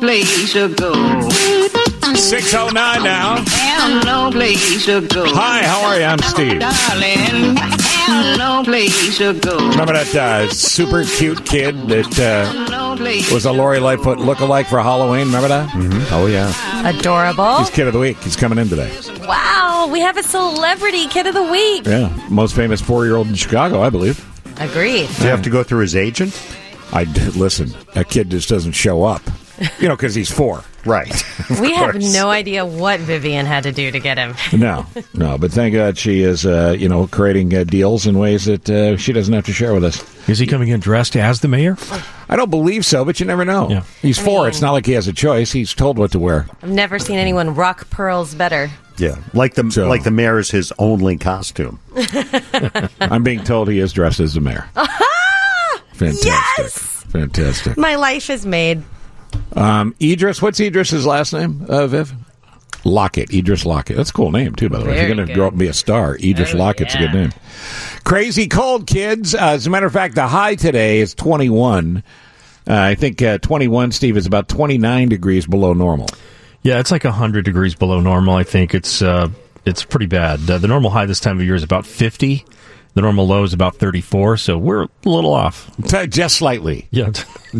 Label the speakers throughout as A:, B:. A: place to go.
B: 609 now.
A: Have no place to go.
B: Hi, how are you? I'm Steve.
A: Darling, have no place to go.
B: Remember that uh, super cute kid that uh,
A: No place.
B: was a Lori Lightfoot lookalike for Halloween? Remember that? Mm-hmm.
C: Oh yeah.
D: Adorable.
B: He's kid of the week. He's coming in today.
D: Wow, we have a celebrity kid of the week.
B: Yeah, most famous four year old in Chicago, I believe.
D: Agreed.
C: Do you have to go through his agent?
B: I d- listen. That kid just doesn't show up, you know, because he's four.
C: Right.
D: We have
B: course.
D: no idea what Vivian had to do to get him.
B: No, no. But thank God she is, uh, you know, creating uh, deals in ways that uh, she doesn't have to share with us.
E: Is he coming in dressed as the mayor?
B: I don't believe so, but you never know.
E: Yeah.
B: He's four. it's not like he has a choice. He's told what to wear.
D: I've never seen anyone rock pearls better.
C: Yeah. Like the
B: So-
C: like the mayor is his only costume.
B: I'm being told he is dressed as the mayor. Fantastic.
D: Yes!
B: Fantastic.
D: My life is made.
B: Um, Idris, what's Idris's last name, uh, Viv? Lockett, Idris Lockett. That's a cool name, too, by the way. if you're
D: Very
B: going to
D: good.
B: grow up and be a star, Idris
D: Oh,
B: Lockett's a
D: yeah.
B: good name. Crazy cold, kids. Uh, as a matter of fact, the high today is 21. Uh, I think uh, 21, Steve, is about 29 degrees below normal.
E: Yeah, it's like 100 degrees below normal, I think. It's uh, it's pretty bad. Uh, the normal high this time of year is about 50. The normal low is about 34, so we're a little off.
B: T- just slightly.
E: Yeah.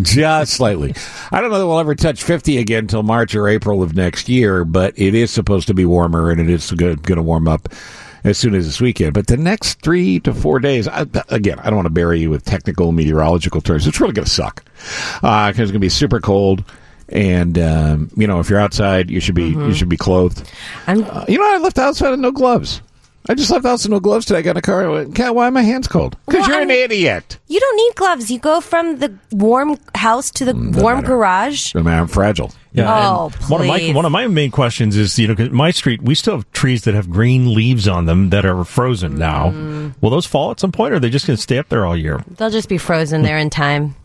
B: Just slightly. I don't know that we'll ever touch 50 again till March or April of next year, but it is supposed to be warmer and it is going to warm up as soon as this weekend. But the next three to four days, I, again, I don't want to bury you with technical meteorological terms. It's really going to suck because it's going to be super cold. And um, you know, if you're outside, you should be you should be clothed.
D: Mm-hmm. I'm
B: Uh, you know, I left the house with no gloves. I just left the house with no gloves today. I got in a car. I went, "God, why are my hands cold? Because
D: Well,
B: you're
D: I'm-
B: an idiot.
D: You don't need gloves. You go from the warm house to the warm
B: Mm, matter.
D: garage.
B: I mean, I'm fragile.
D: Oh,
E: and One of my
D: please.
E: one of my main questions is, you know, 'cause my street we still have trees that have green leaves on them that are frozen
B: Oh.
D: Mm.
E: now. Will those fall at some point, or are they just going to stay up there all year?
D: They'll just be frozen there in time.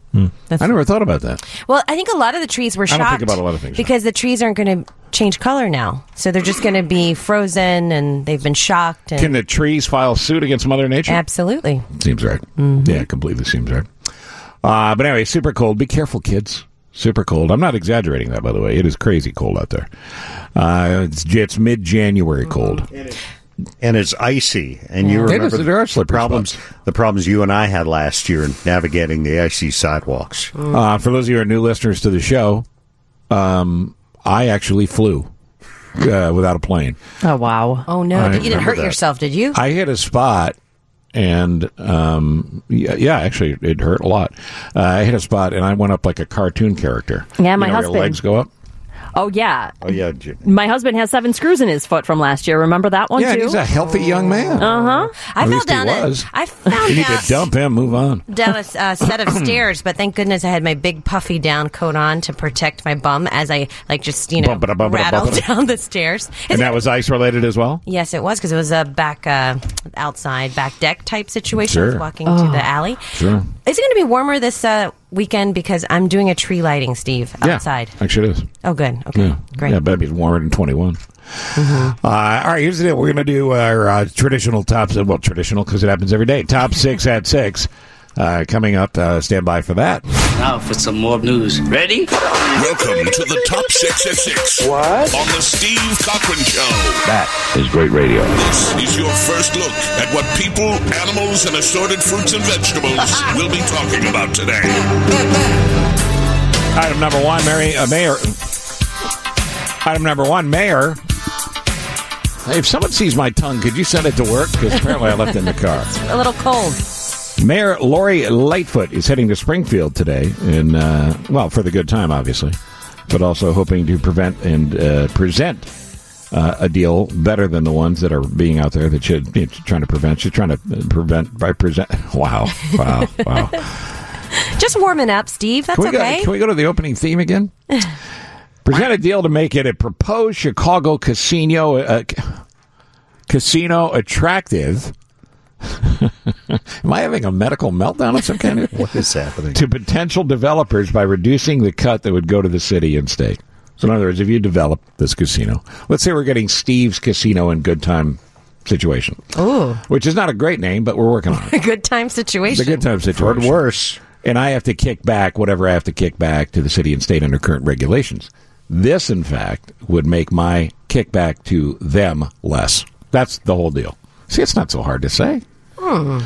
D: That's,
B: I never thought about that.
D: well, I think a lot of the trees were
B: don't
D: shocked
B: think about a lot of things.
D: because the trees aren't going to change color now, so they're just going to be frozen, and they've been shocked. And
B: Can the trees file suit against Mother Nature?
D: absolutely,
B: Seems right. Yeah, completely seems right. Uh, but anyway, super cold. Be careful, kids. Super cold. I'm not exaggerating that, by the way. It is crazy cold out there. Uh, it's it's mid January cold.
C: And it's icy. And you
B: It
C: remember
B: is. There are slippery
C: problems the problems you and I had last year in navigating the icy sidewalks.
B: Uh, for those of you who are new listeners to the show, um, I actually flew uh, without a plane.
F: Oh wow.
D: Oh no,
B: I
D: you didn't
B: remember
D: hurt
B: that.
D: yourself, did you?
B: I hit a spot, and um, yeah, yeah, actually, it hurt a lot. Uh, I hit a spot, and I went up like a cartoon character.
F: Yeah,
B: You
F: my
B: know, where your
F: husband-
B: legs go up.
F: Oh yeah.
C: Oh yeah. j-
F: My husband has seven screws in his foot from last year. Remember that one
B: Yeah, and
F: too?
B: he's a healthy young man.
F: uh huh.
D: I fell
B: At least he
D: down. A,
B: was.
D: I fell
B: You need
D: down,
B: to dump him. Move on.
D: down a s- uh, set of stairs, but thank goodness I had my big puffy down coat on to protect my bum as I like just you know
B: Bum, ba, da, bum, ba, da, bum,
D: rattled
B: ba, da.
D: down the stairs. Is
B: And
D: it-
B: that was ice related as well.
D: yes, it was because it was a back uh, outside back deck type situation. I was
B: Sure.
D: walking to
F: Oh.
D: the alley.
B: Sure.
D: Is it going to be warmer this uh, weekend? Because I'm doing a tree lighting, Steve, outside.
B: Yeah, actually, it is.
D: Oh, good. Okay,
B: Yeah,
D: great.
B: Yeah, baby's warmer than twenty Uh, all right, here's the deal. We're going to do our uh, traditional top. Well, traditional because it happens every day. Top six at six. Uh, coming up, uh, stand by for that.
A: Now for some more news. Ready?
G: Welcome to the Top 6 at 6. What? On the Steve Cochran Show.
H: is great radio.
G: This is your first look at what people, animals, and assorted fruits and vegetables will be talking about today.
B: Item number one, Mary uh, Mayor. Item number one, Mayor. If someone sees my tongue, could you send it to work? Because apparently I left it in the car.
D: a little cold.
B: Mayor Lori Lightfoot is heading to Springfield today, and uh, well, for the good time, obviously, but also hoping to prevent and uh, present uh, a deal better than the ones that are being out there that should be trying to prevent. She's trying to uh, prevent by present. Wow, wow, wow.
D: Just warming up, Steve. That's
B: Can we,
D: okay.
B: go, can we go to the opening theme again? Present a deal to make it a proposed Chicago casino uh, ca- casino attractive. Am I having a medical meltdown of some kind?
C: What is happening?
B: to potential developers by reducing the cut that would go to the city and state. So, in other words, if you develop this casino, let's say we're getting Steve's Casino in Good Time situation,
D: Ooh,
B: which is not a great name, but we're working on it.
D: a good time situation.
B: It's a Good Time situation.
C: Heard worse.
B: And I have to kick back whatever I have to kick back to the city and state under current regulations. This, in fact, would make my kickback to them less. That's the whole deal. See, it's not so hard to say.
D: Hmm.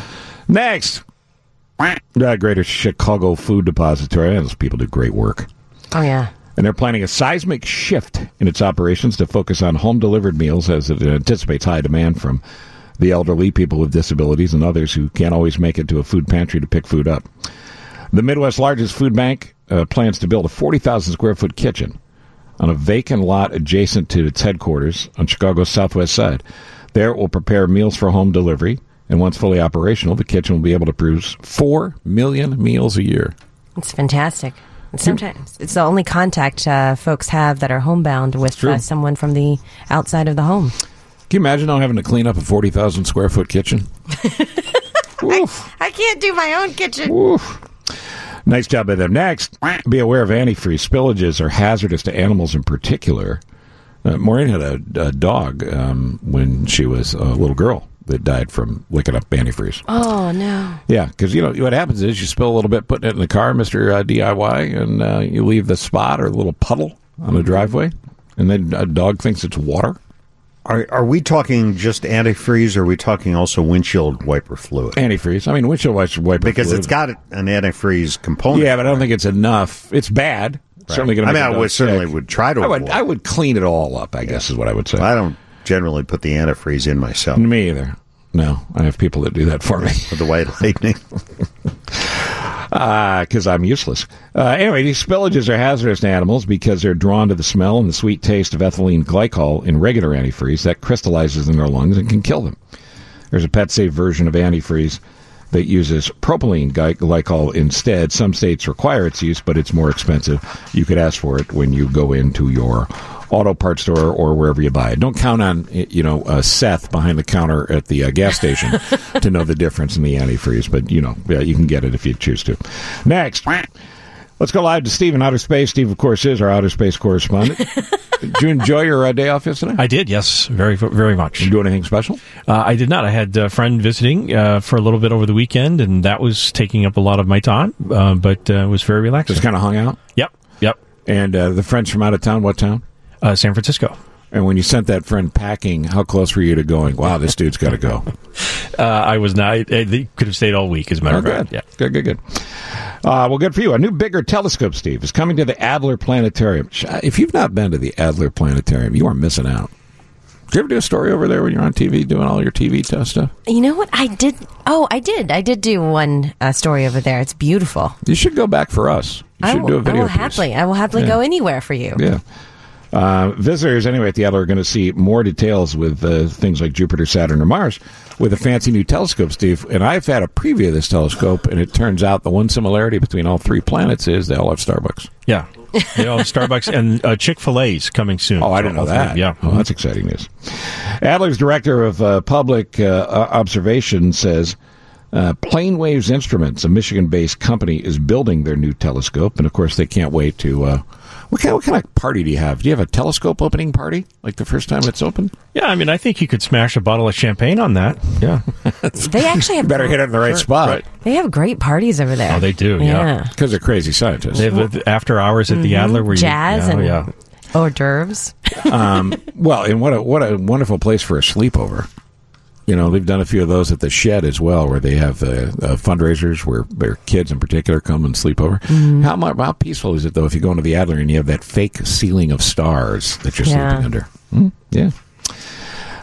B: Next, the Greater Chicago Food Depository. Those people do great work
D: Oh yeah.
B: and they're planning a seismic shift in its operations to focus on home delivered meals as it anticipates high demand from the elderly, people with disabilities, and others who can't always make it to a food pantry to pick food up. The Midwest's largest food bank uh, plans to build a 40,000 square foot kitchen on a vacant lot adjacent to its headquarters on Chicago's southwest side. There it will prepare meals for home delivery, and once fully operational, the kitchen will be able to produce 4 million meals a year.
D: It's fantastic. And Sometimes it's the only contact uh, folks have that are homebound with
B: true.
D: uh, someone from the outside of the home.
B: Can you imagine not having to clean up a 40,000 square foot kitchen? Oof.
D: I can't do my own kitchen.
B: Oof. Nice job by them. Next, be aware of antifreeze. Spillages are hazardous to animals in particular. Uh, Maureen had a, a dog um, when she was a little girl that died from licking up antifreeze.
D: Oh no.
B: Yeah, because you know what happens is you spill a little bit, putting it in the car, Mister uh, DIY, and uh, you leave the spot or a little puddle on the driveway, and then a dog thinks it's water.
C: Are, are we talking just antifreeze or are we talking also windshield wiper fluid?
B: Antifreeze. I mean, windshield wiper
C: Because
B: fluid.
C: it's got an antifreeze component.
B: Yeah, but I don't think it's enough. It's bad. It's Certainly going
C: I
B: to.
C: mean, I would certainly would try to
B: I would.
C: avoid.
B: I would clean it all up. I guess is what I would say.
C: I don't generally put the antifreeze in myself
B: Me either. No, I have people that do that for me
C: with the white lightning.
B: because I'm useless. Uh, anyway, these spillages are hazardous to animals because they're drawn to the smell and the sweet taste of ethylene glycol in regular antifreeze that crystallizes in their lungs and can kill them. There's a pet safe version of antifreeze that uses propylene gly- glycol instead. Some states require its use, but it's more expensive. You could ask for it when you go into your auto parts store or wherever you buy it. Don't count on you know uh, Seth behind the counter at the uh, gas station to know the difference in the antifreeze, but you know yeah, you can get it if you choose to. Next. Let's go live to Steve in outer space. Steve, of course, is our outer space correspondent. Did you enjoy your uh, day off yesterday?
E: I did, yes, very, very much.
B: Did you do anything special?
E: Uh, I did not. I had a friend visiting uh, for a little bit over the weekend, and that was taking up a lot of my time, uh, but uh, it was very relaxing.
B: Just kind of hung out.
E: Yep, yep.
B: And uh, the friends from out of town, what town?
E: Uh, San Francisco.
B: And when you sent that friend packing, how close were you to going, wow, this dude's got to go?
E: Uh, I was not. I, they could have stayed all week, as a matter
B: Oh,
E: of fact.
B: good. Good, good, good. Uh, well, good for you. A new, bigger telescope, Steve, is coming to the Adler Planetarium. Sh- If you've not been to the Adler Planetarium, you are missing out. Did you ever do a story over there when you're on TV doing all your TV test stuff?
D: You know what? I did. Oh, I did. I did do one uh, story over there. It's beautiful.
B: You should go back for us. You
D: I
B: should
D: will,
B: do a video
D: I will
B: piece.
D: happily. I will happily go anywhere for you.
B: Yeah. Uh, visitors, anyway, at the Adler are going to see more details with uh, things like Jupiter, Saturn, or Mars with a fancy new telescope, Steve. And I've had a preview of this telescope, and it turns out the one similarity between all three planets is they all have Starbucks.
E: Yeah. Yeah. They all have Starbucks and uh, Chick fil A's coming soon.
B: Oh, I
E: So
B: didn't know
E: all three-
B: that.
E: Yeah.
B: Oh, that's exciting news. Adler's director of uh, public uh, o- observation says uh, Plane Waves Instruments, a Michigan based company, is building their new telescope. And of course, they can't wait to. Uh, what, kind, what kind of party do you have? Do you have a telescope opening party? Like the first time it's open?
E: Yeah, I mean, I think you could smash a bottle of champagne on that. Yeah.
D: They actually have.
B: Better hit it in the right spot.
E: Right.
D: They have great parties over there.
E: Oh, they do, yeah.
B: Because they're crazy scientists.
E: They have uh, the after hours at the Adler where you
D: Mm-hmm. Jazz
E: yeah, oh,
D: and
E: yeah.
D: hors d'oeuvres.
B: Um, well, and what a what a wonderful place for a sleepover. You know, they've done a few of those at the shed as well, where they have uh, uh, fundraisers where, where kids in particular come and sleep over. How mu how peaceful is it though if you go into the Adler and you have that fake ceiling of stars that you're
D: Yeah.
B: sleeping under? Hmm? Yeah.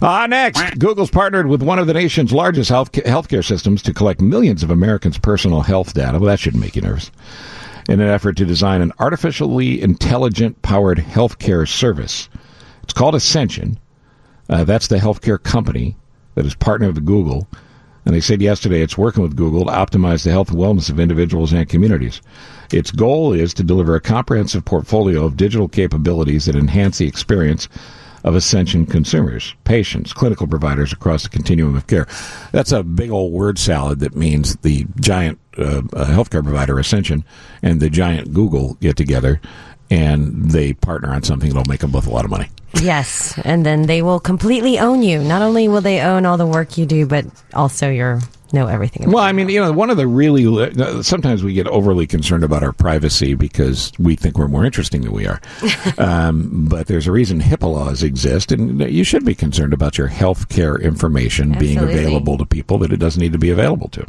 B: Ah, next, Google's partnered with one of the nation's largest health healthcare systems to collect millions of Americans' personal health data. Well, that shouldn't make you nervous. In an effort to design an artificially intelligent powered healthcare service, it's called Ascension. Uh, that's the healthcare company that is partnered with Google. And they said yesterday it's working with Google to optimize the health and wellness of individuals and communities. Its goal is to deliver a comprehensive portfolio of digital capabilities that enhance the experience of Ascension consumers, patients, clinical providers across the continuum of care. That's a big old word salad that means the giant uh, uh, healthcare provider Ascension and the giant Google get together and they partner on something that'll make them both a lot of money.
D: Yes, and then they will completely own you. Not only will they own all the work you do, but also your know everything. About
B: Well, I
D: it.
B: mean, you know, one of the really li- sometimes we get overly concerned about our privacy because we think we're more interesting than we are. um, but there's a reason HIPAA laws exist, and you should be concerned about your health care information being
D: Absolutely.
B: available to people that it doesn't need to be available to.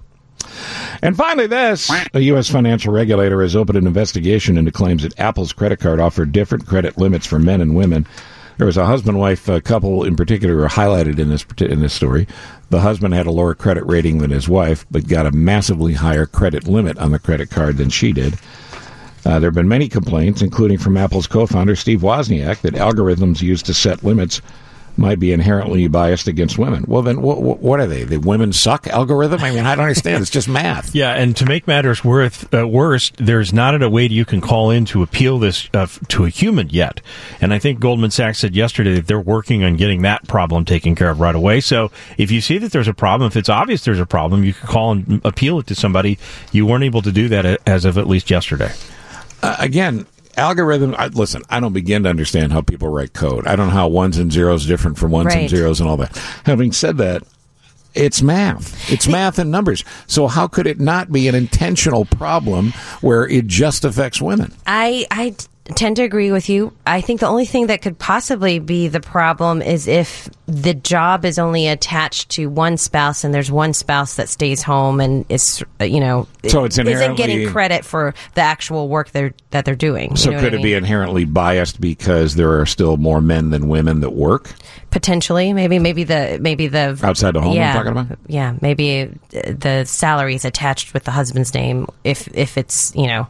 B: And finally, this a U.S. financial regulator has opened an investigation into claims that Apple's credit card offered different credit limits for men and women. There was a husband-wife uh, couple in particular who were highlighted in this parti- in this story. The husband had a lower credit rating than his wife, but got a massively higher credit limit on the credit card than she did. Uh, there have been many complaints, including from Apple's co-founder Steve Wozniak, that algorithms used to set limits might be inherently biased against women. Well, then, what, what, what are they? The women suck algorithm? I mean, I don't understand. It's just math.
E: Yeah, and to make matters worth, uh, worse, there's not a way you can call in to appeal this uh, f- to a human yet. And I think Goldman Sachs said yesterday that they're working on getting that problem taken care of right away. So if you see that there's a problem, if it's obvious there's a problem, you can call and appeal it to somebody. You weren't able to do that a- as of at least yesterday.
B: Uh, again, algorithm. I, listen, I don't begin to understand how people write code. I don't know how ones and zeros different from ones and
D: Right.
B: zeros and all that. Having said that, it's math. It's math and numbers. So how could it not be an intentional problem where it just affects women?
D: I I t- tend to agree with you. I think the only thing that could possibly be the problem is if the job is only attached to one spouse and there's one spouse that stays home and is uh, you know
B: So it's
D: isn't
B: inherently-
D: getting credit for the actual work they're that they're doing.
B: So could it be inherently biased because there are still more men than women that work
D: potentially maybe maybe the maybe the
B: outside the home?
D: yeah,
B: I'm talking about.
D: yeah maybe uh, the salary is attached with the husband's name if if it's you know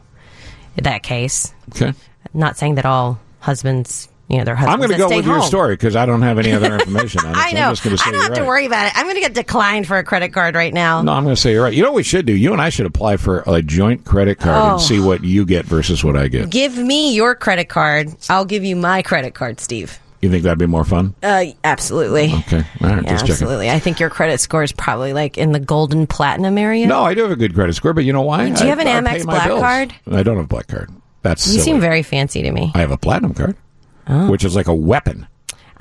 D: that case.
B: Okay.
D: Not saying that all husbands. You know, their husbands
B: I'm going to
D: that
B: go
D: stay
B: with your
D: home.
B: story because I don't have any other information. On it,
D: I
B: so
D: know.
B: I'm just gonna say
D: I don't
B: you're
D: have to
B: right.
D: worry about it. I'm going to get declined for a credit card right now.
B: No, I'm going to say you're right. You know what we should do? You and I should apply for a joint credit card
D: Oh.
B: and see what you get versus what I get.
D: Give me your credit card. I'll give you my credit card, Steve.
B: You think that'd be more fun?
D: Uh, absolutely.
B: Okay. All
D: Yeah,
B: right. just checking.
D: absolutely. I think your credit score is probably like in the golden platinum area.
B: No, I do have a good credit score, but you know why?
D: Do you have an
B: I, I
D: Amex
B: pay my
D: Black
B: bills.
D: card?
B: I don't have a black card. That's
D: you
B: silly.
D: seem very fancy to me.
B: I have a platinum card, which is like a weapon.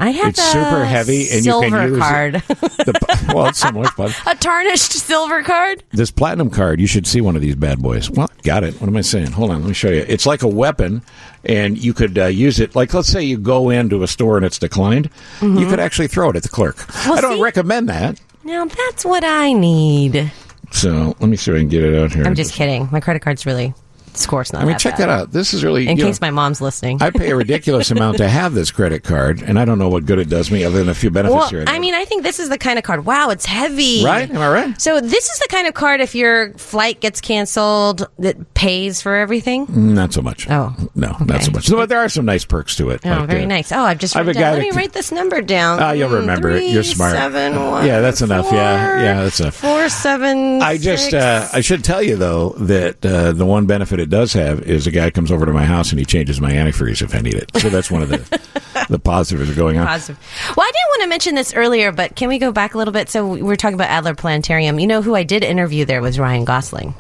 D: I have
B: It's
D: a
B: super heavy, and you
D: silver
B: can use it-
D: card,
B: The, well, it's similar, but
D: a tarnished silver card.
B: this platinum card, you should see one of these bad boys. Well, got it. What am I saying? Hold on, let me show you. It's like a weapon, and you could uh, use it. Like, let's say you go into a store and it's declined, you
D: Mm-hmm.
B: could actually throw it at the clerk. I don't
D: see-
B: recommend that.
D: Now that's what I need.
B: So let me see if I can get it out here.
D: I'm just kidding. My credit card's really score's not.
B: I mean,
D: that
B: check
D: bad.
B: that out. This is really
D: In
B: you know,
D: case my mom's listening.
B: I pay a ridiculous amount to have this credit card, and I don't know what good it does me other than a few benefits
D: Well,
B: here. and
D: I
B: there.
D: mean, I think this is the kind of card. Wow, it's heavy.
B: Right? Am I right?
D: So this is the kind of card if your flight gets canceled that pays for everything.
B: not so much.
D: Oh,
B: no, not so
D: okay.
B: much. So, but there are some nice perks to it.
D: Oh,
B: like,
D: very
B: uh,
D: nice. Oh, I've just
B: I have
D: written
B: a guy
D: down. Let
B: that
D: me
B: can-
D: write this number down.
B: Ah, you'll
D: Mm,
B: remember it. You're smart.
D: three, seven, one,
B: Yeah, that's enough. Yeah,
D: four,
B: yeah, that's enough.
D: Four seven.
B: I just
D: six.
B: uh, I should tell you though that uh, the one benefit it does have is a guy comes over to my house and he changes my antifreeze if I need it. So that's one of the the positives that are going on.
D: Positive. Well, I didn't want to mention this earlier, but can we go back a little bit? So we were talking about Adler Planetarium. You know who I did interview there was Ryan Gosling.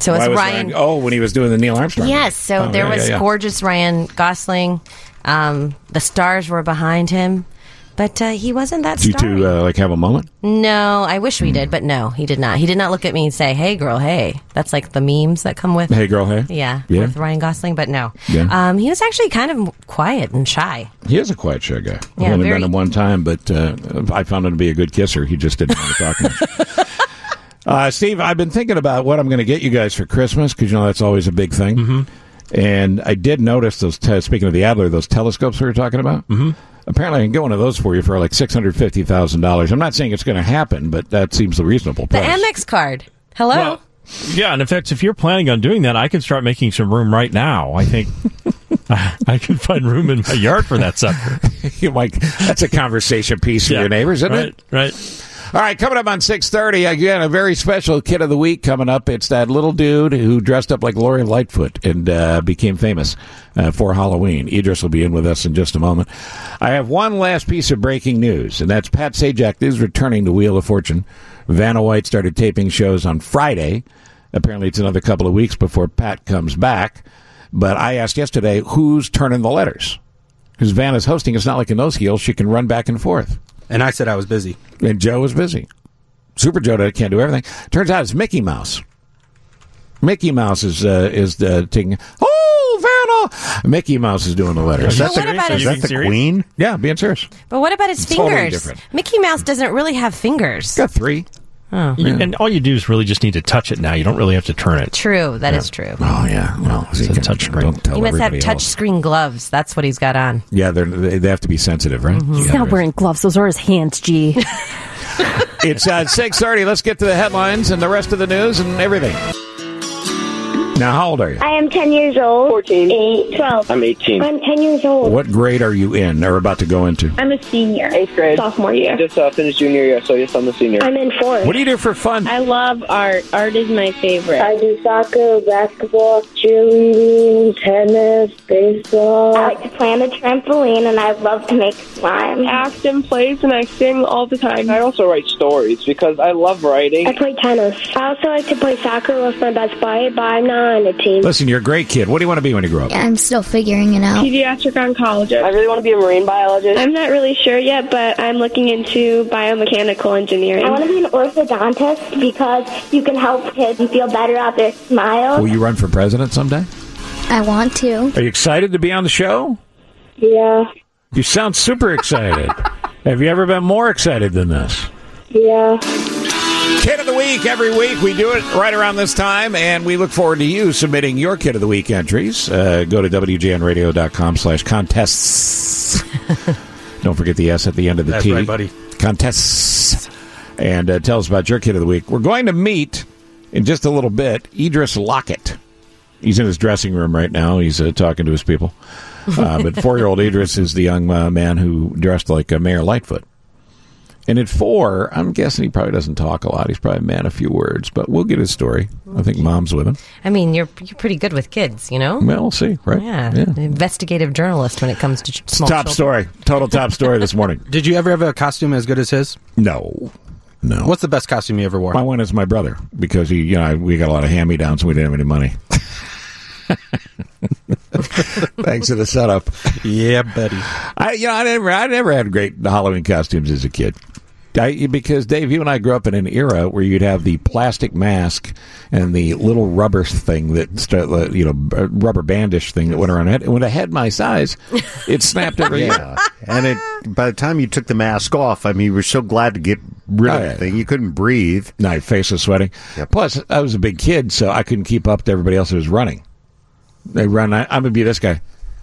D: So it's
B: Why was
D: Ryan.
B: Oh, when he was doing the Neil Armstrong.
D: Yes, so
B: Oh,
D: there
B: yeah,
D: was
B: yeah, yeah.
D: gorgeous Ryan Gosling. Um, the stars were behind him, but uh, he wasn't that
B: Did you
D: star.
B: two uh, like have a moment?
D: no, I wish we did, but no, he did not. He did not look at me and say, "Hey, girl, hey." That's like the memes that come with.
B: Hey, girl. Hey.
D: Yeah,
B: Yeah.
D: with Ryan Gosling, but no,
B: Yeah.
D: um, he was actually kind of quiet and shy.
B: He is a quiet shy guy. I've
D: Yeah,
B: only
D: very-
B: met him one time, but uh, I found him to be a good kisser. He just didn't want to talk much. Uh, Steve, I've been thinking about what I'm going to get you guys for Christmas because you know that's always a big thing. And I did notice those. Te- speaking of the Adler, those telescopes we were talking about. Mm-hmm. Apparently, I can get one of those for you for like six hundred fifty thousand dollars. I'm not saying it's going to happen, but that seems the reasonable
D: The
B: price.
D: Amex card. Hello.
E: Well, yeah, and in fact, if you're planning on doing that, I can start making some room right now. I think I, I can find room in my yard for that sucker.
B: you might. That's a conversation piece for
E: Yeah.
B: your neighbors, isn't
E: right,
B: it?
E: Right.
B: All right, coming up on 6.30, again, a very special Kid of the Week coming up. It's that little dude who dressed up like Lori Lightfoot and uh, became famous uh, for Halloween. Idris will be in with us in just a moment. I have one last piece of breaking news, and that's Pat Sajak is returning to Wheel of Fortune. Vanna White started taping shows on Friday. Apparently, it's another couple of weeks before Pat comes back. But I asked yesterday, who's turning the letters? Because Vanna's hosting. It's not like in those heels. She can run back and forth.
H: And I said I was busy.
B: And Joe was busy. Super Joe can't do everything. Turns out it's Mickey Mouse. Mickey Mouse is uh, is uh, taking. Oh, Vanna! Mickey Mouse is doing the letters.
C: Is that
D: But what
C: the,
D: about
C: is
D: his-
C: that the
E: serious?
C: queen?
B: Yeah, being serious.
D: But what about his
B: Totally
D: fingers?
B: different.
D: Mickey Mouse doesn't really have fingers. Oh.
B: Got three.
E: You- and all you do is really just need to touch it now. You don't really have to turn it.
D: True, that is true.
B: Oh yeah. Well, it's
E: a touch screen.
B: Don't tell
D: He must have
B: everybody
D: touch
B: else.
D: screen gloves. That's what he's got on.
B: Yeah, they're, they they have to be sensitive, right? Yeah,
C: Mm-hmm.
F: He's
B: they're-
F: not Oh, wearing gloves. Those are his hands, G.
B: It's uh, six thirty. Let's get to the headlines and the rest of the news and everything. Now, how old are you?
H: I am 10 years old. 14. 8, 12.
I: I'm 18.
H: I'm 10 years old.
B: What grade are you in or about to go into?
H: I'm a senior.
I: Eighth grade.
H: Sophomore year.
I: Just uh, finished junior year, so yes, I'm a senior.
H: I'm in fourth.
B: What do you do for fun?
J: I love art. Art is my favorite.
H: I do soccer, basketball, cheerleading, tennis, baseball. I like to play on the trampoline and I love to make slime.
J: act in plays and I sing all the time.
I: I also write stories because I love writing.
H: I play tennis. I also like to play soccer with my best buddy, but I'm not on a team.
B: Listen, you're a great kid. What do you want to be when you grow up?
K: I'm still figuring it out.
J: Pediatric oncologist.
I: I really want to be a marine biologist.
J: I'm not really sure yet, but I'm looking into biomechanical engineering.
H: I want to be an orthodontist because you can help kids feel better about their smile.
B: Will you run for president someday?
K: I want to.
B: Are you excited to be on the show?
H: yeah,
B: You sound super excited. Have you ever been more excited than this?
H: yeah.
B: Kid of the Week every week. We do it right around this time, and we look forward to you submitting your Kid of the Week entries. Uh, go to WGNradio.com slash contests. Don't forget the S at the end of the
E: That's
B: T.
E: right, buddy.
B: Contests. And uh, tell us about your Kid of the Week. We're going to meet in just a little bit Idris Lockett. He's in his dressing room right now. He's uh, talking to his people. Uh, but four year old Idris is the young uh, man who dressed like uh, Mayor Lightfoot. And at four, I'm guessing he probably doesn't talk a lot. He's probably a man a few words, but we'll get his story. I think mom's with him.
D: I mean, you're you're pretty good with kids, you know.
B: Well, we'll see, right?
D: Yeah, investigative journalist when it comes to ch- small
B: Top
D: children.
B: story. Total top story this morning.
L: Did you ever have a costume as good as his?
B: No. No.
L: What's the best costume you ever wore?
B: My one is my brother because he, you know, we got a lot of hand me downs and we didn't have any money. Thanks for the setup.
L: Yeah, buddy.
B: I, you know, I never, I never had great Halloween costumes as a kid. I, because Dave, you and I grew up in an era where you'd have the plastic mask and the little rubber thing that, st- uh, you know, b- rubber bandish thing that went around. It. And when I had my size, it snapped every year.
C: Yeah. and it by the time you took the mask off, I mean, you were so glad to get rid
B: Oh,
C: of
B: yeah.
C: the thing. You couldn't breathe.
B: No, my face was sweating. Plus, I was a big kid, so I couldn't keep up to everybody else who was running. They run. I, I'm gonna be this guy.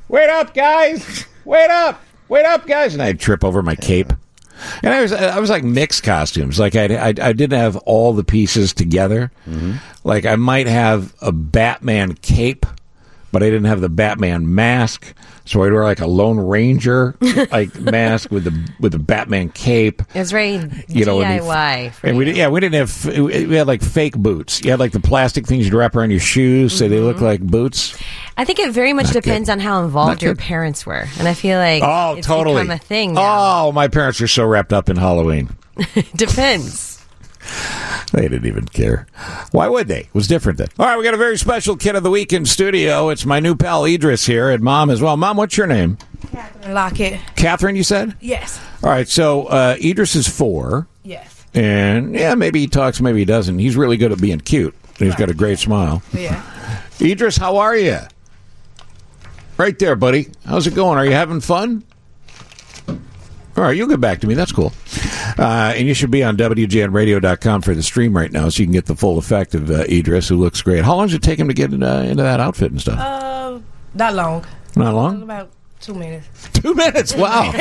B: Wait up, guys! Wait up! Wait up, guys! And I'd trip over my cape. And I was I was like mixed costumes. Like I I, I didn't have all the pieces together.
D: Mm-hmm.
B: Like I might have a Batman cape. But I didn't have the Batman mask, so I'd wear like a Lone Ranger like mask with the with the Batman cape
D: It's very
B: you know, and we-
D: DIY. for
B: and we
D: you.
B: did- yeah we didn't have we had like fake boots. You had like the plastic things you'd wrap around your shoes so they
D: Mm-hmm.
B: look like boots.
D: I think it very much depends on how involved
B: Not
D: your
B: good.
D: parents were, and I feel like
B: Oh,
D: it's
B: totally.
D: become a thing. Now.
B: Oh, my parents are so wrapped up in Halloween.
D: depends.
B: They didn't even care. Why would they? It was different then. All right, we got a very special kid of the week in studio. It's my new pal Idris here and mom as well. Mom, what's your name?
J: Lockett.
B: Catherine, you said?
J: Yes.
B: All right, so uh, Idris is four.
J: Yes.
B: And yeah, maybe he talks, maybe he doesn't. He's really good at being cute. He's got a great smile.
J: Yeah.
B: Idris, how are you? Right there, buddy. How's it going? Are you having fun? All right, you'll get back to me. That's cool. Uh, and you should be on WGNradio.com for the stream right now so you can get the full effect of uh, Idris, who looks great. How long does it take him to get in, uh, into that outfit and stuff?
J: Not Uh, long.
B: Not long?
J: About two minutes.
B: Two minutes. Wow.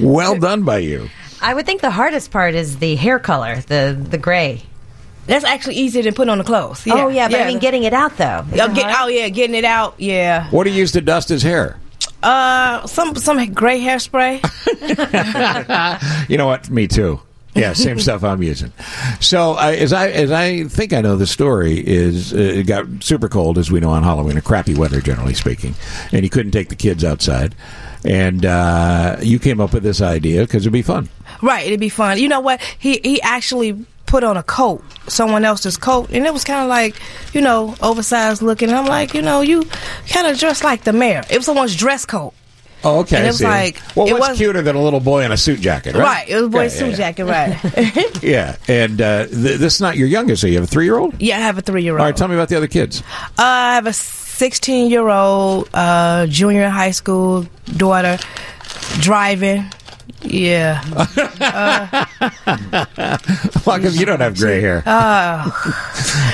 B: well done by you.
D: I would think the hardest part is the hair color, the the gray.
J: That's actually easier than putting on the clothes.
D: oh yeah, but I mean, getting it out though. Uh-huh.
J: Oh, get- oh, yeah, getting it out. Yeah.
B: What do you use to dust his hair?
J: Uh, some some gray hairspray.
B: You know what? Me too. Yeah, same stuff I'm using. So uh, as I as I think I know the story is uh, it got super cold as we know on Halloween, a crappy weather generally speaking, and you couldn't take the kids outside. And uh, you came up with this idea because it'd be fun.
J: Right, it'd be fun. You know what? He he actually put on a coat, someone else's coat, and it was kind of like, you know, oversized looking. And I'm like, you know, you kind of dress like the mayor. It was someone's dress coat.
B: Oh, okay.
J: And
B: I
J: it was
B: see.
J: like
B: well,
J: it
B: what's
J: was
B: cuter than a little boy in a suit jacket, right?
J: right. It was boy
B: Yeah,
J: suit
B: yeah,
J: jacket. Right.
B: Yeah, and uh, th- this is not your youngest. So you have a three-year-old.
J: yeah, I have a three year
B: All right,
J: old.
B: tell me about the other kids.
J: Uh, I have a 16 year old uh, junior high school daughter driving. Yeah. uh,
B: How come you don't have gray hair?
J: uh,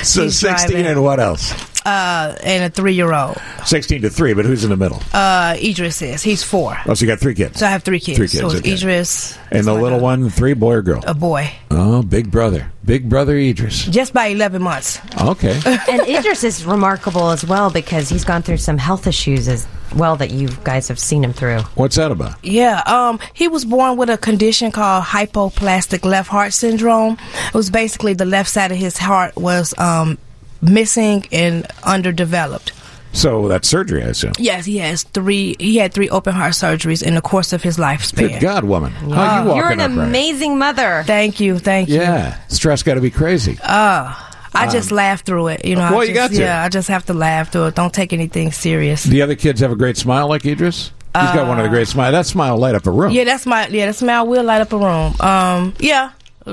B: so
J: she's
B: sixteen
J: driving.
B: and what else?
J: Uh, and a three year old.
B: Sixteen to three, but who's in the middle?
J: Uh, Idris is. He's four.
B: Oh, so you got three kids.
J: So I have three kids.
B: Three kids,
J: So it's
B: okay.
J: Idris,
B: and the little one, three boy or girl?
J: a boy,
B: Oh, big brother, big brother Idris.
J: just by 11 months.
B: Okay.
D: and Idris is remarkable as well because he's gone through some health issues as well that you guys have seen him through.
B: What's that about?
J: Yeah, um, he was born with a condition called hypoplastic left heart syndrome. It was basically the left side of his heart was um, missing and underdeveloped.
B: So that's surgery, I assume.
J: Yes, he has three. He had three open heart surgeries in the course of his lifespan.
B: Good God, woman! How you
J: Wow.
B: walking
J: You're an
B: upright?
J: amazing mother. Thank you, thank you.
B: Yeah, stress got to be crazy.
J: Uh, I
B: Um,
J: just laugh through it. You know, I
B: well, you
J: just-
B: got to.
J: Yeah, I just have to laugh through it. Don't take anything serious.
B: The other kids have a great smile, like Idris. He's got one of the great smiles. That smile will light up a room.
J: Uh, Yeah, that's my yeah, that's my will light up a room. Um, yeah,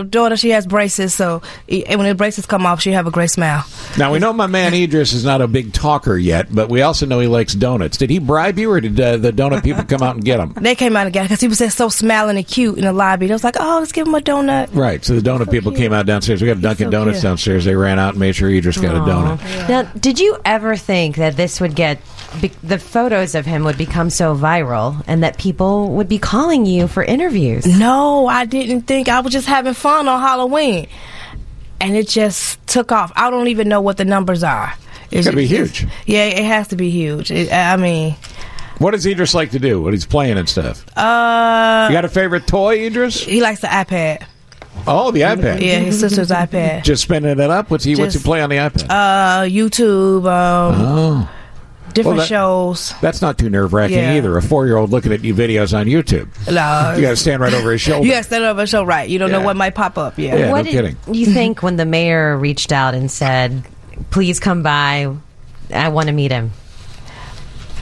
J: daughter, she has braces, so eh, and when the braces come off, she have a great smile.
B: Now we know my man Idris is not a big talker yet, but we also know he likes donuts. Did he bribe you, or did uh, the donut people come out and get him?
J: They came out and got because he was just so smiling and cute in the lobby. They was like, oh, let's give him a donut.
B: Right. So the donut people came out downstairs. We got a Dunkin'
J: so
B: Donuts
J: cute.
B: downstairs. They ran out and made sure Idris got a
D: Aw.
B: donut.
D: Now, did you ever think that this would get be, the photos of him would become so viral and that people would be calling you for interviews?
J: No, Oh, I didn't think I was just having fun on Halloween, and it just took off. I don't even know what the numbers are.
B: It's gonna be
J: it's-
B: huge.
J: Yeah, it has to be huge. It, I mean,
B: What does Idris like to do? What he's playing and stuff?
J: uh,
B: You got a favorite toy, Idris?
J: he likes the iPad.
B: Oh, the iPad.
J: Yeah, his sister's iPad.
B: Just spinning it up. What's he? what's he
J: Just-
B: play on the iPad?
J: Uh, YouTube. Um,
B: oh.
J: different
B: Well, that-
J: shows.
B: That's not too nerve wracking
J: Yeah.
B: either. A four year old looking at new videos on YouTube.
J: No.
B: You got to stand right over his shoulder.
J: You got to stand over a show, right? You don't
B: Yeah.
J: know what might pop up. Yeah.
B: Yeah,
D: what did
B: no kidding.
D: you think when the mayor reached out and said, "Please come by, I want to meet him"?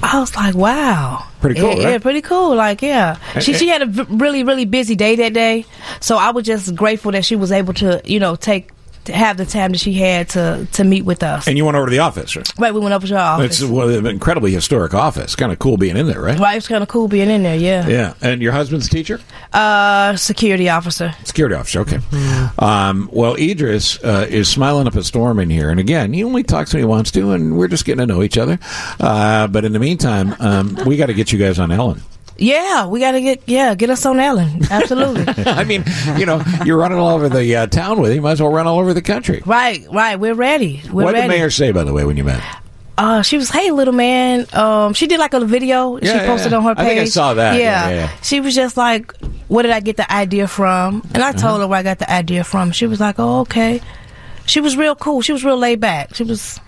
J: I was like, wow.
D: Pretty cool,
J: Yeah,
D: right?
J: yeah, pretty cool. Like, yeah.
D: And-
J: She she had a v- really really busy day that day, so I was just grateful that she was able to you know take to have the time that she had to to meet with us.
B: And you went over to the office. right?
J: Right, we went over to our office.
B: It's one of the incredibly historic office. Kind of cool being in there, right?
J: Right, it's kind of cool being in there. Yeah.
B: Yeah. And your husband's teacher?
J: Uh, security officer.
B: Security officer. Okay. Um, well, Idris uh, is smiling up a storm in here, and again, he only talks when he wants to, and we're just getting to know each other. Uh, but in the meantime, um, we got to get you guys on Ellen.
J: Yeah, we gotta get yeah get us on Ellen. Absolutely.
B: I mean, you know, you're running all over the uh, town with him. You might as well run all over the country.
J: right, right. We're ready. We're
B: what did
J: ready.
B: the mayor say, by the way, when you met?
J: Uh, she was, hey, little man. Um, she did like a video.
B: Yeah,
J: she
B: yeah,
J: posted
B: yeah.
J: on her
B: I
J: page.
B: think I saw that. Yeah, yeah, yeah.
J: She was just like, where did I get the idea from? And
B: Uh-huh.
J: I told her where I got the idea from. She was like, oh, okay. She was real cool. She was real laid back. She was,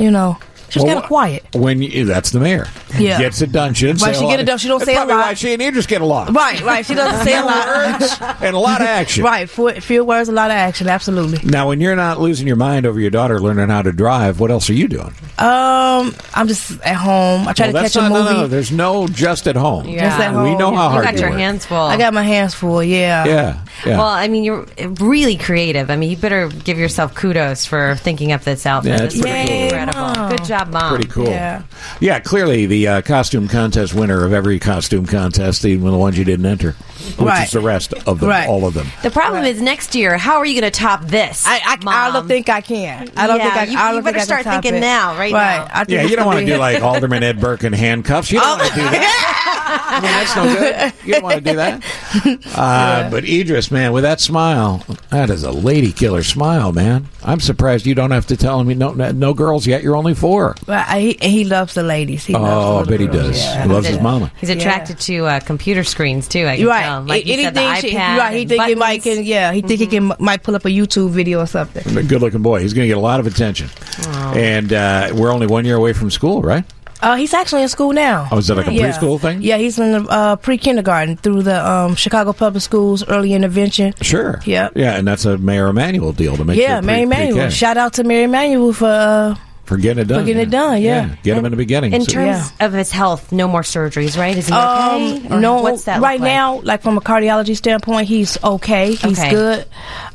J: you know, she was
B: Well,
J: kind of quiet.
B: When you, that's the mayor.
J: Yeah.
B: Gets it done. She didn't
J: Right,
B: say
J: she
B: a
J: get
B: lot.
J: it done. She don't
B: That's
J: say a
B: probably
J: lot.
B: why she and Idris get along.
J: Right, right. She doesn't say a lot.
B: And a lot of action.
J: Right. Few, few words, a lot of action. Absolutely.
B: Now, when you're not losing your mind over your daughter learning how to drive, what else are you doing?
J: Um, I'm just at home. I try to
B: Well, that's
J: catch a
B: not-
J: movie.
B: No, no, no. There's no just at home.
J: Just at
B: We
J: home,
B: know
J: yeah.
B: how hard you work.
D: full.
J: I got my hands full. Yeah.
B: Yeah, yeah.
D: Well, I mean, you're really creative. I mean, you better give yourself kudos for thinking up this outfit.
B: Yeah, that's
D: This is
B: pretty cool.
D: incredible. Good job, mom.
B: Pretty cool. Yeah. clearly the uh, costume contest winner of every costume contest, even the ones you didn't enter, which
D: Right.
B: is the rest of them,
D: Right.
B: all of them.
D: The problem is next year. How are you going to top this? I, I, don't think
J: I can. I don't
D: yeah,
J: think I-
D: You,
J: I don't
D: you
J: think
D: better
J: I can
D: start
J: top
D: thinking
J: it.
D: now, right,
J: Right.
D: now.
J: I
B: Yeah, you don't want to do like Alderman Ed Burke in handcuffs. You don't
J: Oh.
B: want to do that. I mean, that's no good. You don't want to do that. Uh, But Idris, man, with that smile, that is a lady killer smile, man. I'm surprised you don't have to tell him you don't no girls yet. You're only four.
J: Right, I, he, he loves the ladies. He
B: oh, I
J: loves the
B: bet he
J: little girls.
B: does.
J: Yeah.
B: He loves his mama.
D: He's attracted to uh, computer screens too. I can
J: Right.
D: tell. Like you said, the
J: Anything she-
D: iPad
J: right. He
D: and Mm-hmm.
J: think he might can. Yeah. He think he can might pull up a YouTube video or something.
B: A good looking boy. He's going to get a lot of attention.
D: Oh.
J: Aw.
B: And uh, we're only one year away from school, right?
J: Uh, he's actually in school now.
B: Oh, is that like a
J: Yeah.
B: preschool thing?
J: Yeah, he's in the uh, pre kindergarten through the um, Chicago Public Schools Early Intervention.
B: Sure.
J: Yeah.
B: Yeah, and that's a Mayor Emanuel deal to make.
J: yeah,
B: sure
J: Mary
B: pre-
J: Manuel.
B: pre-K.
J: Shout out to Mary Manuel for uh,
B: for getting it done.
J: For getting it done, yeah.
B: Get them in the beginning.
D: In
B: So-
D: terms of his health, no more surgeries, right? Is he okay? Or
J: Um, no,
D: what's that look
J: right
D: like?
J: now, like from a cardiology standpoint, he's okay. He's
D: Okay.
J: good.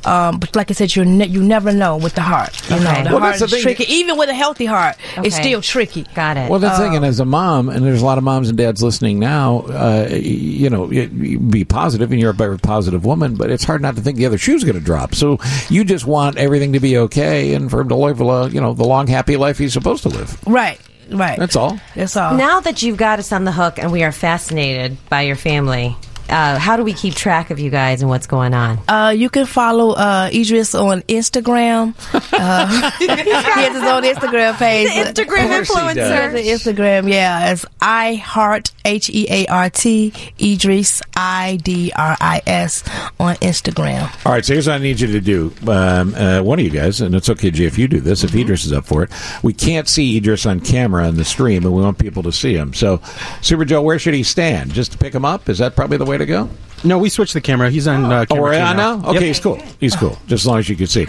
J: Um, but like I said, you ne- you never know with the heart. You know,
B: Okay.
J: the
B: Well,
J: heart
B: that's the
J: is
B: thing.
J: tricky. Even with a healthy heart, it's
D: Okay.
J: still tricky. Uh,
D: Got it.
B: Well, that's the thing, and as a mom, and there's a lot of moms and dads listening now. Uh, you know, it, you be positive, and you're a very positive woman, but it's hard not to think the other shoe's going to drop. So you just want everything to be okay, and for him to live, uh, you know, the long, happy life he's supposed to live.
J: Right, right.
B: That's all.
J: That's all.
D: Now that you've got us on the hook and we are fascinated by your family, uh, how do we keep track of you guys and what's going on?
J: Uh, you can follow uh, Idris on Instagram. Uh, he has his own Instagram page.
D: The Instagram Of course he influencer. does.
J: The Instagram, yeah, it's I Heart H E A R T Idris I D R I S on Instagram.
B: All right, so here's what I need you to do. Um, uh, one of you guys, and it's okay, G, if you do this, if Idris is up for it. We can't see Idris on camera on the stream, and we want people to see him. So, Super Joe, where should he stand? Just to pick him up? Is that probably the way to go?
L: No, we switched the camera. He's on uh,
B: Oh,
L: camera
B: we're
L: two
B: on now? Okay,
L: Yep.
B: he's cool. He's cool. Just as long as you can see.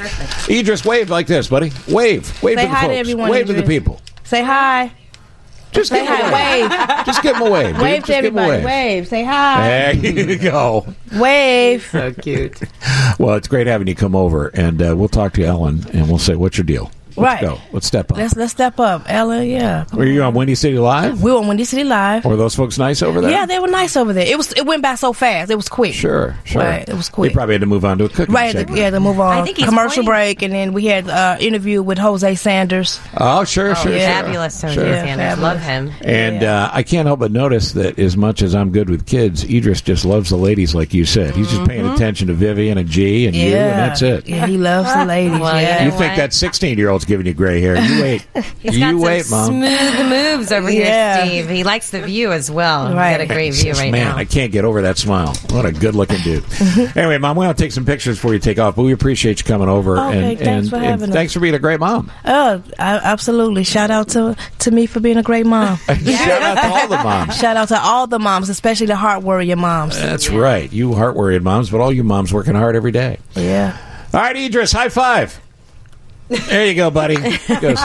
B: Idris, wave like this, buddy. Wave. Wave
J: Say
B: to the
J: hi to
B: folks.
J: everyone,
B: wave to the
J: Idris.
B: people.
J: Say hi.
B: Just
J: say
B: give him a
J: hi. Wave.
B: Just give him a wave. dude.
J: Wave
B: Just
J: to
B: give him a
J: everybody. Wave.
B: wave.
J: Say hi.
B: There you go.
J: Wave.
M: So cute.
B: Well, it's great having you come over, and uh, we'll talk to Ellen, and we'll say, "What's your deal?"
J: Right.
B: Let's go. Let's step up.
J: Let's let's step up, Ella. Yeah,
B: Were you on Windy City Live?
J: we were on Windy City Live.
B: Were those folks nice over there?
J: Yeah, they were nice over there. It was it went by so fast. It was quick.
B: Sure, sure.
J: Right, it was
B: We probably had to move on to a cooking
J: Right, the,
B: segment.
J: yeah, the move on.
D: I think he's
J: Commercial break, and then we had uh, interview with Jose Sanders.
B: Oh, sure, sure, sure.
D: Fabulous, Tony
B: Sure.
D: Sanders. Love him.
B: And uh, I can't help but notice that as much as I'm good with kids, Idris just loves the ladies, like you said. He's just paying attention to Vivian and G and you, and that's it.
J: Yeah, he loves the ladies.
D: Well,
J: yeah.
B: You think that 16 year old's giving you gray hair? You wait.
D: He's got
B: you
D: some
B: wait, mom.
D: smooth moves over
J: Yeah.
D: here, Steve. He likes the view as well.
J: Right.
D: He's got a great view
B: Yes,
D: right
B: man,
D: now.
B: I can't get over that smile. What a good looking dude. anyway, mom, we want to take some pictures before you take off, but we appreciate you coming over.
D: Oh,
J: Okay,
B: and,
J: thanks
B: and,
J: for
B: and
J: having us.
B: thanks for being a great mom.
J: Oh, I, absolutely! Shout out to to me for being a great mom.
B: Shout out to all the moms.
J: Shout out to all the moms, especially the heart warrior moms.
B: That's right. You heart worried moms, but all you moms working hard every day.
J: Yeah.
B: All right, Idris, high five. There you go, buddy. He goes-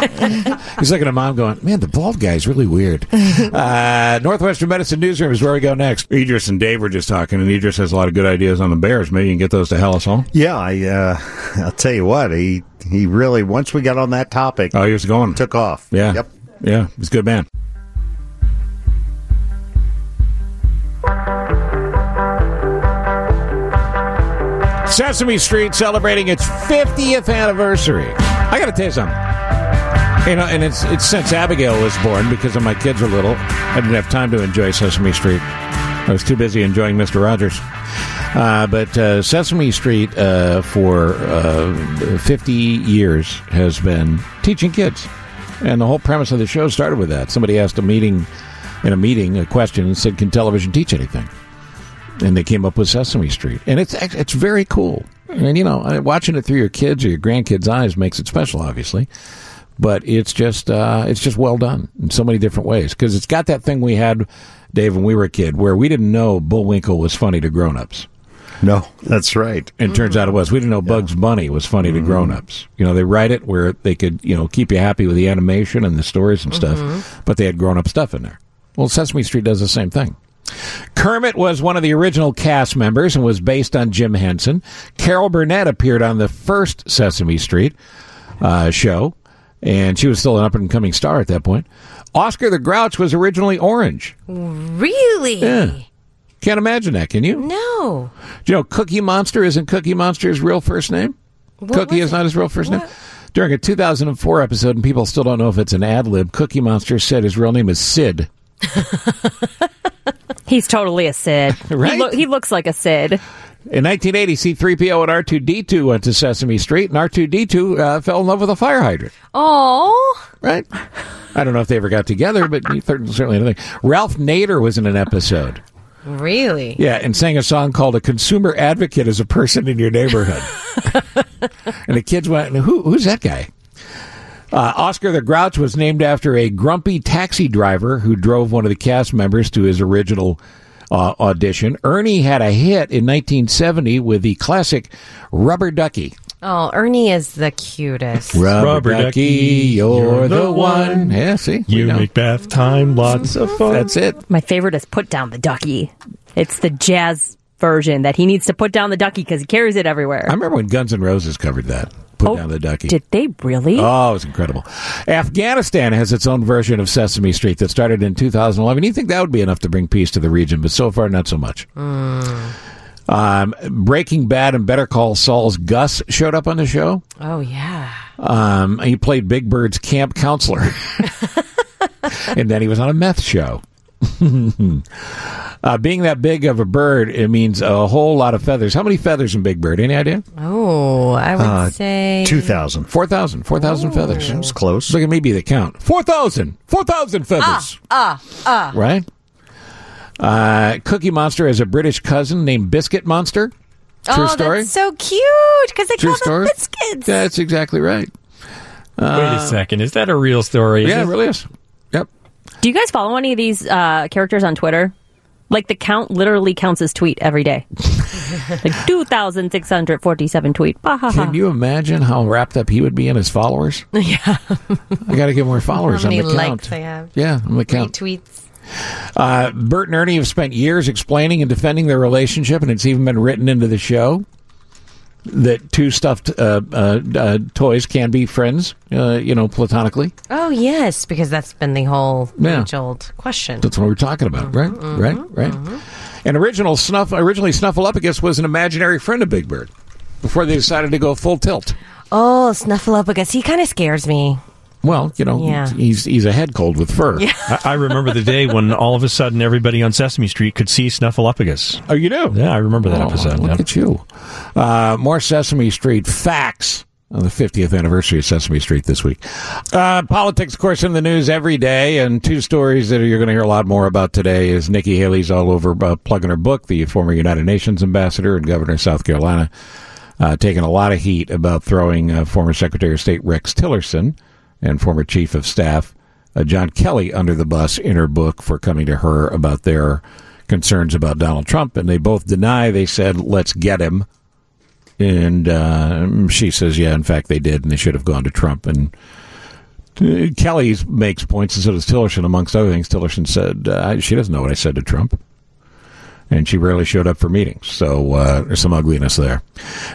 B: he's looking at mom going, man, the bald guy's really weird. Uh, Northwestern Medicine Newsroom is where we go next. Idris and Dave were just talking, and Idris has a lot of good ideas on the Bears. Maybe you can get those to Hellas Hall.
C: Yeah, I, uh, I'll tell you what. He he really once we got on that topic.
B: Oh, he was going.
C: Took off.
B: Yeah.
C: Yep.
B: Yeah, he's a good man. Sesame Street celebrating its 50th anniversary. I got to tell you something. You know, and it's it's since Abigail was born because when my kids were little, I didn't have time to enjoy Sesame Street. I was too busy enjoying Mr. Rogers. Uh, but uh, Sesame Street uh, for uh, 50 years has been teaching kids, and the whole premise of the show started with that. Somebody asked a meeting in a meeting a question and said, "Can television teach anything?" and they came up with Sesame Street, and it's act- it's very cool. And you know, uh, watching it through your kids or your grandkids' eyes makes it special, obviously. But it's just uh, it's just well done in so many different ways because it's got that thing we had, Dave, when we were a kid, where we didn't know Bullwinkle was funny to grown-ups.
C: No, that's right. Mm-hmm.
B: And turns out it was. We didn't know Bugs Bunny was funny to grown-ups. You know, they write it where they could, you know, keep you happy with the animation and the stories and stuff,
C: Mm-hmm.
B: but they had grown-up stuff in there. Well, Sesame Street does the same thing. Kermit was one of the original cast members and was based on Jim Henson. Carol Burnett appeared on the first Sesame Street uh, show, and she was still an up-and-coming star at that point. Oscar the Grouch was originally orange.
D: Really?
B: Yeah. Can't imagine that, can you?
D: No.
B: Do you know Cookie Monster isn't Cookie Monster's real first name? Cookie is not his real first name. During a 2004 episode, and people still don't know if it's an ad lib, Cookie Monster said his real name is Sid.
F: He's totally a Sid.
B: Right?
F: He, he looks like a Sid.
B: In 1980, C3PO and R2D2 went to Sesame Street, and R2D2 uh, fell in love with a fire hydrant.
D: Oh.
B: Right? I don't know if they ever got together, but he cer- certainly didn't. Ralph Nader was in an episode.
D: Really?
B: Yeah, and sang a song called "A Consumer Advocate is a Person in Your Neighborhood," and the kids went, "Who who's that guy?" Uh, Oscar the Grouch was named after a grumpy taxi driver who drove one of the cast members to his original uh, audition. Ernie had a hit in 1970 with the classic "Rubber Ducky."
D: Oh, Ernie is the cutest.
B: Rubber, ducky, you're the one. Yeah, see?
E: You make bath time lots of fun.
B: That's it.
F: My favorite is Put Down the Ducky. It's the jazz version that he needs to put down the ducky because he carries it everywhere.
B: I remember when Guns N' Roses covered that. Put
F: Oh,
B: down the ducky.
F: Did they really?
B: Oh, it's incredible. Afghanistan has its own version of Sesame Street that started in 2011. You think that would be enough to bring peace to the region, but so far, not so much.
D: Hmm.
B: Um, Breaking Bad and Better Call Saul's Gus showed up on the show.
D: Oh, yeah.
B: Um, he played Big Bird's camp counselor, and then he was on a meth show. uh, being that big of a bird, it means a whole lot of feathers. How many feathers in Big Bird? Any idea?
D: Oh, I would
B: Ah,
D: say
B: 2,000. 4,000. 4,000 feathers. That's close. Look at me be the count. 4,000. 4,000 feathers.
D: Ah, ah.
B: Right? Uh, Cookie Monster has a British cousin named Biscuit Monster. True
D: oh,
B: story.
D: that's so cute because they
B: True
D: call
B: story.
D: them biscuits.
B: That's exactly right. Uh,
E: Wait a second. Is that a real story?
B: Um, Yeah,
E: Is
B: it really is. Yep.
F: Do you guys follow any of these uh, characters on Twitter? Like the count literally counts his tweet every day. like 2,647 tweet. Bah, ha, ha.
B: Can you imagine how wrapped up he would be in his followers? Yeah. I got to get more followers
D: How many
B: on the
D: likes
B: count.
D: they have?
B: Yeah, on the count.
D: Tweets.
B: Uh, Bert and Ernie have spent years explaining and defending their relationship, and it's even been written into the show that two stuffed uh, uh, uh, toys can be friends, uh, you know, platonically.
D: Oh, yes, because that's been the whole
B: Yeah.
D: age-old question. Mm-hmm.
B: That's what we're talking about, right? Right? Right? And original snuff, originally Snuffleupagus was an imaginary friend of Big Bird before they decided to go full tilt.
D: Oh, Snuffleupagus, he kind of scares me.
B: Well, you know,
D: Yeah.
B: he's he's a head cold with fur.
E: I, I remember the day when all of a sudden everybody on Sesame Street could see Snuffleupagus.
B: Oh, you do?
E: Yeah, I remember that episode.
B: Look at you. Uh, more Sesame Street facts on the 50th anniversary of Sesame Street this week. Uh, politics, of course, in the news every day, and two stories that you're going to hear a lot more about today is Nikki Haley's all over uh, plugging her book, the former United Nations ambassador and governor of South Carolina, uh, taking a lot of heat about throwing uh, former Secretary of State Rex Tillerson and former Chief of Staff uh, John Kelly under the bus in her book for coming to her about their concerns about Donald Trump, and they both deny. They said, "Let's get him," and uh, she says, "Yeah, in fact, they did, and they should have gone to Trump." And uh, Kelly makes points, and so does Tillerson, amongst other things. Tillerson said uh, she doesn't know what I said to Trump. And she rarely showed up for meetings, so uh, there's some ugliness there.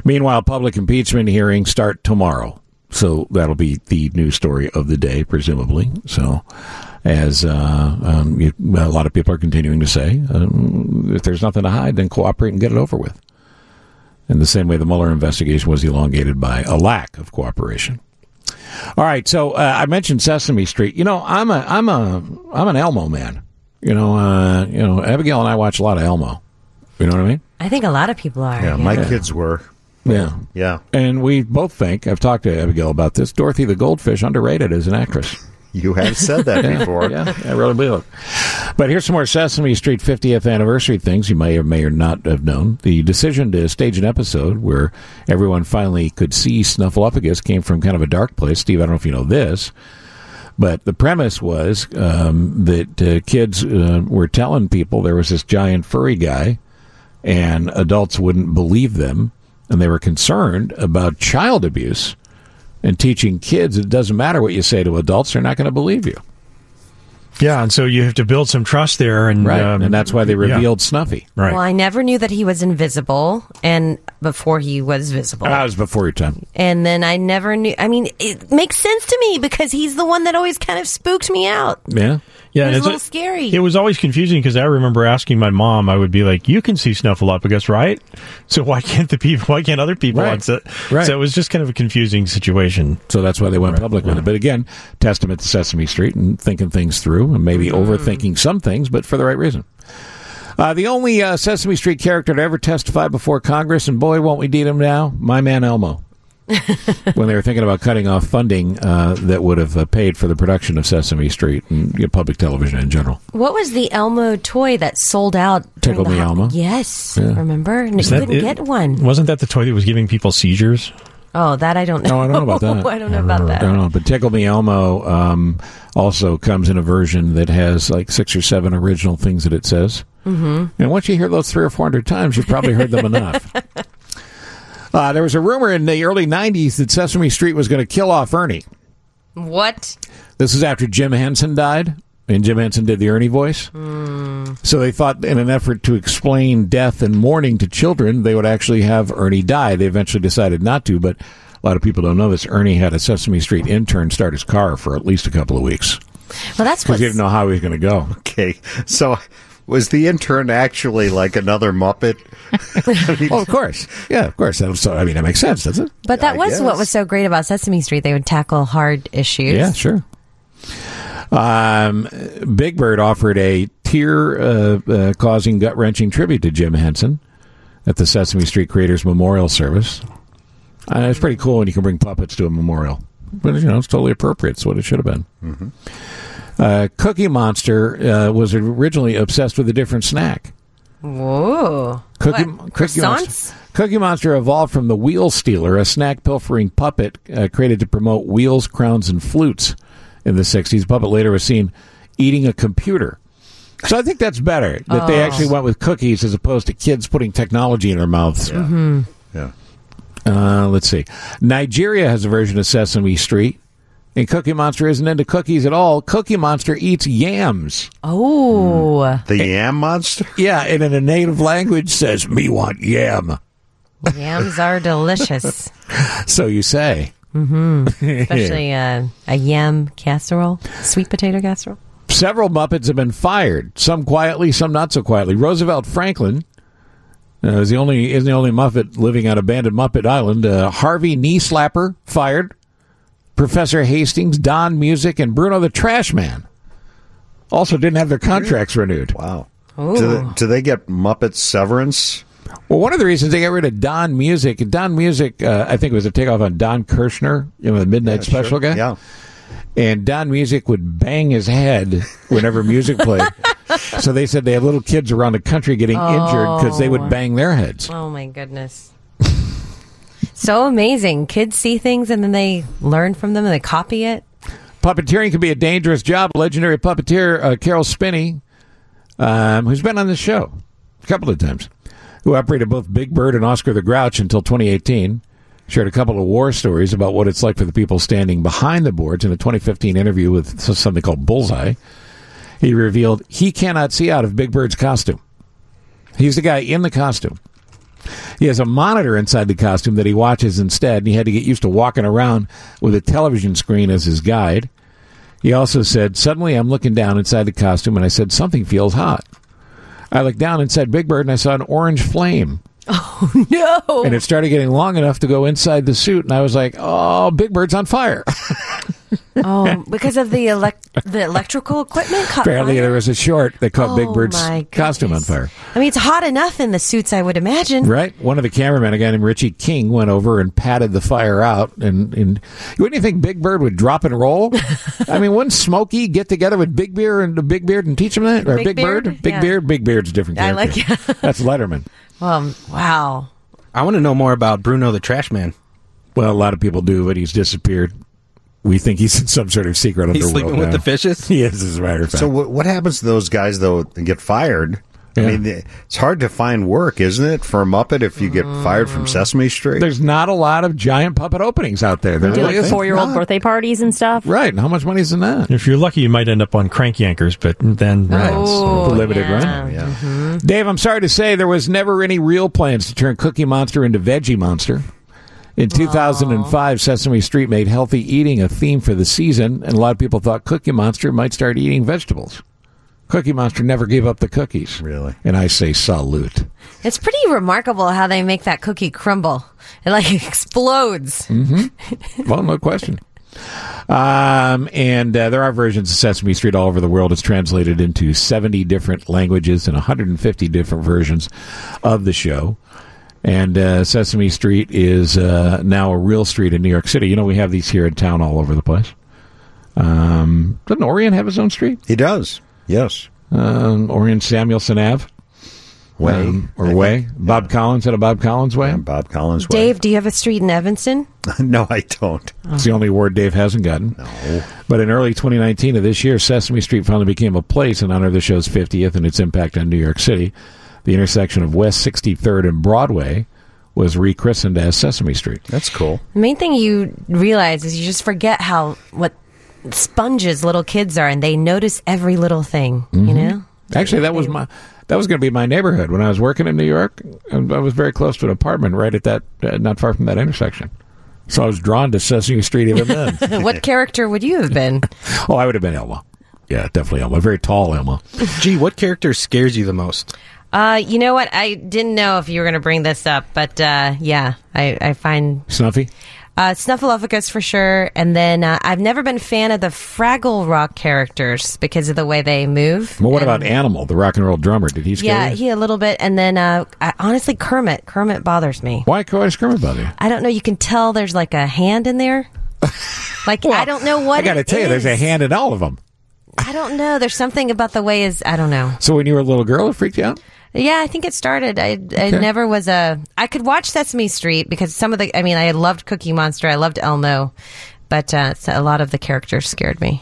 B: Meanwhile, public impeachment hearings start tomorrow, so that'll be the news story of the day, presumably. So, as uh, um, you, a lot of people are continuing to say, um, if there's nothing to hide, then cooperate and get it over with. In the same way, the Mueller investigation was elongated by a lack of cooperation. All right, so uh, I mentioned Sesame Street. You know, I'm a I'm a I'm an Elmo man. You know, uh, you know, Abigail and I watch a lot of Elmo. You know what I mean?
D: I think a lot of people are.
B: Yeah, my kids
C: were.
B: Yeah.
C: Yeah.
B: And we both think I've talked to Abigail about this. Dorothy the goldfish underrated as an actress.
C: You have said that
B: Yeah,
C: before.
B: Yeah, I really believe it. But here's some more Sesame Street 50th anniversary things you may or may or not have known. The decision to stage an episode where everyone finally could see Snuffleupagus came from kind of a dark place. Steve, I don't know if you know this, but the premise was um, that uh, kids uh, were telling people there was this giant furry guy, and adults wouldn't believe them, and they were concerned about child abuse. And teaching kids, it doesn't matter what you say to adults; they're not going to believe you.
E: Yeah, and so you have to build some trust there, and
B: Right,
E: um,
B: and that's why they
E: yeah.
B: revealed Snuffy.
E: Right.
D: Well, I never knew that he was invisible, and before he was visible.
B: That was before your time.
D: and then I never knew. I mean, it makes sense to me because he's the one that always kind of spooked me out.
B: Yeah.
D: It
E: Yeah,
D: was
E: and
D: a
E: it's
D: little scary.
E: It was always confusing because I remember asking my mom. I would be like, "You can see Snuffleupagus, right? So why can't the people? Why can't other people?"
B: Right.
E: on se-"
B: Right.
E: So it was just kind of a confusing situation.
B: So that's why they went public with it. But again, testament to Sesame Street and thinking things through and maybe overthinking some things, but for the right reason. Uh, the only uh, Sesame Street character to ever testify before Congress, and boy, won't we need him now, my man Elmo. when they were thinking about cutting off funding uh, that would have uh, paid for the production of Sesame Street and you know, public television in general.
D: What was the Elmo toy that sold out? during
B: Tickle
D: the
B: Me
D: hot-
B: Elmo?
D: Yes,
B: Yeah.
D: remember? And you
E: Is that
D: couldn't
E: it?
D: get one.
E: Wasn't that the toy that was giving people seizures?
D: Oh, that I don't know.
B: No, I don't know about that.
D: I don't know about
B: I don't
D: that.
B: know, but Tickle Me Elmo um, also comes in a version that has like six or seven original things that it says.
D: Mm-hmm.
B: And once you hear those three or four hundred times, you've probably heard them enough. Uh, there was a rumor in the early 90s that Sesame Street was going to kill off Ernie.
D: What?
B: This is after Jim Henson died, and Jim Henson did the Ernie voice.
F: Mm.
B: So they thought, in an effort to explain death and mourning to children, they would actually have Ernie die. They eventually decided not to, but a lot of people don't know this. Ernie had a Sesame Street intern start his car for at least a couple of weeks.
D: Well, that's
B: because he didn't know how he was going to go.
C: Okay, so was the intern actually like another Muppet?
B: well, of course, yeah, of course. That was- So I mean, that makes sense, doesn't it?
D: But that
B: I
D: was what
B: guess.
D: was so great about Sesame Street. They would tackle hard issues.
B: Yeah, sure. Um, Big Bird offered a tear-causing, gut-wrenching tribute to Jim Henson at the Sesame Street Creators Memorial Service. Uh, it's pretty cool when you can bring puppets to a memorial, but you know it's totally appropriate. It's what it should have been. Uh, Cookie Monster uh, was originally obsessed with a different snack.
D: Whoa.
B: Cookie,
D: What?
B: Cookie
D: Croissants?
B: Monster. Cookie Monster evolved from the Wheel Stealer, a snack pilfering puppet uh, created to promote wheels, crowns, and flutes in the 60s. The puppet later was seen eating a computer. So I think that's better that they
M: Oh.
B: actually went with cookies as opposed to kids putting technology in their mouths.
N: Mm-hmm.
M: Mhm.
C: Yeah.
B: Uh, let's see. Nigeria has a version of Sesame Street, and Cookie Monster isn't into cookies at all. Cookie Monster eats yams.
D: Oh.
B: The
C: Hmm. yam monster?
B: Yeah, and in a native language says, Me want yam.
D: Yams are delicious.
B: So you say.
H: Mm-hmm.
D: hmm Especially uh, a yam casserole, sweet potato casserole.
B: Several Muppets have been fired, some quietly, some not so quietly. Roosevelt Franklin uh, is the only is the only Muppet living on abandoned Muppet Island. Uh, Harvey Knee Slapper fired. Professor Hastings, Don Music, and Bruno the Trash Man also didn't have their contracts renewed.
C: Wow. Do they, do they get Muppet severance?
B: Well, one of the reasons they got rid of Don Music, Don Music, uh, I think it was a takeoff on Don Kirshner, you know, the Midnight
C: Yeah, sure.
B: Special guy.
C: Yeah.
B: And Don Music would bang his head whenever music played. so they said they had little kids around the country getting injured because they
D: Oh.
B: would bang their heads.
D: Oh my goodness. so amazing. Kids see things and then they learn from them and they copy it.
B: Puppeteering can be a dangerous job. Legendary puppeteer uh, Carol Spinney, um, who's been on this show a couple of times, who operated both Big Bird and Oscar the Grouch until 2018, shared a couple of war stories about what it's like for the people standing behind the boards in a 2015 interview with something called Bullseye. He revealed he cannot see out of Big Bird's costume. He's the guy in the costume. He has a monitor inside the costume that he watches instead, and he had to get used to walking around with a television screen as his guide. He also said, Suddenly I'm looking down inside the costume, and I said, Something feels hot. I looked down inside Big Bird, and I saw an orange flame. Oh,
D: no.
B: And it started getting long enough to go inside the suit, and I was like, Oh, Big Bird's on fire.
D: Oh, because of the elect the electrical equipment. Caught
B: Apparently,
D: fire?
B: there was a short that caught Big
D: Oh,
B: Bird's
D: my
B: costume on fire.
D: I mean, it's hot enough in the suits, I would imagine.
B: Right. One of the cameramen, a guy named Richie King, went over and patted the fire out. And, and wouldn't you think Big Bird would drop and roll? I mean, wouldn't Smokey get together with Big Beard and Big Beard and teach him that? Or
D: Big
B: Big,
D: Beard?
B: Bird? Big
D: Yeah.
B: Beard? Big Beard's a different
D: I
B: character.
D: like-
B: That's Letterman.
D: Um, wow.
L: I want to know more about Bruno the Trash Man.
B: Well, a lot of people do, but he's disappeared. We think he's in some sort of secret
L: He's
B: underworld.
L: sleeping with
B: now.
L: the fishes.
B: Yes, as a matter of fact.
C: So what, what happens to those guys though? They get fired. I mean, they- it's hard to find work, isn't it, for a Muppet if you get fired
F: Mm.
C: from Sesame Street?
B: There's not a lot of giant puppet openings out there. There
F: Do like
B: really isn't.
F: four year old birthday parties and stuff.
B: Right. And how much money is in that?
E: If you're lucky, you might end up on crank yankers, but then
B: Right.
E: Oh,
B: The limited
E: yeah.
B: run.
H: Mm-hmm.
B: Dave, I'm sorry to say there was never any real plans to turn Cookie Monster into Veggie Monster. In 2005, Sesame Street made healthy eating a theme for the season, and a lot of people thought Cookie Monster might start eating vegetables. Cookie Monster never gave up the cookies. Really? And I say salute.
D: It's pretty remarkable how they make that cookie crumble. It like explodes.
B: Mm-hmm. well, no question. Um, and uh, there are versions of Sesame Street all over the world. It's translated into 70 different languages and 150 different versions of the show. And uh, Sesame Street is uh, now a real street in New York City. You know, we have these here in town all over the place. Um, doesn't Orion have his own street?
C: He does. Yes.
B: Um, Orion Samuelson Ave.
C: Way.
B: Um, or Way. Bob Collins at a Bob Collins Way.
C: Bob Collins
D: Dave, do you have a street in Evanston?
C: no, I don't.
B: It's the only award Dave hasn't gotten. No. But in early 2019 of this year, Sesame Street finally became a place in honor of the show's 50th and its impact on New York City. The intersection of West 63rd and Broadway was rechristened as Sesame Street.
C: That's cool.
D: The main thing you realize is you just forget how what sponges little kids are, and they notice every little thing. You know.
B: Mm-hmm. Actually, that was my that was going to be my neighborhood when I was working in New York. And I was very close to an apartment right at that, uh, not far from that intersection. So I was drawn to Sesame Street even then.
D: what character would you have been?
B: oh, I would have been Elmo. Yeah, definitely Elmo. Very tall Elmo.
L: Gee, what character scares you the most?
D: Uh, you know what? I didn't know if you were going to bring this up, but uh, yeah, I, I find
B: Snuffy.
D: uh, Snuffleupagus for sure. And then uh, I've never been a fan of the Fraggle Rock characters because of the way they move.
B: Well, what
D: And-
B: about Animal, the rock and roll drummer? Did he scare
D: Um, Yeah,
B: you?
D: he a little bit, and then uh, I, honestly Kermit. Kermit bothers me.
B: Why Why Kermit bother you?
D: I don't know. You can tell there's like a hand in there. Like I don't know what
B: I got to
D: it
B: tell you, there's a
D: is.
B: hand in all of them.
D: I don't know. There's something about the way is I don't know.
B: So when you were a little girl, it freaked you out.
D: Yeah, I think it started. I I
B: Okay.
D: never was a. I could watch Sesame Street because some of the. I mean, I loved Cookie Monster. I loved Elmo, but uh, so a lot of the characters scared me.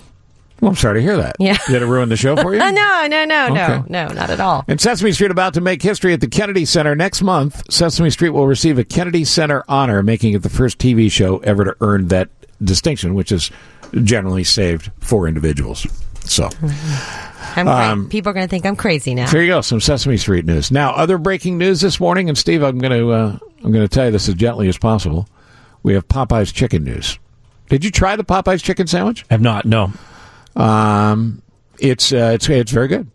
B: Well, I'm sorry to hear that.
D: Yeah.
B: Did it ruin the show Oh, for you?
D: no, no, no,
B: Okay.
D: no, no, not at all.
B: And Sesame Street about to make history at the Kennedy Center next month. Sesame Street will receive a Kennedy Center honor, making it the first TV show ever to earn that distinction, which is generally saved for individuals. So.
D: I'm cra-
B: Um,
D: people are going to think I'm crazy now.
B: There you go, some Sesame Street news. Now, other breaking news this morning, and Steve, I'm going to uh, I'm going to tell you this as gently as possible. We have Popeye's chicken news. Did you try the Popeye's chicken sandwich?
E: Have not. No.
B: Um, it's uh, it's it's very good.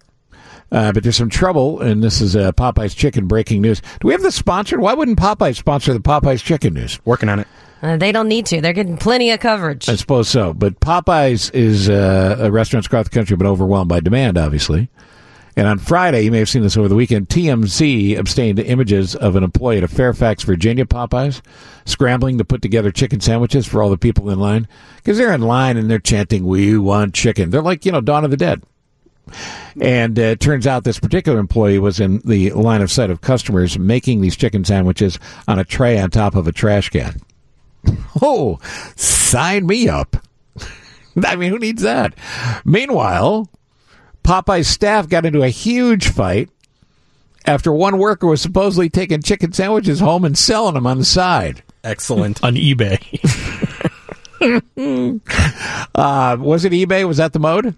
B: Uh, but there's some trouble, and this is uh, Popeye's Chicken breaking news. Do we have this sponsored? Why wouldn't Popeye sponsor the Popeye's Chicken news?
L: Working on it.
D: Uh, they don't need to. They're getting plenty of coverage.
B: I suppose so. But Popeyes is uh, a restaurant across the country, but overwhelmed by demand, obviously. And on Friday, you may have seen this over the weekend, TMZ obtained images of an employee at a Fairfax, Virginia Popeyes scrambling to put together chicken sandwiches for all the people in line. Because they're in line and they're chanting, We want chicken. They're like, you know, Dawn of the Dead. And uh, it turns out this particular employee was in the line of sight of customers making these chicken sandwiches on a tray on top of a trash can. Oh, sign me up. I mean, who needs that? Meanwhile, Popeye's staff got into a huge fight after one worker was supposedly taking chicken sandwiches home and selling them on the side.
L: Excellent.
E: on eBay.
B: Uh, was it eBay? Was that the mode?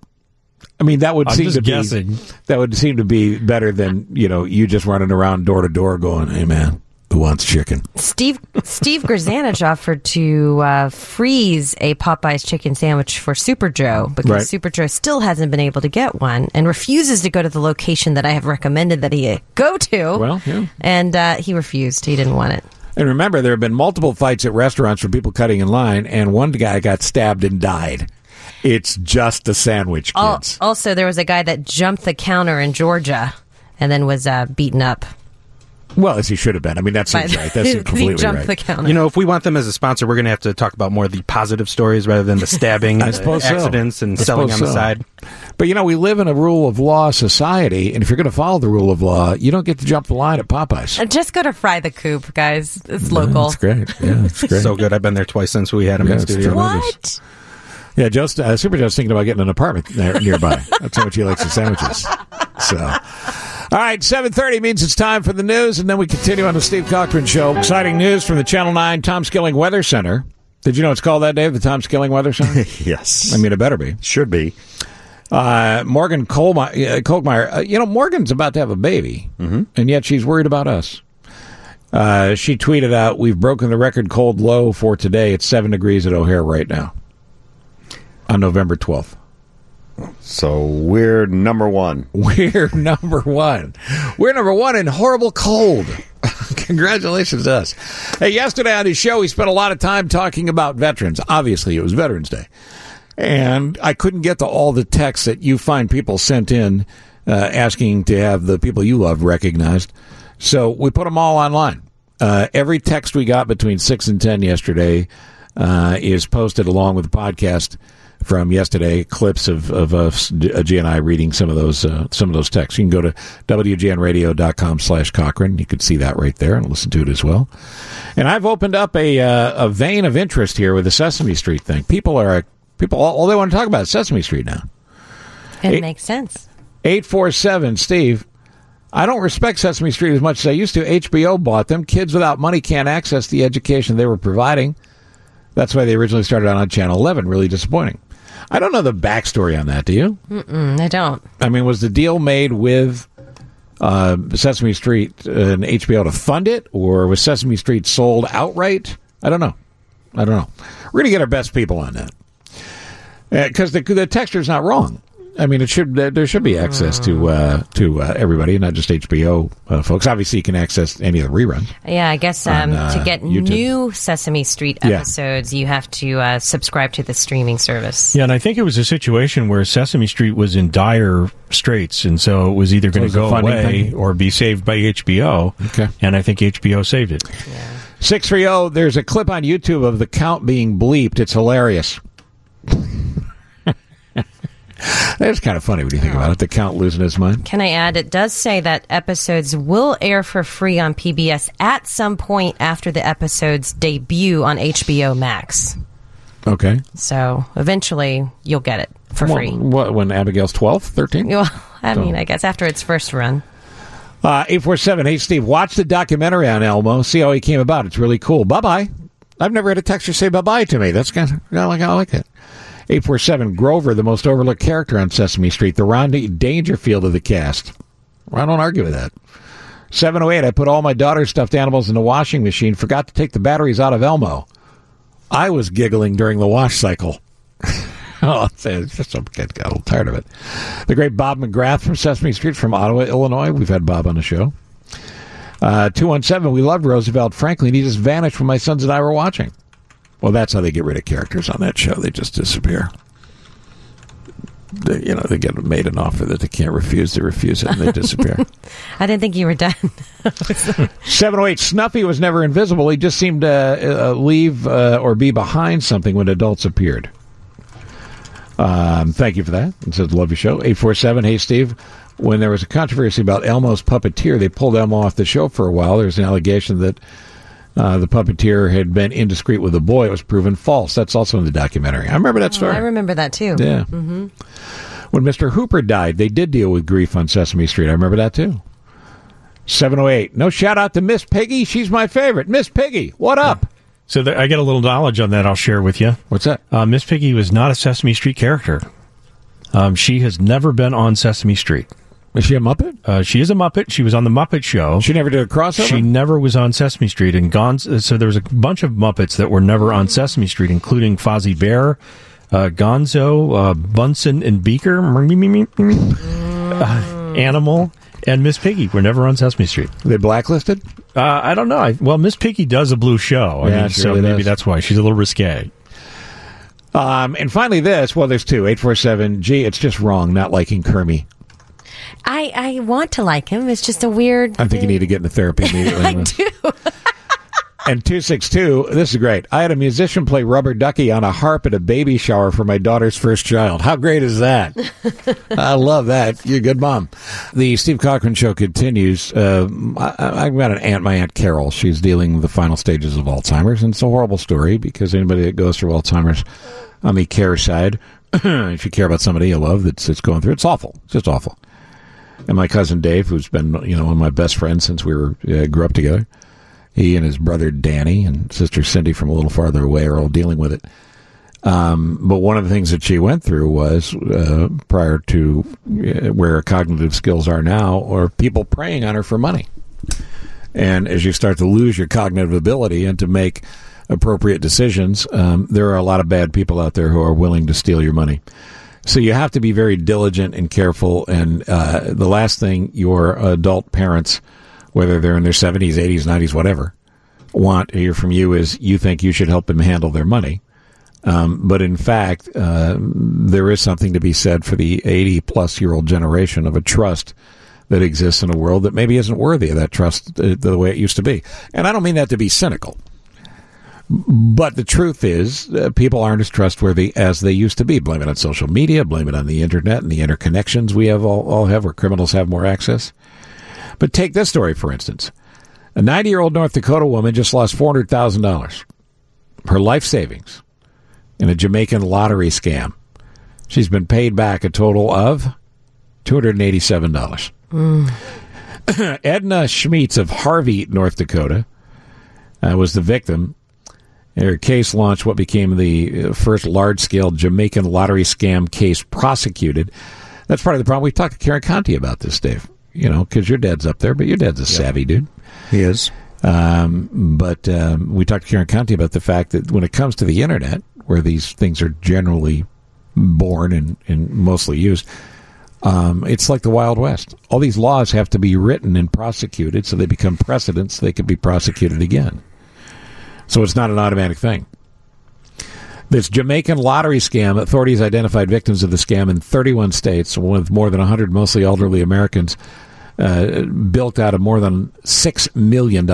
B: I mean, that would
E: I'm
B: seem
E: just
B: to be
E: guessing.
B: that would seem to be better than you know you just running around door to door going, "Hey man, who wants chicken?"
D: Steve Steve Grzanich offered to uh, freeze a Popeyes chicken sandwich for Super Joe because
B: Right.
D: Super Joe still hasn't been able to get one and refuses to go to the location that I have recommended that he go to.
B: Well, yeah.
D: and uh, he refused. He didn't want it.
B: And remember, there have been multiple fights at restaurants for people cutting in line, and one guy got stabbed and died. It's just a sandwich,
D: Al-
B: kids.
D: also, there was a guy that jumped the counter in Georgia and then was uh, beaten up.
B: Well, as he should have been. I mean, that seems
D: But-
B: right. That seems
D: 'cause
B: completely
D: he jumped
B: right.
D: the counter.
L: You know, if we want them as a sponsor, we're going to have to talk about more of the positive stories rather than the stabbing,
B: I
L: and the
B: suppose so.
L: accidents, and
B: I
L: selling on
B: suppose
L: the
B: so.
L: side.
B: But you know, we live in a rule of law society, and if you're going to follow the rule of law, you don't get to jump the line at Popeyes.
D: Uh, Just go to Fry the Coop, guys. It's local.
B: That's great. Yeah, it's great.
L: So good. I've been there twice since we had them
B: Yeah,
L: in
B: it's
L: studio.
B: tremendous.
D: What?
B: Yeah, Joe's, uh, Super Joe's thinking about getting an apartment there, nearby. That's how much he likes his sandwiches. So, all right, 7.30 means it's time for the news, and then we continue on the Steve Cochran Show. Exciting news from the Channel 9 Tom Skilling Weather Center. Did you know it's called that, Dave, the Tom Skilling Weather Center?
C: Yes.
B: I mean, it better be.
C: Should be.
B: Uh, Morgan Kohlme- uh, Kolkmeyer, uh, you know, Morgan's about to have a baby,
C: Mm-hmm.
B: and yet she's worried about us. Uh, she tweeted out, We've broken the record cold low for today. It's seven degrees at O'Hare right now on November 12th.
C: So we're number one.
B: We're number one. We're number one in horrible cold. Congratulations, to us. Hey, yesterday on his show, we spent a lot of time talking about veterans. Obviously, it was Veterans Day. And I couldn't get to all the texts that you find people sent in uh, asking to have the people you love recognized. So we put them all online. Uh, every text we got between 6 and 10 yesterday uh, is posted along with the podcast from yesterday clips of, of us uh, G and I reading some of those uh, some of those texts. You can go to wgnradio.com slash Cochrane. You can see that right there and listen to it as well. And I've opened up a uh, a vein of interest here with the Sesame Street thing. People are people all, all they want to talk about is Sesame Street now.
D: It
B: It-
D: makes sense.
B: Eight four seven Steve. I don't respect Sesame Street as much as I used to. HBO bought them. Kids without money can't access the education they were providing. That's why they originally started out on Channel 11. Really disappointing. I don't know the backstory on that, do you?
D: Mm-mm, mm, I don't.
B: I mean, was the deal made with uh, Sesame Street and HBO to fund it, or was Sesame Street sold outright? I don't know. I don't know. We're going to get our best people on that because the the texture's not wrong. I mean, it should there there should be access to uh, to uh, everybody, not just HBO uh, folks. Obviously, you can access any of the rerun.
D: Yeah, I guess um,
B: On, uh,
D: to get
B: YouTube.
D: new Sesame Street
E: Yeah.
D: episodes, you have to uh, subscribe to the streaming service.
E: Yeah, and I think it was a situation where Sesame Street was in dire straits, and so it was either
B: So it
E: going
B: was
E: to
B: a
E: go
B: funding
E: away
B: thing?
E: or be saved by HBO. Okay, and I think HBO saved it.
B: Six three zero. There's a clip on YouTube of the count being bleeped. It's hilarious. It's kind of funny when you think about it. The count losing his mind.
D: Can I add, it does say that episodes will air for free on PBS at some point after the episode's debut on HBO Max.
B: Okay.
D: So eventually you'll get it for
B: Well,
D: free.
B: What, when Abigail's 12, 13?
D: Well, I mean, I guess after its first run.
B: Uh, 847, hey, Steve, watch the documentary on Elmo. See how he came about. It's really cool. Bye bye. I've never had a texture say bye bye to me. That's kind of, I like, I like that. 847, Grover, the most overlooked character on Sesame Street, the Ron Dangerfield of the cast. I don't argue with that. 708, I put all my daughter's stuffed animals in the washing machine, forgot to take the batteries out of Elmo. I was giggling during the wash cycle. oh, it's- it's just I'm getting a little tired of it. The great Bob McGrath from Sesame Street from Ottawa, Illinois. We've had Bob on the show. Uh, 217, we loved Roosevelt Franklin. He just vanished when my sons and I were watching. Well, that's how they get rid of characters on that show. They just disappear. They, you know, they get made an offer that they can't refuse. They refuse it and they disappear.
D: I didn't think you were done.
B: 708 Snuffy was never invisible. He just seemed to uh, leave uh, or be behind something when adults appeared. Um, thank you for that. It says, Love your show. 847 Hey, Steve. When there was a controversy about Elmo's puppeteer, they pulled Elmo off the show for a while. There was an allegation that uh, the puppeteer had been indiscreet with a boy. It was proven false. That's also in the documentary. I remember that story.
D: I remember that too.
B: Yeah.
D: hmm
B: When Mr. Hooper died, they did deal with grief on Sesame Street. I remember that too. 708. No shout out to Miss Piggy. She's my favorite. Miss Piggy, what up?
E: So there, I got a little knowledge on that. I'll share with you.
B: What's that?
E: Uh, Miss Piggy was not a Sesame Street character. Um, she has never been on Sesame Street.
B: Is she a Muppet?
E: Uh, she is a Muppet. She was on the Muppet Show.
B: She never did a crossover.
E: She never was on Sesame Street, and Gonz. So there was a bunch of Muppets that were never on Sesame Street, including Fozzie Bear, uh, Gonzo, uh, Bunsen, and Beaker, mm, uh, Animal, and Miss Piggy were never on Sesame Street.
B: They blacklisted.
E: Uh, I don't know. I, well, Miss Piggy does a blue show. I
B: Yeah,
E: mean,
B: she
E: so
B: really
E: maybe
B: does.
E: that's why she's a little risque.
B: Um, and finally, this. Well, there's two. 847. Gee, it's just wrong not liking Kermie.
D: I, I want to like him. It's just a weird.
B: I think you need to get into therapy immediately. I do. and 262. This is great. I had a musician play Rubber Ducky on a harp at a baby shower for my daughter's first child. How great is that? I love that. You're a good mom. The Steve Cochran show continues. Uh, I, I've got an aunt, my aunt Carol. She's dealing with the final stages of Alzheimer's, and it's a horrible story because anybody that goes through Alzheimer's on the care side, if you care about somebody you love that's, that's going through, it, it's awful. It's just awful. And my cousin Dave, who's been you know one of my best friends since we were uh, grew up together, he and his brother Danny and sister Cindy from a little farther away are all dealing with it. Um, but one of the things that she went through was uh, prior to uh, where her cognitive skills are now, or people preying on her for money. And as you start to lose your cognitive ability and to make appropriate decisions, um, there are a lot of bad people out there who are willing to steal your money. So you have to be very diligent and careful. And uh, the last thing your adult parents, whether they're in their 70s, 80s, 90s, whatever, want to hear from you is you think you should help them handle their money. Um, but in fact, uh, there is something to be said for the 80 plus year old generation of a trust that exists in a world that maybe isn't worthy of that trust uh, the way it used to be. And I don't mean that to be cynical. But the truth is, uh, people aren't as trustworthy as they used to be. Blame it on social media, blame it on the internet and the interconnections we have all, all have, where criminals have more access. But take this story, for instance. A 90 year old North Dakota woman just lost $400,000, her life savings, in a Jamaican lottery scam. Mm. She's been paid back a total of $287. Edna Schmitz of Harvey, North Dakota, uh, was the victim. Her case launched what became the uh, first large scale Jamaican lottery scam case prosecuted. That's part of the problem. We've talked to Karen Conti about this, Dave, you know, because your dad's up there, but your dad's a savvy dude.
C: He is.
B: Um, but um, we talked to Karen Conti about the fact that when it comes to the internet, where these things are generally born and, and mostly used, um, it's like the Wild West. All these laws have to be written and prosecuted so they become precedents. They can be prosecuted again. So it's not an automatic thing. This Jamaican lottery scam, authorities identified victims of the scam in 31 states, with more than 100 mostly elderly Americans uh, built out of more than $6 million.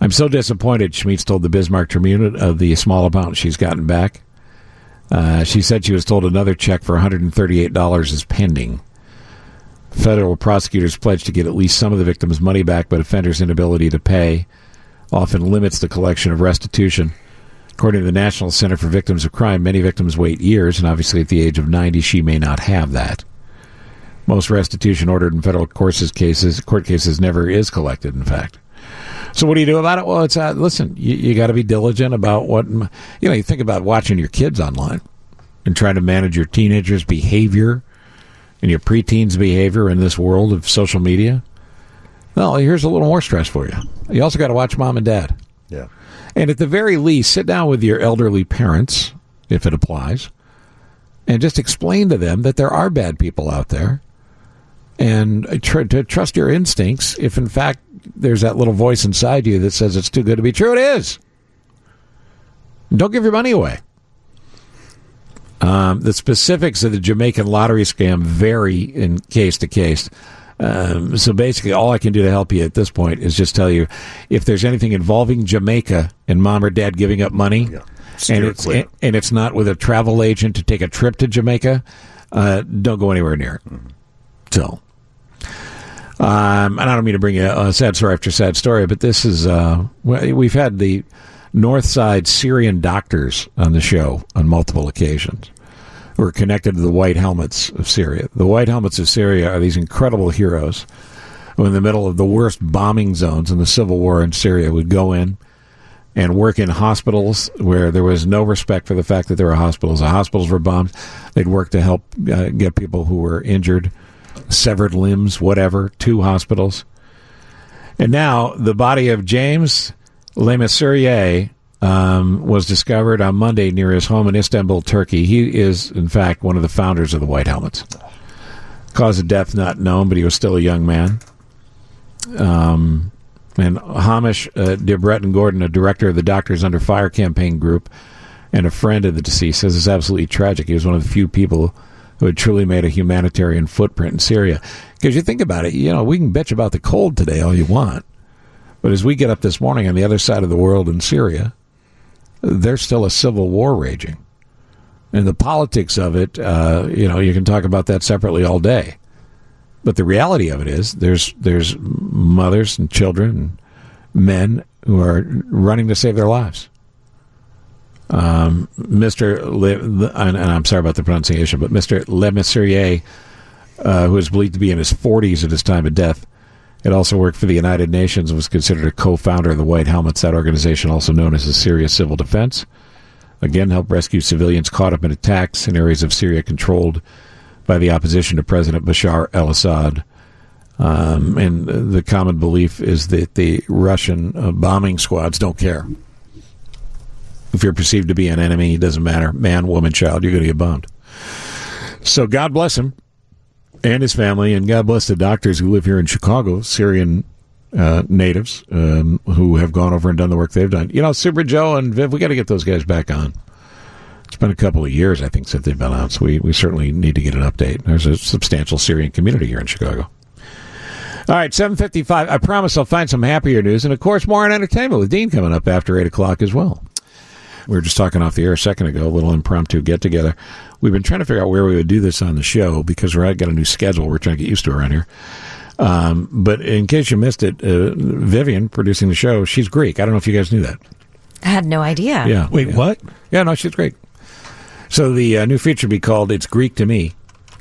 B: I'm so disappointed, Schmitz told the Bismarck Tribune, of the small amount she's gotten back. Uh, she said she was told another check for $138 is pending. Federal prosecutors pledged to get at least some of the victims' money back, but offenders' inability to pay often limits the collection of restitution. According to the National Center for Victims of Crime, many victims wait years, and obviously at the age of 90, she may not have that. Most restitution ordered in federal courses cases, court cases never is collected, in fact. So what do you do about it? Well, it's uh, listen. You, you got to be diligent about what m- you know. You think about watching your kids online and trying to manage your teenagers' behavior and your preteens' behavior in this world of social media. Well, here's a little more stress for you. You also got to watch mom and dad.
C: Yeah.
B: And at the very least, sit down with your elderly parents, if it applies, and just explain to them that there are bad people out there and tr- to trust your instincts if, in fact, there's that little voice inside you that says it's too good to be true. It is. Don't give your money away. Um, the specifics of the Jamaican lottery scam vary in case to case. Um, so basically, all I can do to help you at this point is just tell you if there's anything involving Jamaica and mom or dad giving up money, and
C: steer
B: it's
C: clear.
B: and it's not with a travel agent to take a trip to Jamaica, uh, don't go anywhere near it.
C: Mm-hmm.
B: So, um, and I don't mean to bring you a sad story after sad story, but this is uh, we- we've had the North Side Syrian doctors on the show on multiple occasions who are connected to the White Helmets of Syria. The White Helmets of Syria are these incredible heroes who, in the middle of the worst bombing zones in the civil war in Syria, would go in and work in hospitals where there was no respect for the fact that there were hospitals. The hospitals were bombed. They'd work to help uh, get people who were injured, severed limbs, whatever, to hospitals. And now the body of James Le Mesurier um, was discovered on Monday near his home in Istanbul, Turkey. He is, in fact, one of the founders of the White Helmets. Cause of death not known, but he was still a young man. Um, and Hamish uh, DeBretton Gordon, a director of the Doctors Under Fire campaign group and a friend of the deceased, says it's absolutely tragic. He was one of the few people who had truly made a humanitarian footprint in Syria. Because you think about it, you know, we can bitch about the cold today all you want. But as we get up this morning on the other side of the world in Syria, there's still a civil war raging. And the politics of it, uh, you know, you can talk about that separately all day. But the reality of it is, there's there's mothers and children and men who are running to save their lives. Um, Mr. Le, and, and I'm sorry about the pronunciation, but Mr. Le Mesurier, uh, who is believed to be in his 40s at his time of death, had also worked for the United Nations and was considered a co-founder of the White Helmets, that organization also known as the Syria Civil Defense. Again, helped rescue civilians caught up in attacks in areas of Syria controlled by the opposition to President Bashar al-Assad. Um, and the common belief is that the Russian uh, bombing squads don't care if you're perceived to be an enemy, it doesn't matter. Man, woman, child, you're going to get bombed. So God bless him and his family, and God bless the doctors who live here in Chicago, Syrian uh, natives um, who have gone over and done the work they've done. You know, Super Joe and Viv, we got to get those guys back on. It's been a couple of years, I think, since they've been on, so we, we certainly need to get an update. There's a substantial Syrian community here in Chicago. All right, 755. I promise I'll find some happier news. And, of course, more on entertainment with Dean coming up after 8 o'clock as well. We were just talking off the air a second ago, a little impromptu get together. We've been trying to figure out where we would do this on the show because we're got a new schedule we're trying to get used to around here. Um, but in case you missed it, uh, Vivian producing the show, she's Greek. I don't know if you guys knew that.
D: I had no idea.
B: Yeah. Wait, what? Yeah, no, she's great. So the uh, new feature will be called "It's Greek to Me,"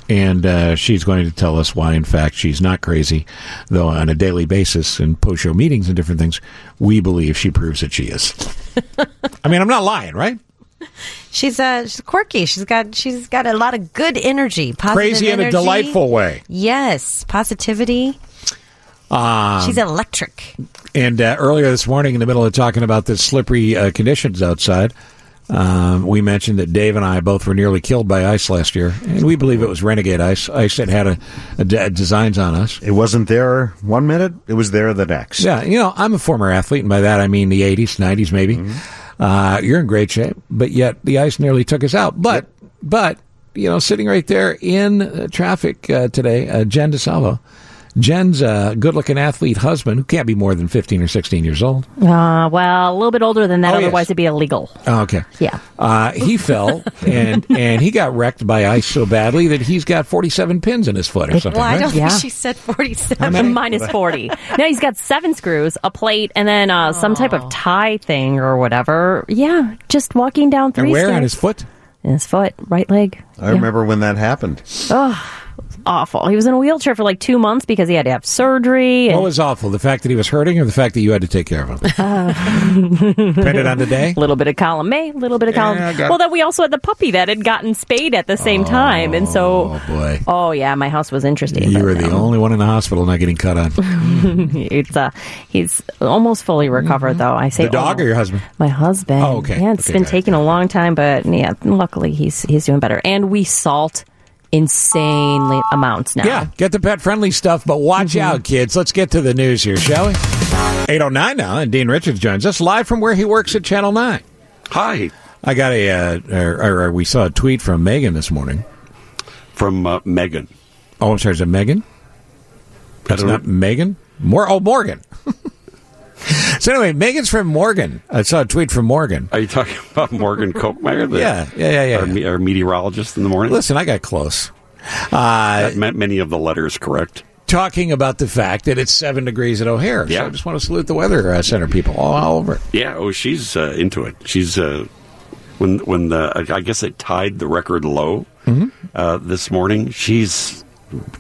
B: And uh, she's going to tell us why, in fact, she's not crazy, though on a daily basis in post show meetings and different things, we believe she proves that she is. I mean, I'm not lying, right?
D: She's uh she's quirky. She's got she's got a lot of good energy, positive
B: crazy in a
D: energy.
B: delightful way.
D: Yes, positivity.
B: Um,
D: she's electric.
B: And uh, earlier this morning, in the middle of talking about the slippery uh, conditions outside, um, we mentioned that Dave and I both were nearly killed by ice last year, and we believe it was Renegade ice. Ice that had a, a de- designs on us.
C: It wasn't there one minute; it was there the next.
B: Yeah, you know, I'm a former athlete, and by that I mean the 80s, 90s, maybe.
F: Mm-hmm.
B: Uh, you're in great shape, but yet the ice nearly took us out. But, but you know, sitting right there in uh, traffic uh, today, uh, Jen DeSalvo. Jen's a good-looking athlete husband who can't be more than 15 or 16 years old.
F: Uh, well, a little bit older than that,
B: Oh, yes.
F: otherwise it'd be illegal.
B: Oh, okay.
F: Yeah.
B: Uh, he fell and and he got wrecked by ice so badly that he's got 47 pins in his foot or something.
F: Well, I
B: right?
F: don't think Yeah. she
D: said
B: How many?
D: 47.
F: Minus 40. now he's got seven screws, a plate, and then uh, some type of tie thing or whatever. Yeah, just walking down three
C: And where
F: steps.
C: on his
B: foot?
F: In his foot, right leg.
C: I
F: Yeah.
C: remember when that happened.
F: Oh, awful. He was in a wheelchair for like two months because he had to have surgery. And,
B: What was awful? The fact that he was hurting or the fact that you had to take care of him?
F: uh,
B: Depended on the day?
F: A little bit of column A, a little bit of column.
B: Yeah, I got-
F: well, then we also had the puppy that had gotten spayed at the same time, and so.
B: Oh, boy.
F: Oh yeah, my house was interesting.
B: You were the only one in the hospital not getting cut on.
F: it's uh, he's almost fully recovered though. I say
B: Mm-hmm. The dog or
F: almost.
B: your husband?
F: My husband.
B: Oh, okay.
F: Yeah, it's
B: Okay,
F: been
B: got it.
F: taking a long time, but yeah, luckily he's he's doing better. And we salt insanely amounts now.
B: Yeah, get the pet friendly stuff, but watch out, kids. Let's get to the news here, shall we? 809 now, and Dean Richards joins us live from where he works at Channel 9.
M: Hi.
B: I got a, uh, or, or- or we saw a tweet from Megan this morning.
M: From uh, Megan.
B: Oh, I'm sorry, is it Megan? That's not Megan? More, oh, Morgan. so anyway, Megan's from Morgan. I saw a tweet from Morgan.
M: Are you talking about Morgan Kochmeyer? the-
B: Yeah, yeah, yeah, yeah,
M: Our, me- our meteorologist in the morning?
B: Listen, I got close. Uh,
M: that meant many of the letters correct.
B: Talking about the fact that it's seven degrees at O'Hare. So I just want to salute the Weather uh, Center people all over.
M: Yeah, oh, she's uh, into it. She's, uh, when, when the, I guess it tied the record low
B: Mhm.
M: uh, this morning, she's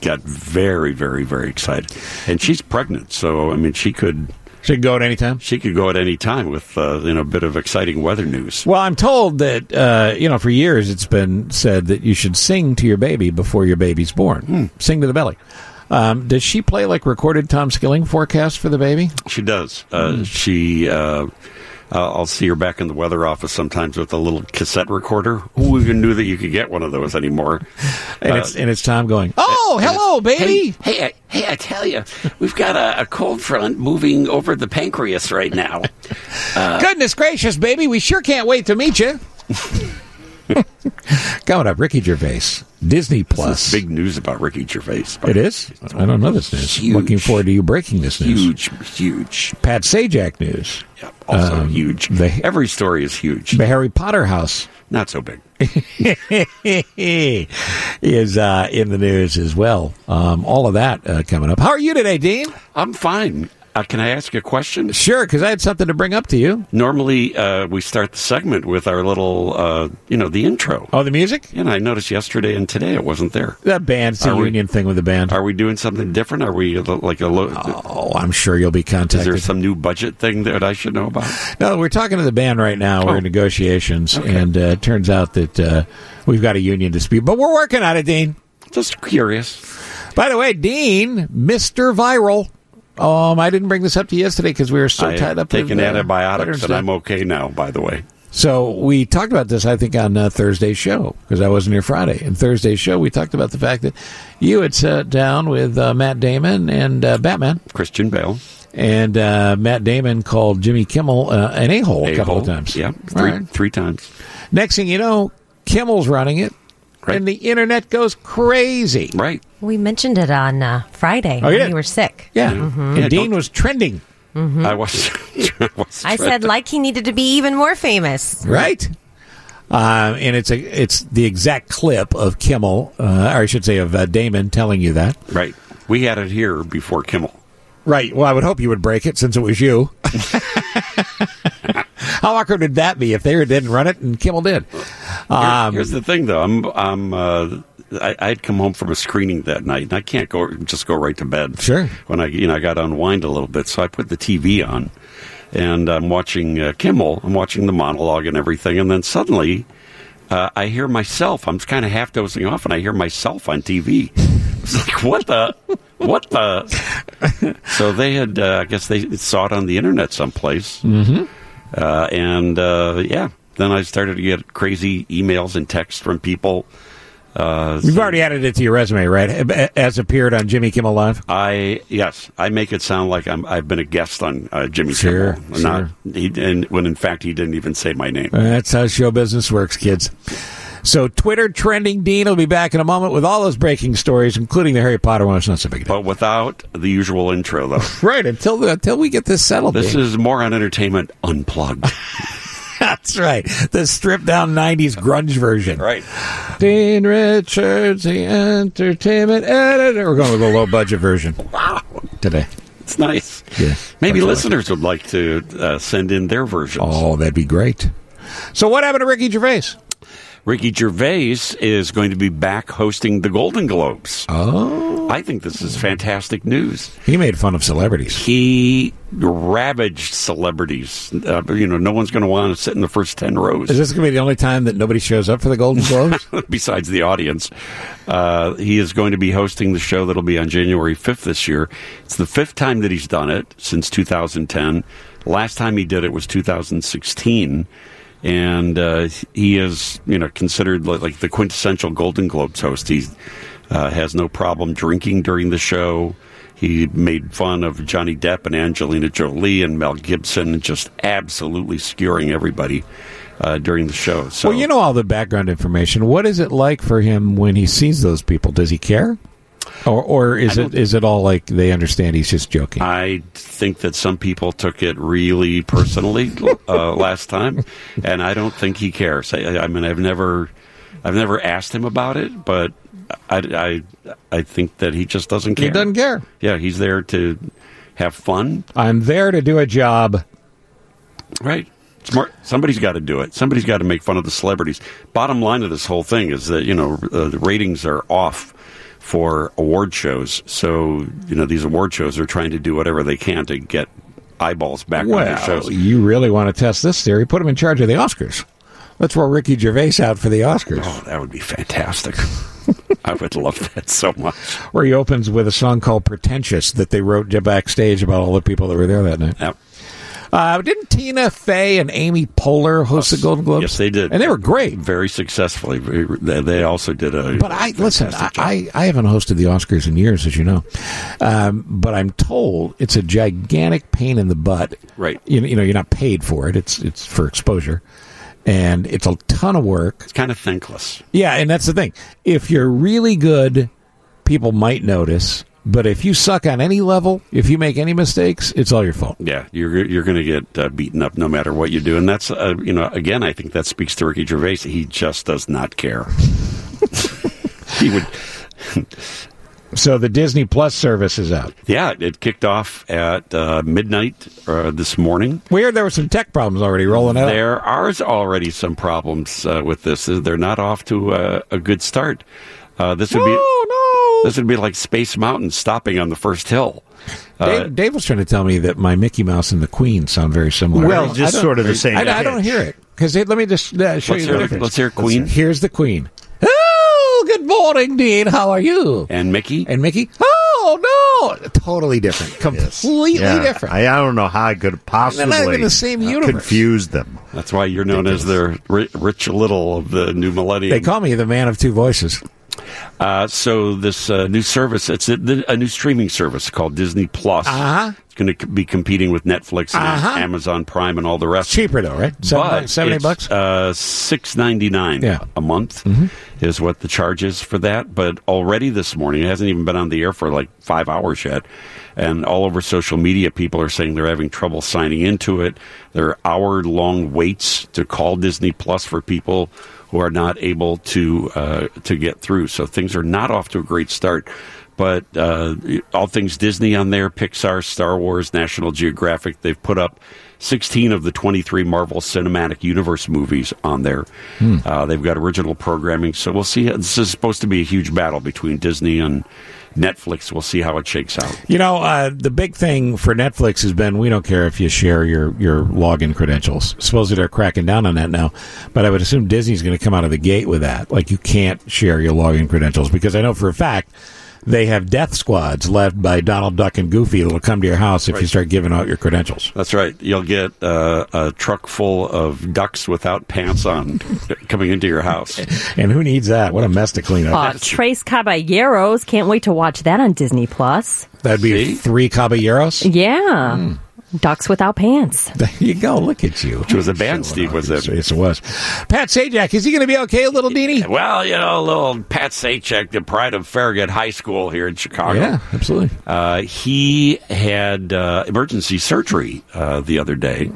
M: got very, very, very excited. And she's pregnant, so, I mean, she could.
B: She could go at any time?
M: She could go at any time with, uh, you know, a bit of exciting weather news.
B: Well, I'm told that uh, you know for years it's been said that you should sing to your baby before your baby's born.
M: Hmm.
B: Sing to the belly. Um, does she play like recorded Tom Skilling forecast for the baby?
M: She does. Uh,
B: Hmm.
M: She. Uh, uh, I'll see her back in the weather office sometimes with a little cassette recorder. Who even knew that you could get one of those anymore?
B: And
M: Uh,
B: it's and it's Tom going. Oh, hello, baby.
M: Hey, hey, I- hey, I tell you, we've got a, a cold front moving over the pancreas right now. Uh,
B: Goodness gracious, baby! We sure can't wait to meet you. Coming up, Ricky Gervais, Disney Plus.
M: Big news about Ricky Gervais.
B: It is. I don't know this news. Looking forward to you breaking this news.
M: Huge, huge.
B: Pat Sajak news.
M: Also
B: Um,
M: huge.
B: The,
M: Every story is huge.
B: the Harry Potter house.
M: Not so big.
B: is uh, in the news as well. Um, all of that uh, coming up. How are you today, Dean?
M: I'm fine. Uh, can I ask you a question?
B: Sure, because I had something to bring up to you.
M: Normally, uh, we start the segment with our little, uh, you know, the intro.
B: Oh, the music?
M: And I noticed yesterday and today it wasn't there.
B: That band, it's a
M: Are we-
B: union thing with the band.
M: Are we doing something different? Are we lo- like a lo-
B: Hmm. Oh, I'm sure you'll be
M: is
B: contacted.
M: there some new budget thing that I should know about?
B: No, we're talking to the band right now.
M: Oh.
B: We're in negotiations, and uh, it turns out that uh, we've got a union dispute, but we're working on it, Dean.
M: Just curious.
B: By the way, Dean, Mister Viral. Um, I didn't bring this up to you yesterday because we were so
M: I
B: tied up.
M: taking
B: with, uh, Veterans
M: antibiotics and
B: Day.
M: I'm okay now. By the way,
B: So we talked about this, I think, on uh, Thursday's show because I wasn't here Friday. And Thursday's show, we talked about the fact that you had sat down with uh, Matt Damon and uh, Batman,
M: Christian Bale,
B: and uh, Matt Damon called Jimmy Kimmel uh, an a hole a couple of
M: A-hole.
B: times.
M: Yeah,
B: All
M: three
B: right.
M: three times.
B: Next thing you know, Kimmel's running it, and the internet goes crazy.
M: Right.
D: We mentioned it on uh, Friday
B: Oh,
D: when
B: yeah.
D: you were sick.
B: Yeah.
M: Mm-hmm.
B: Mm-hmm.
D: Mhm.
B: And Dean was trending.
M: I was. I, was
D: I said like he needed to be even more famous.
B: right? Um, and it's a it's the exact clip of Kimmel, uh, or I should say of uh, Damon telling you that.
M: Right. We had it here before Kimmel.
B: Right. Well, I would hope you would break it since it was you. How awkward would that be if they didn't run it and Kimmel did? Um,
M: Here- here's the thing, though. I'm I'm uh, I, I had come home from a screening that night, and I can't go just go right to bed.
B: Sure.
M: When I you know I got to unwind a little bit, so I put the TV on, and I'm watching uh, Kimmel. I'm watching the monologue and everything, and then suddenly. Uh, I hear myself. I'm kind of half dozing off, and I hear myself on TV. It's like what the, what the. so they had, uh, I guess they saw it on the internet someplace,
O: Mhm.
M: uh, and uh, yeah. Then I started to get crazy emails and texts from people. Uh,
B: You've already added it to your resume, right? uh, As appeared on Jimmy Kimmel Live.
M: I yes, I make it sound like I'm, I've been a guest on uh, Jimmy
B: Sure,
M: Kimmel, not he, and when in fact he didn't even say my name.
B: That's how show business works, kids. So Twitter trending Dean will be back in a moment with all those breaking stories, including the Harry Potter one. It's not so big.
M: But without the usual intro, though.
B: Right until the, until we get this settled.
M: This
B: Dean.
M: is more on entertainment unplugged.
B: That's right. The stripped down 90s grunge version.
M: Right.
B: Dean Richards, the entertainment editor. We're going with a low budget version. Wow. Today.
M: It's nice.
B: Yeah.
M: Maybe
B: Much
M: listeners would like to uh, send in their versions.
B: Oh, that'd be great. So, what happened to Ricky Gervais?
M: Ricky Gervais is going to be back hosting the Golden Globes.
B: Oh.
M: I think this is fantastic news.
B: He made fun of celebrities.
M: He ravaged celebrities. Uh, you know, no one's going to want to sit in the first 10 rows.
B: Is this going to be the only time that nobody shows up for the Golden Globes?
M: besides the audience. Uh, he is going to be hosting the show that'll be on January 5th this year. It's the fifth time that he's done it since 2010. Last time he did it was 2016. And uh, he is, you know, considered li- like the quintessential Golden Globes host. He uh, has no problem drinking during the show. He made fun of Johnny Depp and Angelina Jolie and Mel Gibson, just absolutely skewering everybody uh, during the show. So
B: well, you know all the background information. What is it like for him when he sees those people? Does he care? Or, or is it is it all like they understand he's just joking?
M: I think that some people took it really personally uh, last time, and I don't think he cares. I, I mean, I've never, I've never asked him about it, but I, I, I think that he just doesn't care.
B: He doesn't care.
M: Yeah, he's there to have fun,
B: I'm there to do a job.
M: right? Smart. Somebody's got to do it. Somebody's got to make fun of the celebrities. Bottom line of this whole thing is that you know uh, the ratings are off for award shows, so you know these award shows are trying to do whatever they can to get eyeballs back on their shows.
B: Well, you really want to test this theory? Put him in charge of the Oscars. Let's roll Ricky Gervais out for the Oscars,
M: Oh, that would be fantastic. I would love that so much.
B: where he opens with a song called "Pretentious" that they wrote backstage about all the people that were there that night.
M: Yep.
B: Uh, didn't Tina Fey and Amy Poehler host the Golden Globes?
M: Yes, they did,
B: and they were great.
M: very successfully. They they also did a.
B: But I listen. I, I I haven't hosted the Oscars in years, as you know. Um, but I'm told it's a gigantic pain in the butt.
M: Right.
B: You, you know, you're not paid for it. It's it's for exposure, and it's a ton of work.
M: It's kind of thankless.
B: Yeah, and that's the thing. If you're really good, people might notice. But if you suck on any level, if you make any mistakes, it's all your fault.
M: Yeah, you're you're going to get uh, beaten up no matter what you do, and that's uh, you know again I think that speaks to Ricky Gervais. He just does not care. he would.
B: So the Disney Plus service is out.
M: Yeah, it kicked off at uh, midnight uh, this morning.
B: Weird. There were some tech problems already rolling out.
M: There are already some problems uh, with this. They're not off to uh, a good start. Uh, this would be This would be like Space Mountain stopping on the first hill. Uh,
B: Dave, Dave was trying to tell me that my Mickey Mouse and the Queen sound very similar.
M: Well,
B: I don't-
M: just
B: I don't-
M: sort of the same
B: I, I don't
M: pitch.
B: hear it because let me just uh, show
M: Let's
B: you
M: hear-
B: the difference.
M: let's hear Queen.
B: here's the Queen. Oh, good morning, Dean. How are you?
M: And Mickey.
B: And Mickey. Oh no, totally different. Completely
C: Yeah,
B: different.
C: I, I don't know how I could possibly
B: not even the same universe.
C: confuse them.
M: that's why you're known as the ri- Rich Little of the new millennium.
B: They call me the man of two voices.
M: Uh, so this uh, new service, it's a, the- a new streaming service called Disney Plus.
B: Uh-huh.
M: It's going to be competing with Netflix and
B: Uh-huh.
M: Amazon Prime and all the rest.
B: Cheaper though, right? Seven-
M: But
B: Seventy
M: it's,
B: bucks.
M: Uh, Six ninety nine
B: Yeah. Mm-hmm.
M: a month is what the charge is for that. But already this morning, it hasn't even been on the air for like five hours yet, and all over social media, people are saying they're having trouble signing into it. There are hour long waits to call Disney Plus for people who are not able to uh, to get through. So things are not off to a great start. But uh, all things Disney on there, Pixar, Star Wars, National Geographic. They've put up 16 of the 23 Marvel Cinematic Universe movies on there.
O: Hmm.
M: Uh, they've got original programming. So we'll see. This is supposed to be a huge battle between Disney and Netflix. We'll see how it shakes out.
B: You know, uh, the big thing for Netflix has been we don't care if you share your, your login credentials. Supposedly they're cracking down on that now, but I would assume Disney's going to come out of the gate with that. Like, you can't share your login credentials because I know for a fact they have death squads led by Donald Duck and Goofy that'll come to your house if you
M: Right.
B: start giving out your credentials.
M: That's right. You'll get uh, a truck full of ducks without pants on coming into your house.
B: And who needs that? What a mess to clean up.
F: Aw, Uh, Trace Caballeros. Can't wait to watch that on Disney Plus.
B: That'd be three caballeros. Hmm.
F: Yeah. Ducks without pants.
B: There you go. Look at you.
M: Which was a band, Steve, was it?
B: Yes, it was. Pat Sajak, is he going to be okay, little Deanie?
M: Well, you know, little Pat Sachek, the pride of Farragut High School here in Chicago.
B: Yeah, absolutely.
M: Uh, he had uh, emergency surgery uh, the other day.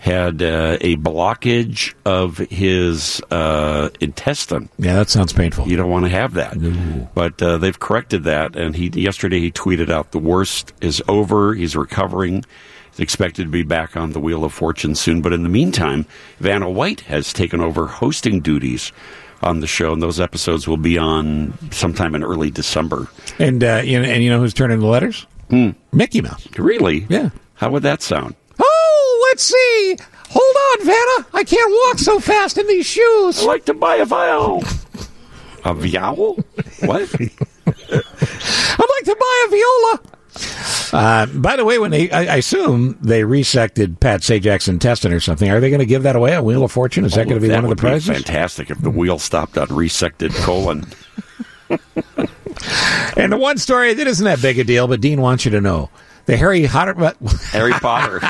M: Had uh, a blockage of his uh, intestine.
B: Yeah, that sounds painful.
M: You don't want to have that. But uh, they've corrected that, and he yesterday he tweeted out the worst is over. He's recovering. He's expected to be back on the wheel of fortune soon. But in the meantime, Vanna White has taken over hosting duties on the show, and those episodes will be on sometime in early December.
B: And uh, you know, and you know who's turning the letters? Mickey Mouse.
M: Hmm. Really?
B: Yeah.
M: How would that sound?
B: Oh, let's see. Hold on, Vanna. I can't walk so fast in these shoes. I'd
M: like to buy a vial. A vowel? What?
B: I'd like to buy a viola. Uh, by the way, when they, I, I assume they resected Pat Sajak's intestine or something, are they going to give that away on Wheel of Fortune? Is that going to be one of the
M: Oh, would
B: prizes?
M: fantastic if the wheel stopped on resected colon.
B: And the one story that isn't that big a deal, but Dean wants you to know the Harry Potter.
M: Harry Potter.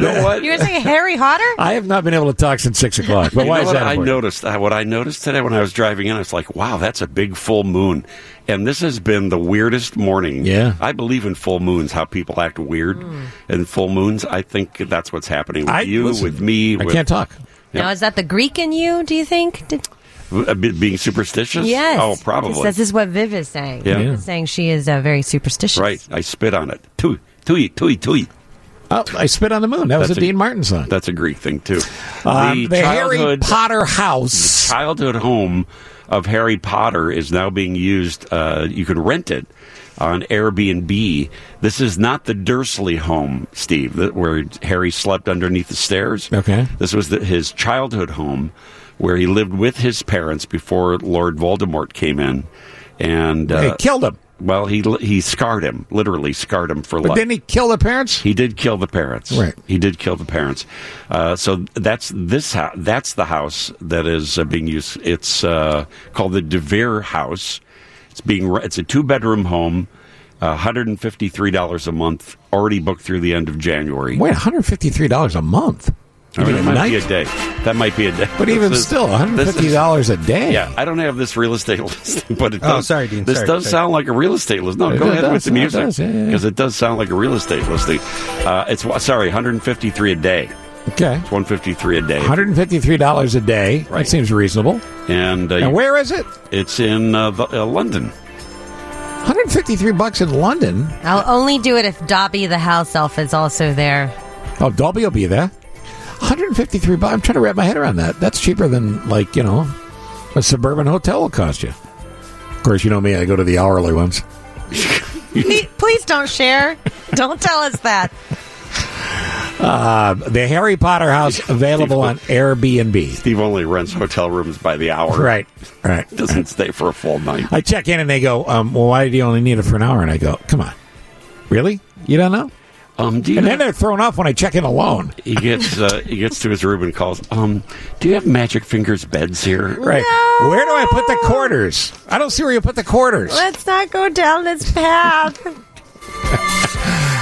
M: know what?
D: You were saying Harry Hotter?
B: I have not been able to talk since six o'clock. But
M: You
B: why
M: know
B: is
M: what
B: that?
M: I
B: important?
M: noticed uh, what I noticed today when I was driving in. I was like, "Wow, that's a big full moon," and this has been the weirdest morning. Yeah, I believe in full moons. How people act weird
D: Hmm.
M: and full moons. I think that's what's happening with
B: I-
M: you,
B: listen,
M: with me.
B: I
M: with,
B: can't talk.
D: Now, is that the Greek in you, do you think? Did,
M: Uh, be- Being superstitious.
D: yes.
M: Oh, probably.
D: This is what Viv is saying.
M: Yeah.
D: Viv is saying she is uh, very superstitious.
M: right. I spit on it. Tui, tui, tui, tui.
B: Oh, I spit on the moon. That was
M: That's
B: a
M: a-
B: Dean Martin song.
M: That's a Greek thing too.
B: Um, the Harry
M: childhood-
B: Potter house.
M: The childhood home of Harry Potter is now being used. Uh, you can rent it on Airbnb. This is not the Dursley home, Steve, that, where Harry slept underneath the stairs.
B: Okay.
M: This was the, his childhood home where he lived with his parents before Lord Voldemort came in and uh,
B: He killed him.
M: Well, he he scarred him, literally scarred him for
B: But
M: life.
B: didn't he kill the parents?
M: He did kill the parents.
B: Right.
M: He did kill the parents. Uh, so that's this house. That's the house that is uh, being used. It's uh, called the DeVere House. It's being. re- It's a two bedroom home. Uh, $153 a month, already booked through the end of January.
B: Wait, one hundred fifty-three dollars a month.
M: I mean,
B: Even
M: it
B: a
M: might
B: night?
M: be a day. That might be a day.
B: But even
M: This is-
B: still, one hundred
M: this
B: fifty
M: is-
B: dollars a day.
M: Yeah, I don't have this real estate listing, but it
L: Oh,
M: does.
L: sorry, Dean.
M: This
L: Sorry,
M: does
L: sorry.
M: sound like a real estate listing. No,
L: It
M: go
L: does.
M: ahead with the
L: It
M: music
L: does,
M: because
L: yeah, yeah, yeah.
M: it does sound like a real estate listing. Uh, it's wa- sorry, 153 a day.
B: Okay.
M: It's 153 a day,
B: One hundred fifty-three dollars a day. That seems reasonable.
M: and, uh,
B: And where is it?
M: It's in uh, the, uh, London.
B: One hundred fifty-three bucks in London.
D: I'll only do it if Dobby the house elf is also there.
B: Oh, Dolby will be there. 153 bucks. I'm trying to wrap my head around that. That's cheaper than like you know a suburban hotel will cost you. Of course, you know me. I go to the hourly ones.
D: please, please don't share. Don't tell us that.
B: Uh, the Harry Potter house available on Airbnb.
M: Steve only rents hotel rooms by the hour.
B: Right, right.
M: Doesn't stay for a full night.
B: I check in and they go, um, "Well, why do you only need it for an hour?" And I go, "Come on, really? You don't know?"
M: Um, do you
B: and then they're thrown off when I check in alone.
M: He gets uh, he gets to his room and calls. Um, do you have Magic Fingers beds here?
B: Right? Where do I put the quarters? I don't see where you put the quarters.
D: Let's not go down this path.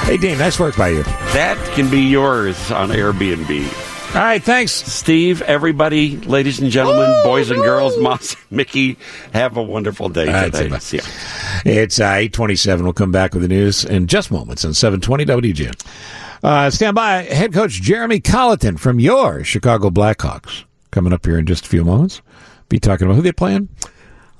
B: Hey, Dean, nice work by you.
M: That can be yours on Airbnb.
B: All right, thanks,
M: Steve. Everybody, ladies and gentlemen, boys and girls, moms, and Mickey, have a wonderful day
B: All right,
M: today.
B: bye-bye.
M: See ya.
B: It's uh, 827. We'll come back with the news in just moments on 720 WGN. Uh, stand by. Head coach Jeremy Colleton from your Chicago Blackhawks coming up here in just a few moments. Be talking about who they playing?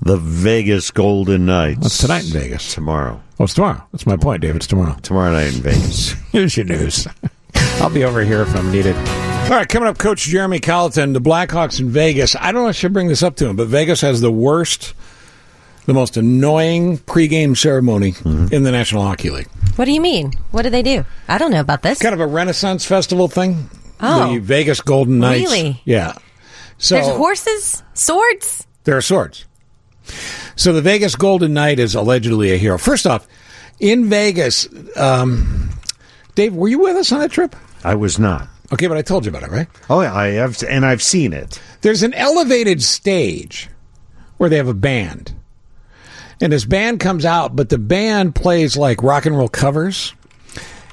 C: the Vegas Golden Knights. That's
B: tonight in Vegas.
C: Tomorrow.
B: Oh, it's tomorrow. That's my point, David. It's tomorrow.
C: Tomorrow night in Vegas.
B: Here's your news. I'll be over here if I'm needed. All right, coming up, Coach Jeremy Colleton, the Blackhawks in Vegas. I don't know if I should bring this up to him, but Vegas has the worst, the most annoying pregame ceremony
C: Mm-hmm.
B: in the National Hockey League.
D: What do you mean? What do they do? I don't know about this.
B: Kind of a Renaissance Festival thing.
D: Oh.
B: The Vegas Golden Knights.
D: Really?
B: Yeah. So
D: There's horses, swords.
B: There are swords. So the Vegas Golden Knight is allegedly a hero. First off, in Vegas, um, Dave, were you with us on that trip?
C: I was not.
B: Okay, but I told you about it, right?
C: Oh, yeah, I have, and I've seen it.
B: There's an elevated stage where they have a band. And this band comes out, but the band plays like rock and roll covers.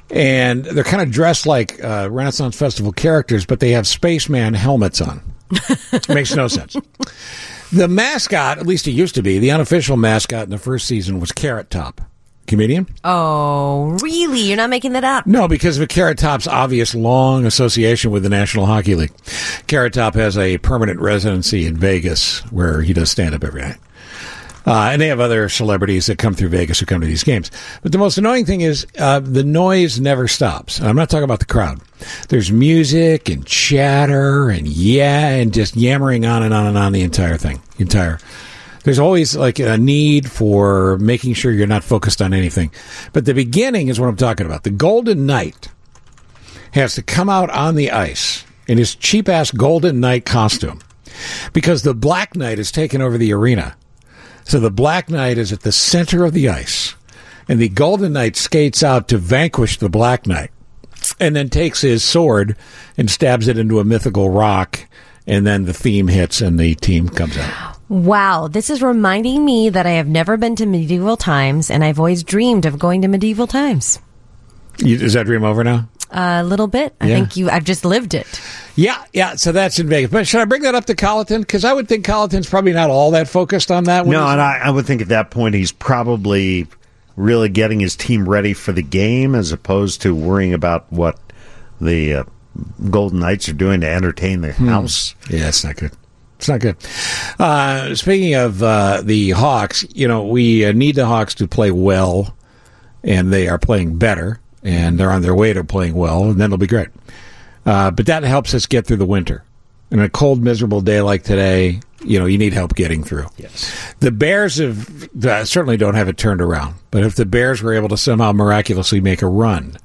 B: And they're kind of dressed like uh, Renaissance Festival characters, but they have spaceman helmets on. Makes no sense. The mascot, at least he used to be, the unofficial mascot in the first season was Carrot Top, comedian.
D: Oh, really? You're not making that up?
B: No, because of Carrot Top's obvious long association with the National Hockey League. Carrot Top has a permanent residency in Vegas where he does stand up every night. Uh, and they have other celebrities that come through Vegas who come to these games. But the most annoying thing is uh, the noise never stops. And I'm not talking about the crowd. There's music and chatter and yeah, and just yammering on and on and on the entire thing. Entire. There's always like a need for making sure you're not focused on anything. But the beginning is what I'm talking about. The Golden Knight has to come out on the ice in his cheap ass Golden Knight costume because the Black Knight has taken over the arena. So the Black Knight is at the center of the ice, and the Golden Knight skates out to vanquish the Black Knight and then takes his sword and stabs it into a mythical rock. And then the theme hits and the team comes out.
D: Wow, this is reminding me that I have never been to medieval times, and I've always dreamed of going to medieval times.
B: You, is that dream over now?
D: A little bit. I
B: Yeah.
D: think you. I've just lived it.
B: Yeah, yeah. So that's in Vegas. But should I bring that up to Colleton? Because I would think Colleton's probably not all that focused on that.
C: no, and I, I would think at that point he's probably really getting his team ready for the game as opposed to worrying about what the uh, Golden Knights are doing to entertain the house.
B: Hmm. Yeah, it's not good. It's not good. Uh, speaking of uh, the Hawks, you know, we uh, need the Hawks to play well, and they are playing better, and they're on their way to playing well, and then it'll be great. Uh, but that helps us get through the winter. In a cold, miserable day like today, you know, you need help getting through. Yes. The Bears have uh, certainly don't have it turned around, but if the Bears were able to somehow miraculously make a run,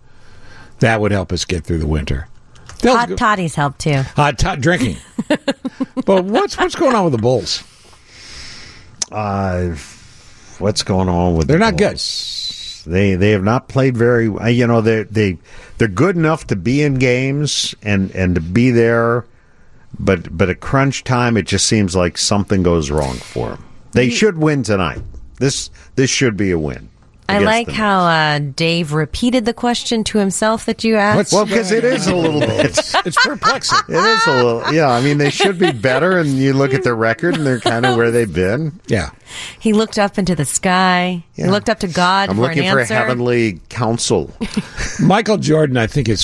B: that would help us get through the winter.
D: Hot toddies help too.
B: Hot to- drinking. but what's what's going on with the Bulls?
C: Uh, what's going on with?
B: They're not good.
C: good. They they have not played very. uh, You know they they they're good enough to be in games and and to be there, but but at crunch time it just seems like something goes wrong for them. They
D: Mm.
C: should win tonight. This this should be a win.
D: I
C: against
D: like
C: them.
D: how uh, Dave repeated the question to himself that you asked.
C: well because it is a little bit.
B: It's perplexing.
C: It is a little. Yeah, I mean they should be better, and you look at their record and they're kind of where they've been.
B: Yeah.
D: He looked up into the sky. He looked up to God
C: I'm
D: for an
C: looking for
D: answer.
C: heavenly counsel.
B: Michael Jordan, I think, is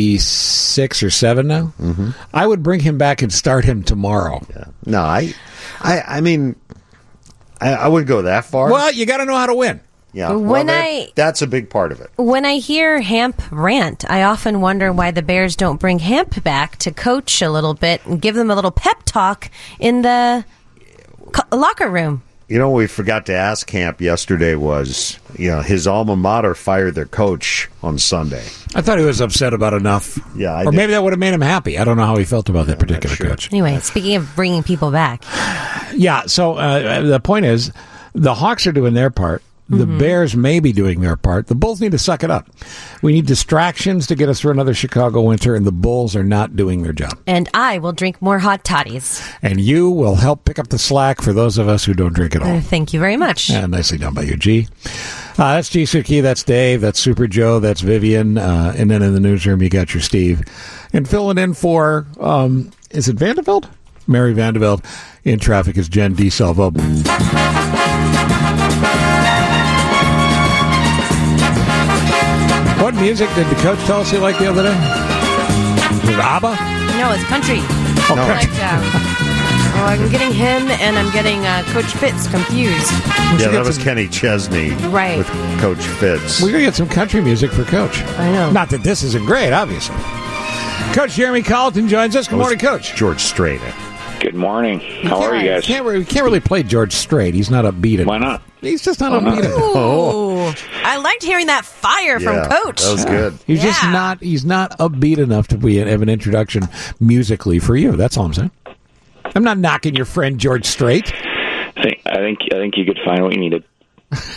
B: 56 or 7 now. Mm-hmm. I would bring him back and start him tomorrow.
C: No, I, I, I mean, I, I wouldn't go that far.
B: Well, you got to know how to win.
C: yeah.
D: when
C: well, that-
D: I-
C: that's a big part of it.
D: When I hear Hamp rant, I often wonder why the Bears don't bring Hamp back to coach a little bit and give them a little pep talk in the co- locker room.
C: You know, what we forgot to ask Camp yesterday was, you know, his alma mater fired their coach on Sunday.
B: I thought he was upset about enough.
C: Yeah, I
B: or
C: did.
B: maybe that would have made him happy. I don't know how he felt about that particular coach.
D: Anyway, speaking of bringing people back,
B: Yeah, so uh, the point is the Hawks are doing their part. The
D: Mm-hmm.
B: Bears may be doing their part. The Bulls need to suck it up. We need distractions to get us through another Chicago winter, and the Bulls are not doing their job.
D: and I will drink more hot toddies.
B: And you will help pick up the slack for those of us who don't drink at all.
D: Uh, thank you very much.
B: Yeah, nicely done by you, G. Uh, that's G Suki. That's Dave. That's Super Joe. That's Vivian. Uh, and then in the newsroom, you got your Steve. And filling in for, um, is it Vanderbilt? Mary Vanderbilt. In traffic is Jen DeSalvo. What music did the coach tell us he liked the other day? Was it ABBA?
D: No, it's country.
B: Oh,
D: I
B: correct.
D: liked, uh, Oh, I'm getting him and I'm getting uh, Coach Fitz confused.
C: yeah, that was Kenny Chesney
D: Right.
C: with Coach Fitz.
B: We're going to get some country music for Coach. I know. Not that this isn't great, obviously. Coach Jeremy Colleton joins us. Good morning, Coach.
C: George Strait.
O: Good morning. How are you guys?
B: Can't, re- we can't really play George Strait. He's not upbeat. Oh. Why
O: not?
B: He's just not
O: Why not?
B: upbeat. enough.
D: Ooh, I liked hearing that fire from Coach.
B: He's just not. He's not upbeat enough to be have an introduction musically for you. That's all I'm saying. I'm not knocking your friend George Strait.
O: I think I think I think you could find what you needed.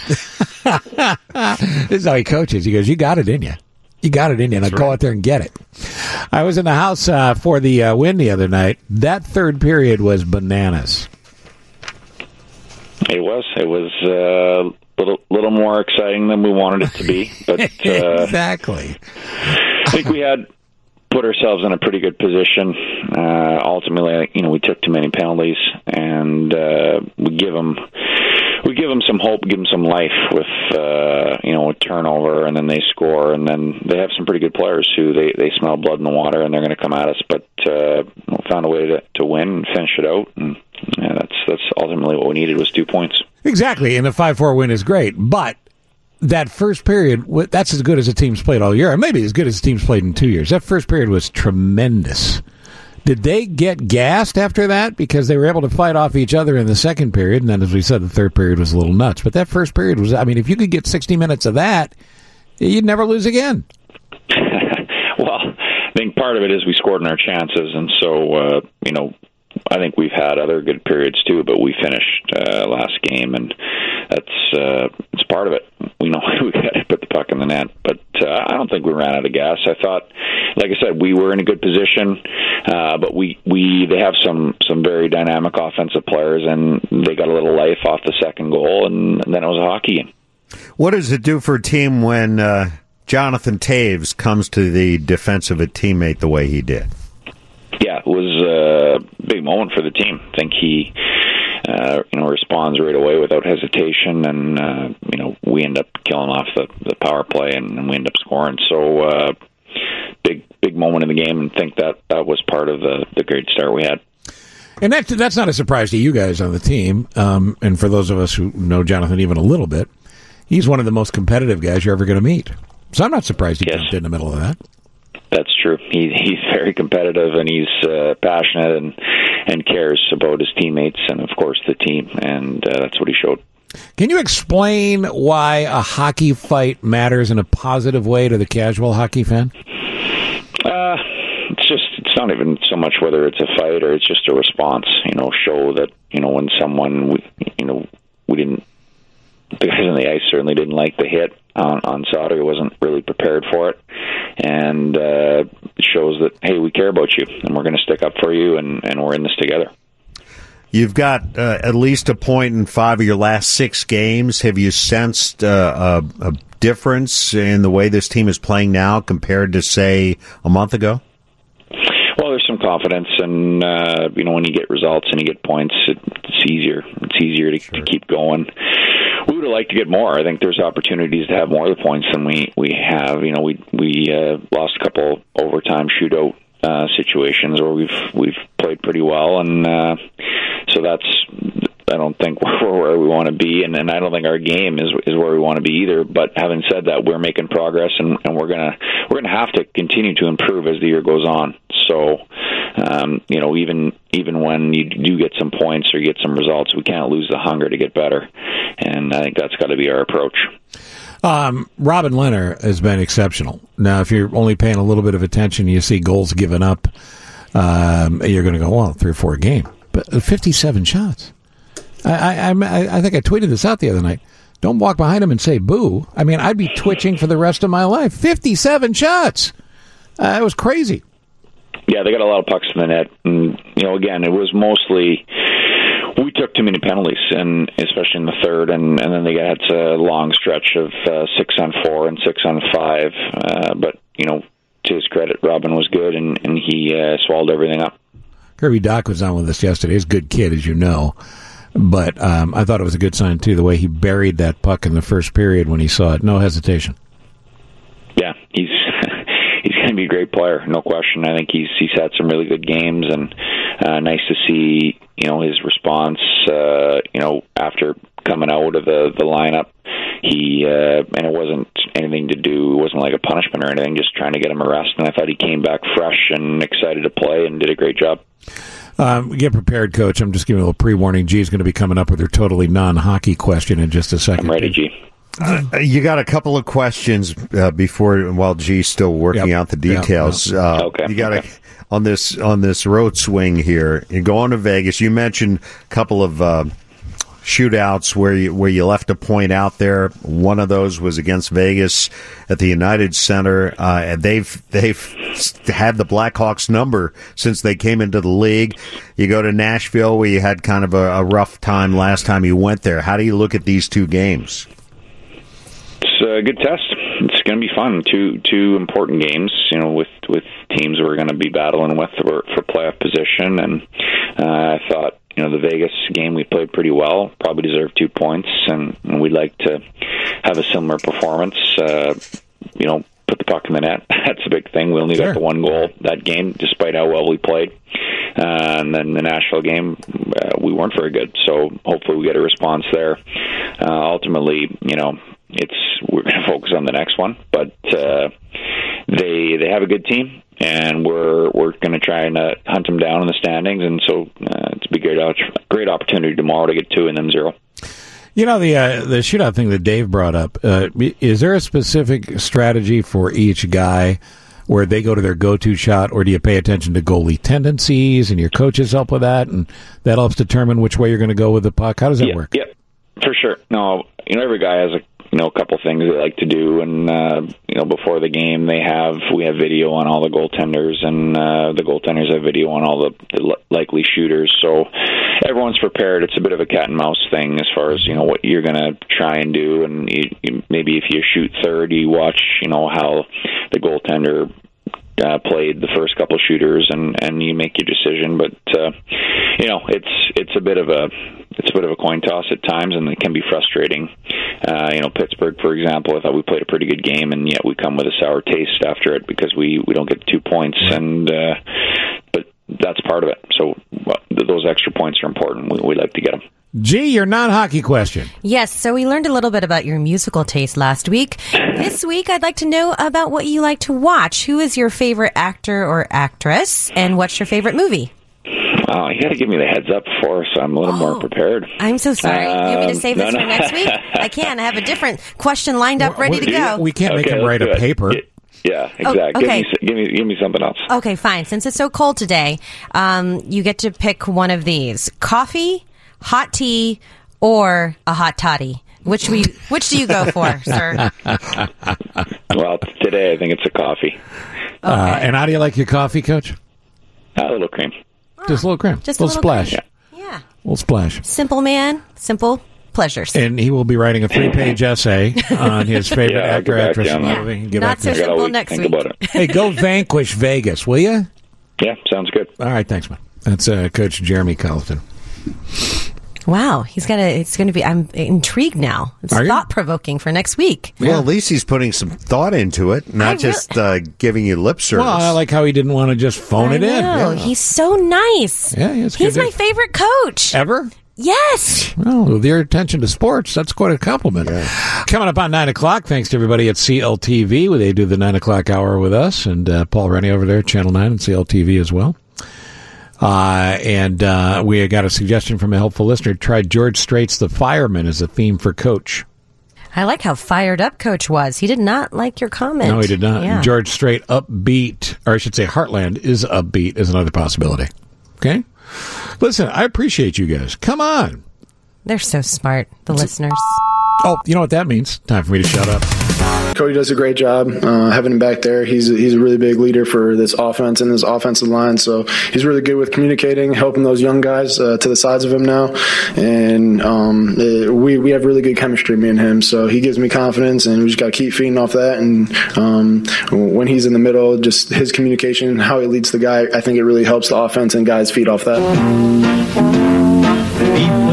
B: this is how he coaches. He goes, "You got it in you. You got it in you. Now go out there and get it." I was in the house uh, for the uh, win the other night. That third period was bananas.
O: It was it was uh, little little more exciting than we wanted it to be, but uh,
B: exactly.
O: I think we had put ourselves in a pretty good position. Uh, ultimately, I think, you know, we took too many penalties, and uh, we give them we give them some hope, give them some life with uh, you know a turnover, and then they score, and then they have some pretty good players who they they smell blood in the water, and they're going to come at us. But uh, we found a way to to win and finish it out, and yeah, that's that's ultimately what we needed was two points.
B: Exactly, and a five-four win is great, but that first period wa- that's as good as the team's played all year, or maybe as good as the team's played in two years. That first period was tremendous. Did they get gassed after that because they were able to fight off each other in the second period? And then, as we said, the third period was a little nuts. But that first period was—I mean, if you could get sixty minutes of that, you'd never lose again.
O: well, I think part of it is we scored in our chances, and so uh, you know, I think we've had other good periods too, but we finished uh, last game, and that's uh, it's part of it. We know we got to put the puck in the net, but uh, I don't think we ran out of gas. I thought, like I said, we were in a good position, uh, but we we they have some some very dynamic offensive players, and they got a little life off the second goal, and, and then it was a hockey game.
C: What does it do for a team when uh, Jonathan Taves comes to the defense of a teammate the way he did?
O: yeah, it was a big moment for the team. I think he, uh, you know, responds right away without hesitation, and uh, you know, we end up killing off the the power play, and, and we end up scoring. So, uh, big big moment in the game, and think that that was part of the the great start we had.
B: And that, that's not a surprise to you guys on the team. Um, and for those of us who know Jonathan even a little bit, he's one of the most competitive guys you're ever going to meet. So I'm not surprised he jumped in the middle of that.
O: That's true. He he's very competitive and he's uh, passionate and and cares about his teammates and of course the team, and uh, that's what he showed.
B: Can you explain why a hockey fight matters in a positive way to the casual hockey fan?
O: Uh, it's just it's not even so much whether it's a fight or it's just a response. You know, show that you know when someone we, you know we didn't the guys on the ice certainly didn't like the hit on on Sauter. He wasn't really prepared for it, and uh, it shows that hey, we care about you and we're going to stick up for you and and we're in this together.
C: You've got uh, at least a point in five of your last six games. Have you sensed uh, a, a difference in the way this team is playing now compared to, say, a month ago?
O: Well, there's some confidence, and uh, you know when you get results and you get points, it, it's easier. It's easier to, to keep going. We would have liked to get more. I think there's opportunities to have more of the points than we we have. You know, we we uh, lost a couple overtime shootout uh, situations where we've we've played pretty well, and uh, so that's. I don't think we're where we want to be, and, and I don't think our game is is where we want to be either. But having said that, we're making progress, and, and we're gonna we're gonna have to continue to improve as the year goes on. So, um, you know, even even when you do get some points or you get some results, we can't lose the hunger to get better, and I think that's got to be our approach.
B: Um, Robin Leonard has been exceptional. Now, if you're only paying a little bit of attention, you see goals given up. Um, you're going to go, well, three or four a game, but uh, 57 shots. I, I, I'm- I, I think I tweeted this out the other night. Don't walk behind him and say boo. I mean, I'd be twitching for the rest of my life. 57 shots. Uh, it was crazy.
O: Yeah, they got a lot of pucks in the net, and you know, again, it was mostly we took too many penalties, and especially in the third, and and then they got a long stretch of uh, six on four and six on five. Uh, but you know, to his credit, Robin was good, and and he uh, swallowed everything up.
B: Kirby Doc was on with us yesterday. He's a good kid, as you know. But um, I thought it was a good sign, too, the way he buried that puck in the first period when he saw it. No hesitation.
O: Yeah, he's he's going to be a great player, no question. I think he's he's had some really good games, and uh, nice to see you know his response. Uh, you know after coming out of the the lineup, he uh, and it wasn't anything to do. It wasn't like a punishment or anything. Just trying to get him a rest, and I thought he came back fresh and excited to play, and did a great job.
B: Um, get prepared, Coach. I'm just giving you a little pre-warning. G is going to be coming up with her totally non-hockey question in just a 2nd
O: ready, G.
C: Uh, you got a couple of questions uh, before while G's still working
B: Yep.
C: out the details.
B: Yep,
C: Uh, You got to on this on this road swing here. You're going to Vegas. You mentioned a couple of uh, shootouts where you where you left a point out there. One of those was against Vegas at the United Center. Uh, and they've they've had the Blackhawks number since they came into the league. You go to Nashville where you had kind of a, a rough time last time you went there. How do you look at these two games?
O: It's a good test. It's going to be fun. Two two important games, you know, with with teams we're going to be battling with for, for playoff position. And uh, I thought, you know, the Vegas game we played pretty well. Probably deserved two points, and, and we'd like to have a similar performance. Uh, you know, put the puck in the net. That's a big thing. We only got the one goal that game, despite how well we played. Uh, and then the Nashville game, uh, we weren't very good. So hopefully we get a response there. Uh, ultimately, you know, it's we're going to focus on the next one, but uh, they they have a good team, and we're we're going to try and uh, hunt them down in the standings. And so uh, it's be great opp- great opportunity tomorrow to get two and then zero.
B: You know the uh, the shootout thing that Dave brought up. Uh, is there a specific strategy for each guy where they go to their go to shot, or do you pay attention to goalie tendencies and your coaches help with that, and that helps determine which way you're going to go with the puck? How does that
O: yeah,
B: work?
O: Yeah, for sure. No, you know every guy has a you know a couple things they like to do, and uh, you know before the game they have we have video on all the goaltenders, and uh, the goaltenders have video on all the, the li- likely shooters. So everyone's prepared. It's a bit of a cat and mouse thing as far as you know what you're going to try and do, and you, you, maybe if you shoot third, you watch you know how the goaltender uh, played the first couple shooters and and you make your decision but uh you know it's it's a bit of a it's a bit of a coin toss at times and it can be frustrating uh you know Pittsburgh for example I thought we played a pretty good game and yet we come with a sour taste after it because we we don't get two points and uh but that's part of it so well, th- those extra points are important we we like to get them
B: G, your non hockey question.
D: Yes, so we learned a little bit about your musical taste last week. this week, I'd like to know about what you like to watch. Who is your favorite actor or actress, and what's your favorite movie?
O: Oh, you got to give me the heads up before, so I'm a little more prepared.
D: Oh, I'm so sorry. you want me to
O: Um,
D: save
O: no,
D: this
O: no.
D: for next week? I can. I have a different question lined up, ready to go.
B: We can't make
O: Okay,
B: him
O: let's
B: write
O: do
B: a
O: it.
B: paper.
O: Yeah,
D: Oh,
O: exactly.
D: okay.
O: Give, me, give me give me something else.
D: Okay, fine. Since it's so cold today, um, you get to pick one of these: coffee, hot tea, or a hot toddy. Which we which do you go for, sir?
O: well, today I think it's a coffee.
B: Uh, and how do you like your coffee, Coach?
O: A little cream.
B: Just a little cream.
D: Ah, Just a
B: a
D: little
B: little splash.
D: cream.
B: Yeah. little splash.
D: Simple man, simple pleasures.
B: And he will be writing a three-page essay on his favorite
O: Yeah, I'll
B: actor,
O: get back
B: actress,
O: to you
B: and
O: on that.
B: movie. Get
D: Not
B: back to
D: so
B: us.
D: simple next
O: think
D: week.
O: about it.
B: hey, go vanquish Vegas, will you?
O: Yeah, sounds good.
B: All right, thanks, man. That's uh, Coach Jeremy Colleton.
D: Wow, he's got to. It's going to be. I'm intrigued now. It's
C: Are you?
D: thought provoking for next week.
C: Well, at least he's putting some thought into it, not just uh, giving you lip service.
B: Well, I like how he didn't want to just phone
D: I
B: it in.
D: know. He's so nice.
B: Yeah, yeah, it's
D: he's
B: good
D: my
B: to-
D: favorite coach.
B: Ever?
D: Yes.
B: Well, with your attention to sports, that's quite a compliment. Coming up on 9 o'clock, thanks to everybody at CLTV, where they do the 9 o'clock hour with us, and uh, Paul Rennie over there, Channel 9 and CLTV as well. Uh, and uh, we got a suggestion from a helpful listener. Try George Strait's The Fireman as a theme for Coach.
D: I like how fired up Coach was. He did not like your comment.
B: No, he did not.
D: Yeah.
B: George Strait, upbeat, or I should say, Heartland is upbeat, is another possibility. Okay? Listen, I appreciate you guys. Come on.
D: They're so smart, the listeners.
B: Oh, you know what that means? Time for me to shut up.
P: Cody does a great job uh, having him back there. He's a, he's a really big leader for this offense and this offensive line. So he's really good with communicating, helping those young guys uh, to the sides of him now. And um, eh, we we have really good chemistry, me and him. So he gives me confidence, and we just got to keep feeding off that. And um, when he's in the middle, just his communication, how he leads the guy, I think it really helps the offense and guys feed off that.
N: Well,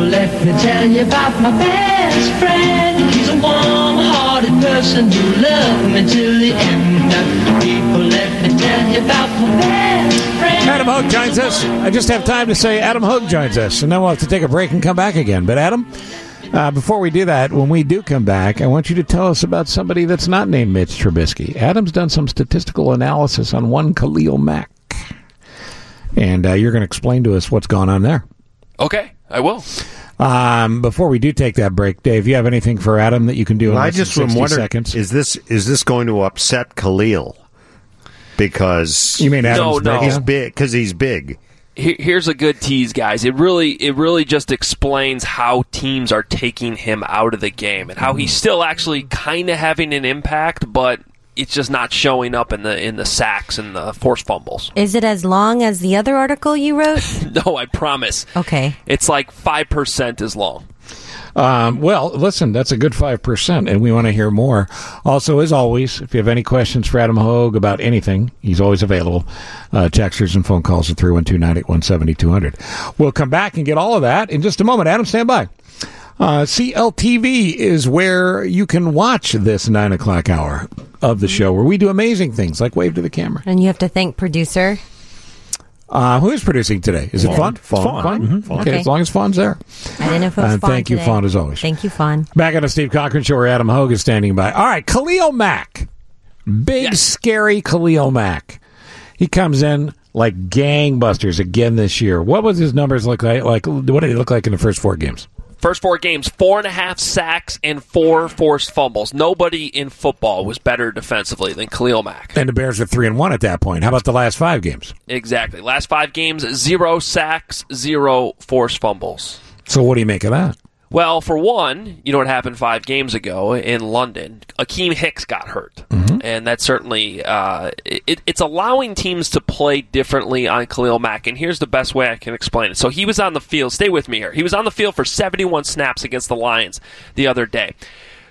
N: let me tell you about my best friend. He's a warm-hearted person.
A: person who loved me till the end. People, let me tell you about my best friend.
B: Adam Hogue joins us. I just have time to say Adam Hogue joins us, and then we'll have to take a break and come back again. But Adam, uh, before we do that, when we do come back, I want you to tell us about somebody that's not named Mitch Trubisky. Adam's done some statistical analysis on one Khalil Mack, and uh, you're going to explain to us what's going on there.
N: Okay, I will.
B: Um, before we do take that break, Dave, you have anything for Adam that you can do? In
C: I
B: less than
C: just am
B: 60
C: wondering:
B: seconds?
C: is this is this going to upset Khalil? Because
B: You mean No, Adam's
N: no.
C: He's
N: breakdown?
C: big because he's big.
N: Here, here's a good tease, guys. It really, it really just explains how teams are taking him out of the game and how he's still actually kind of having an impact, but it's just not showing up in the in the sacks and the forced fumbles.
D: Is it as long as the other article you wrote?
N: No, I promise.
D: Okay.
N: It's like five percent as long.
B: Um, well, listen, that's a good 5%, and we want to hear more. Also, as always, if you have any questions for Adam Hogue about anything, he's always available. Uh, texters and phone calls at 312 981 7200. We'll come back and get all of that in just a moment. Adam, stand by. Uh, CLTV is where you can watch this 9 o'clock hour of the show where we do amazing things like wave to the camera.
D: and you have to thank producer.
B: Uh, who is producing today? Is it
D: Fawn.
B: Fawn?
D: Fawn. Mhm.
B: Okay,
D: Okay.
B: as long as Fawn's there.
D: I didn't know if it was
B: Uh,
D: Fawn
B: thank you,
D: today.
B: Fawn, as always.
D: Thank you, Fawn.
B: Back on the Steve Cochran Show where Adam Hogue is standing by. All right, Khalil Mack. Big, scary Khalil Mack. He comes in like gangbusters again this year. What was his numbers look like? Like, what did he look like in the first four games?
N: First four games, four and a half sacks and four forced fumbles. Nobody in football was better defensively than Khalil Mack.
B: And the Bears are three and one at that point. How about the last five games?
N: Exactly. Last five games, zero sacks, zero forced fumbles.
B: So what do you make of that?
N: Well, for one, you know what happened five games ago in London. Akeem Hicks got hurt, and that certainly uh, it, it's allowing teams to play differently on Khalil Mack. And here's the best way I can explain it. So he was on the field. Stay with me here. He was on the field for 71 snaps against the Lions the other day.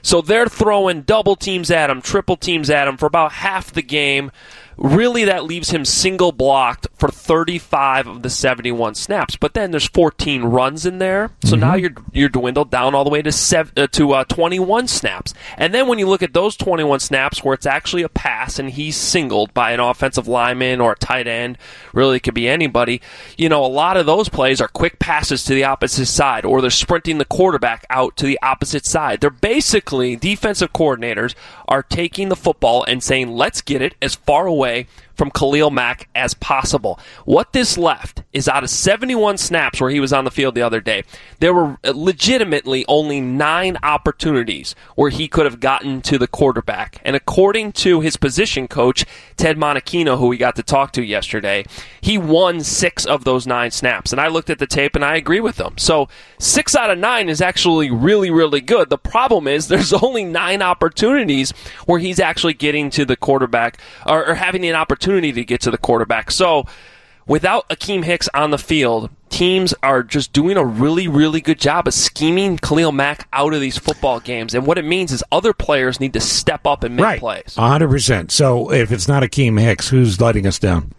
N: So they're throwing double teams at him, triple teams at him for about half the game. Really, that leaves him single blocked for 35 of the 71 snaps. But then there's 14 runs in there, so now you're you're dwindled down all the way to sev- uh, to uh, 21 snaps. And then when you look at those 21 snaps where it's actually a pass and he's singled by an offensive lineman or a tight end, really it could be anybody. You know, a lot of those plays are quick passes to the opposite side, or they're sprinting the quarterback out to the opposite side. They're basically defensive coordinators are taking the football and saying, let's get it as far away from Khalil Mack as possible. What this left is out of 71 snaps where he was on the field the other day, there were legitimately only nine opportunities where he could have gotten to the quarterback. And according to his position coach, Ted Monachino, who we got to talk to yesterday, he won six of those nine snaps. And I looked at the tape and I agree with them. So six out of nine is actually really, really good. The problem is there's only nine opportunities where he's actually getting to the quarterback or, or having an opportunity to get to the quarterback. So without Akeem Hicks on the field, teams are just doing a really, really good job of scheming Khalil Mack out of these football games. And what it means is other players need to step up and make plays.
B: A hundred percent. So if it's not Akeem Hicks, who's letting us down?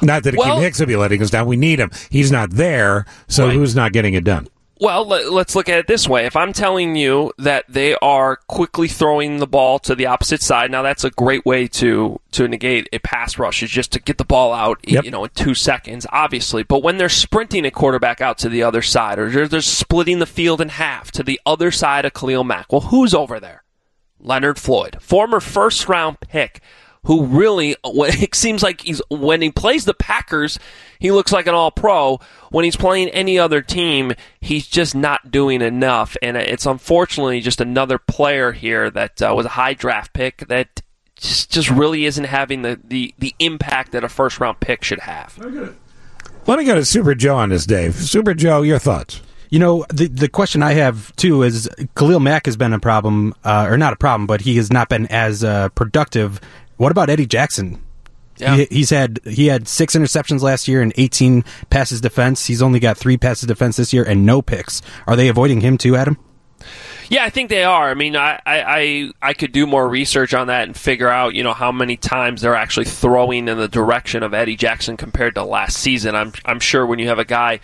B: Not that Akeem
N: Well-
B: Hicks will be letting us down. We need him. He's not there, so who's not getting it done?
N: Well, let, let's look at it this way. If I'm telling you that they are quickly throwing the ball to the opposite side, now that's a great way to to negate a pass rush is just to get the ball out, y-
Q: Yep.
N: you know, in two seconds, obviously. But when they're sprinting a quarterback out to the other side, or they're, they're splitting the field in half to the other side of Khalil Mack, well, who's over there? Leonard Floyd, former first round pick, who really it seems like he's when he plays the Packers, he looks like an all pro. When he's playing any other team, he's just not doing enough, and it's unfortunately just another player here that uh, was a high draft pick that just just really isn't having the, the, the impact that a first round pick should have.
B: Let me go to Super Joe on this, Dave. Super Joe, your thoughts?
L: You know, the the question I have too is Khalil Mack has been a problem, uh, or not a problem, but he has not been as uh, productive. What about Eddie Jackson?
N: Yeah.
L: He, he's had he had six interceptions last year and eighteen passes defense. He's only got three passes defense this year and no picks. Are they avoiding him too, Adam?
N: Yeah, I think they are. I mean, I, I, I, I could do more research on that and figure out, you know, how many times they're actually throwing in the direction of Eddie Jackson compared to last season. I'm, I'm sure when you have a guy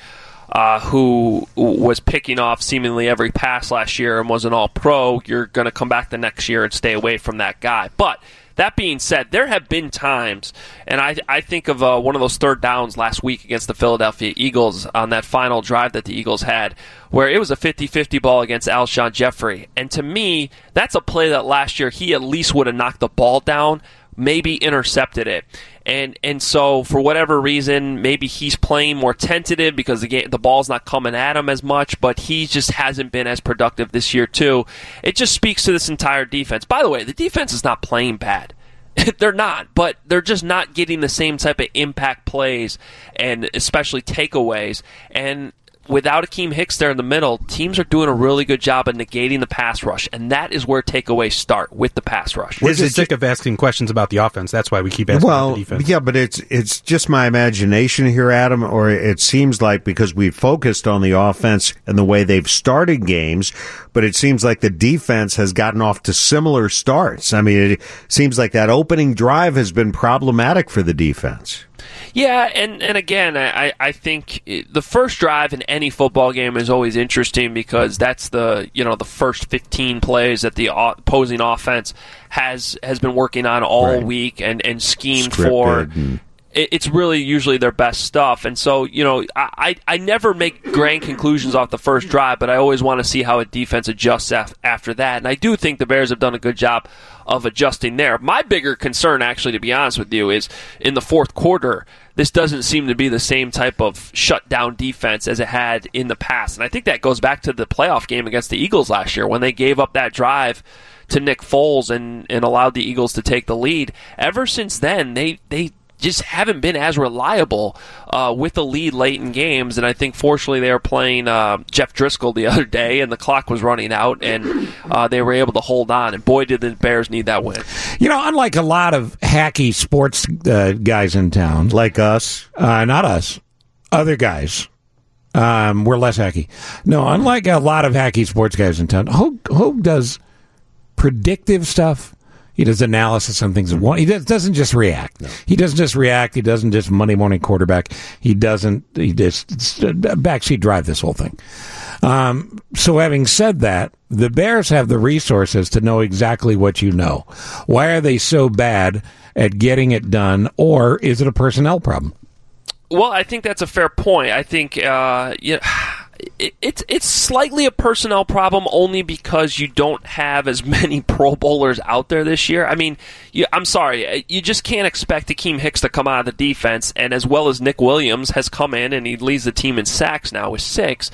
N: uh, who was picking off seemingly every pass last year and was an all pro, you're going to come back the next year and stay away from that guy. But that being said, there have been times, and I, I think of uh, one of those third downs last week against the Philadelphia Eagles on that final drive that the Eagles had, where it was a 50 50 ball against Alshon Jeffrey. And to me, that's a play that last year he at least would have knocked the ball down, maybe intercepted it. And, and so, for whatever reason, maybe he's playing more tentative because the, game, the ball's not coming at him as much, but he just hasn't been as productive this year, too. It just speaks to this entire defense. By the way, the defense is not playing bad. they're not, but they're just not getting the same type of impact plays and especially takeaways. And without Akeem Hicks there in the middle, teams are doing a really good job of negating the pass rush. And that is where takeaways start with the pass rush.
L: We're just sick of asking questions about the offense. That's why we keep asking
C: well,
L: about the defense.
C: yeah, but it's it's just my imagination here, Adam, or it seems like because we focused on the offense and the way they've started games, but it seems like the defense has gotten off to similar starts. I mean, it seems like that opening drive has been problematic for the defense.
N: Yeah, and, and again, I, I- I think it- the first drive in any football game is always interesting because that's the you know the first 15 plays that the o- opposing offense has has been working on all week and and schemed for
C: Scripted and-
N: it, it's really usually their best stuff. And so, you know, I, I, I never make grand conclusions off the first drive, but I always want to see how a defense adjusts af- after that. And I do think the Bears have done a good job of adjusting there. My bigger concern, actually, to be honest with you, is in the fourth quarter. This doesn't seem to be the same type of shutdown defense as it had in the past. And I think that goes back to the playoff game against the Eagles last year when they gave up that drive to Nick Foles and, and allowed the Eagles to take the lead. Ever since then, they, they just haven't been as reliable uh, with the lead late in games. And I think, fortunately, they were playing uh, Jeff Driscoll the other day, and the clock was running out, and uh, they were able to hold on. And boy, did the Bears need that win.
B: You know, unlike a lot of hacky sports uh, guys in town,
C: like us,
B: uh, not us, other guys, um, we're less hacky. No, unlike a lot of hacky sports guys in town, Hogue, Hogue does predictive stuff. He does analysis on things. at one- He does- doesn't just react. He doesn't just react. He doesn't just Monday morning quarterback. He doesn't. He just it's a backseat drive this whole thing. Um, so, having said that, the Bears have the resources to know exactly what you know. Why are they so bad at getting it done, or is it a personnel problem?
N: Well, I think that's a fair point. I think uh, you it, it's it's slightly a personnel problem only because you don't have as many Pro Bowlers out there this year. I mean, you, I'm sorry, uh, you just can't expect Akeem Hicks to come out of the defense, and as well as Nick Williams has come in and he leads the team in sacks now with six.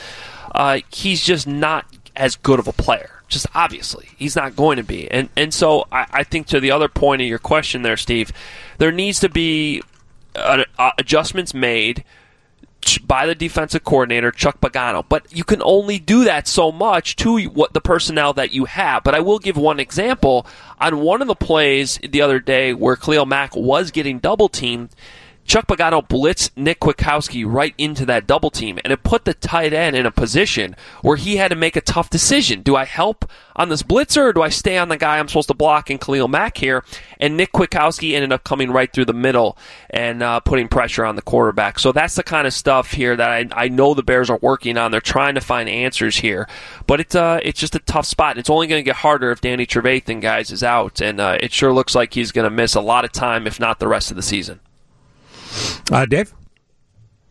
N: Uh, he's just not as good of a player. Just obviously, he's not going to be. And and so I, I think to the other point of your question there, Steve, there needs to be uh, uh, adjustments made ch- by the defensive coordinator Chuck Pagano. But you can only do that so much to what the personnel that you have. But I will give one example on one of the plays the other day where Cleo Mack was getting double teamed. Chuck Pagano blitzed Nick Kwiatkowski right into that double team, and it put the tight end in a position where he had to make a tough decision. Do I help on this blitzer, or do I stay on the guy I'm supposed to block in Khalil Mack here? And Nick Kwiatkowski ended up coming right through the middle and uh, putting pressure on the quarterback. So that's the kind of stuff here that I, I know the Bears are working on. They're trying to find answers here, but it's uh, it's just a tough spot. It's only going to get harder if Danny Trevathan guys is out, and uh, it sure looks like he's going to miss a lot of time, if not the rest of the season.
B: Uh, Dave?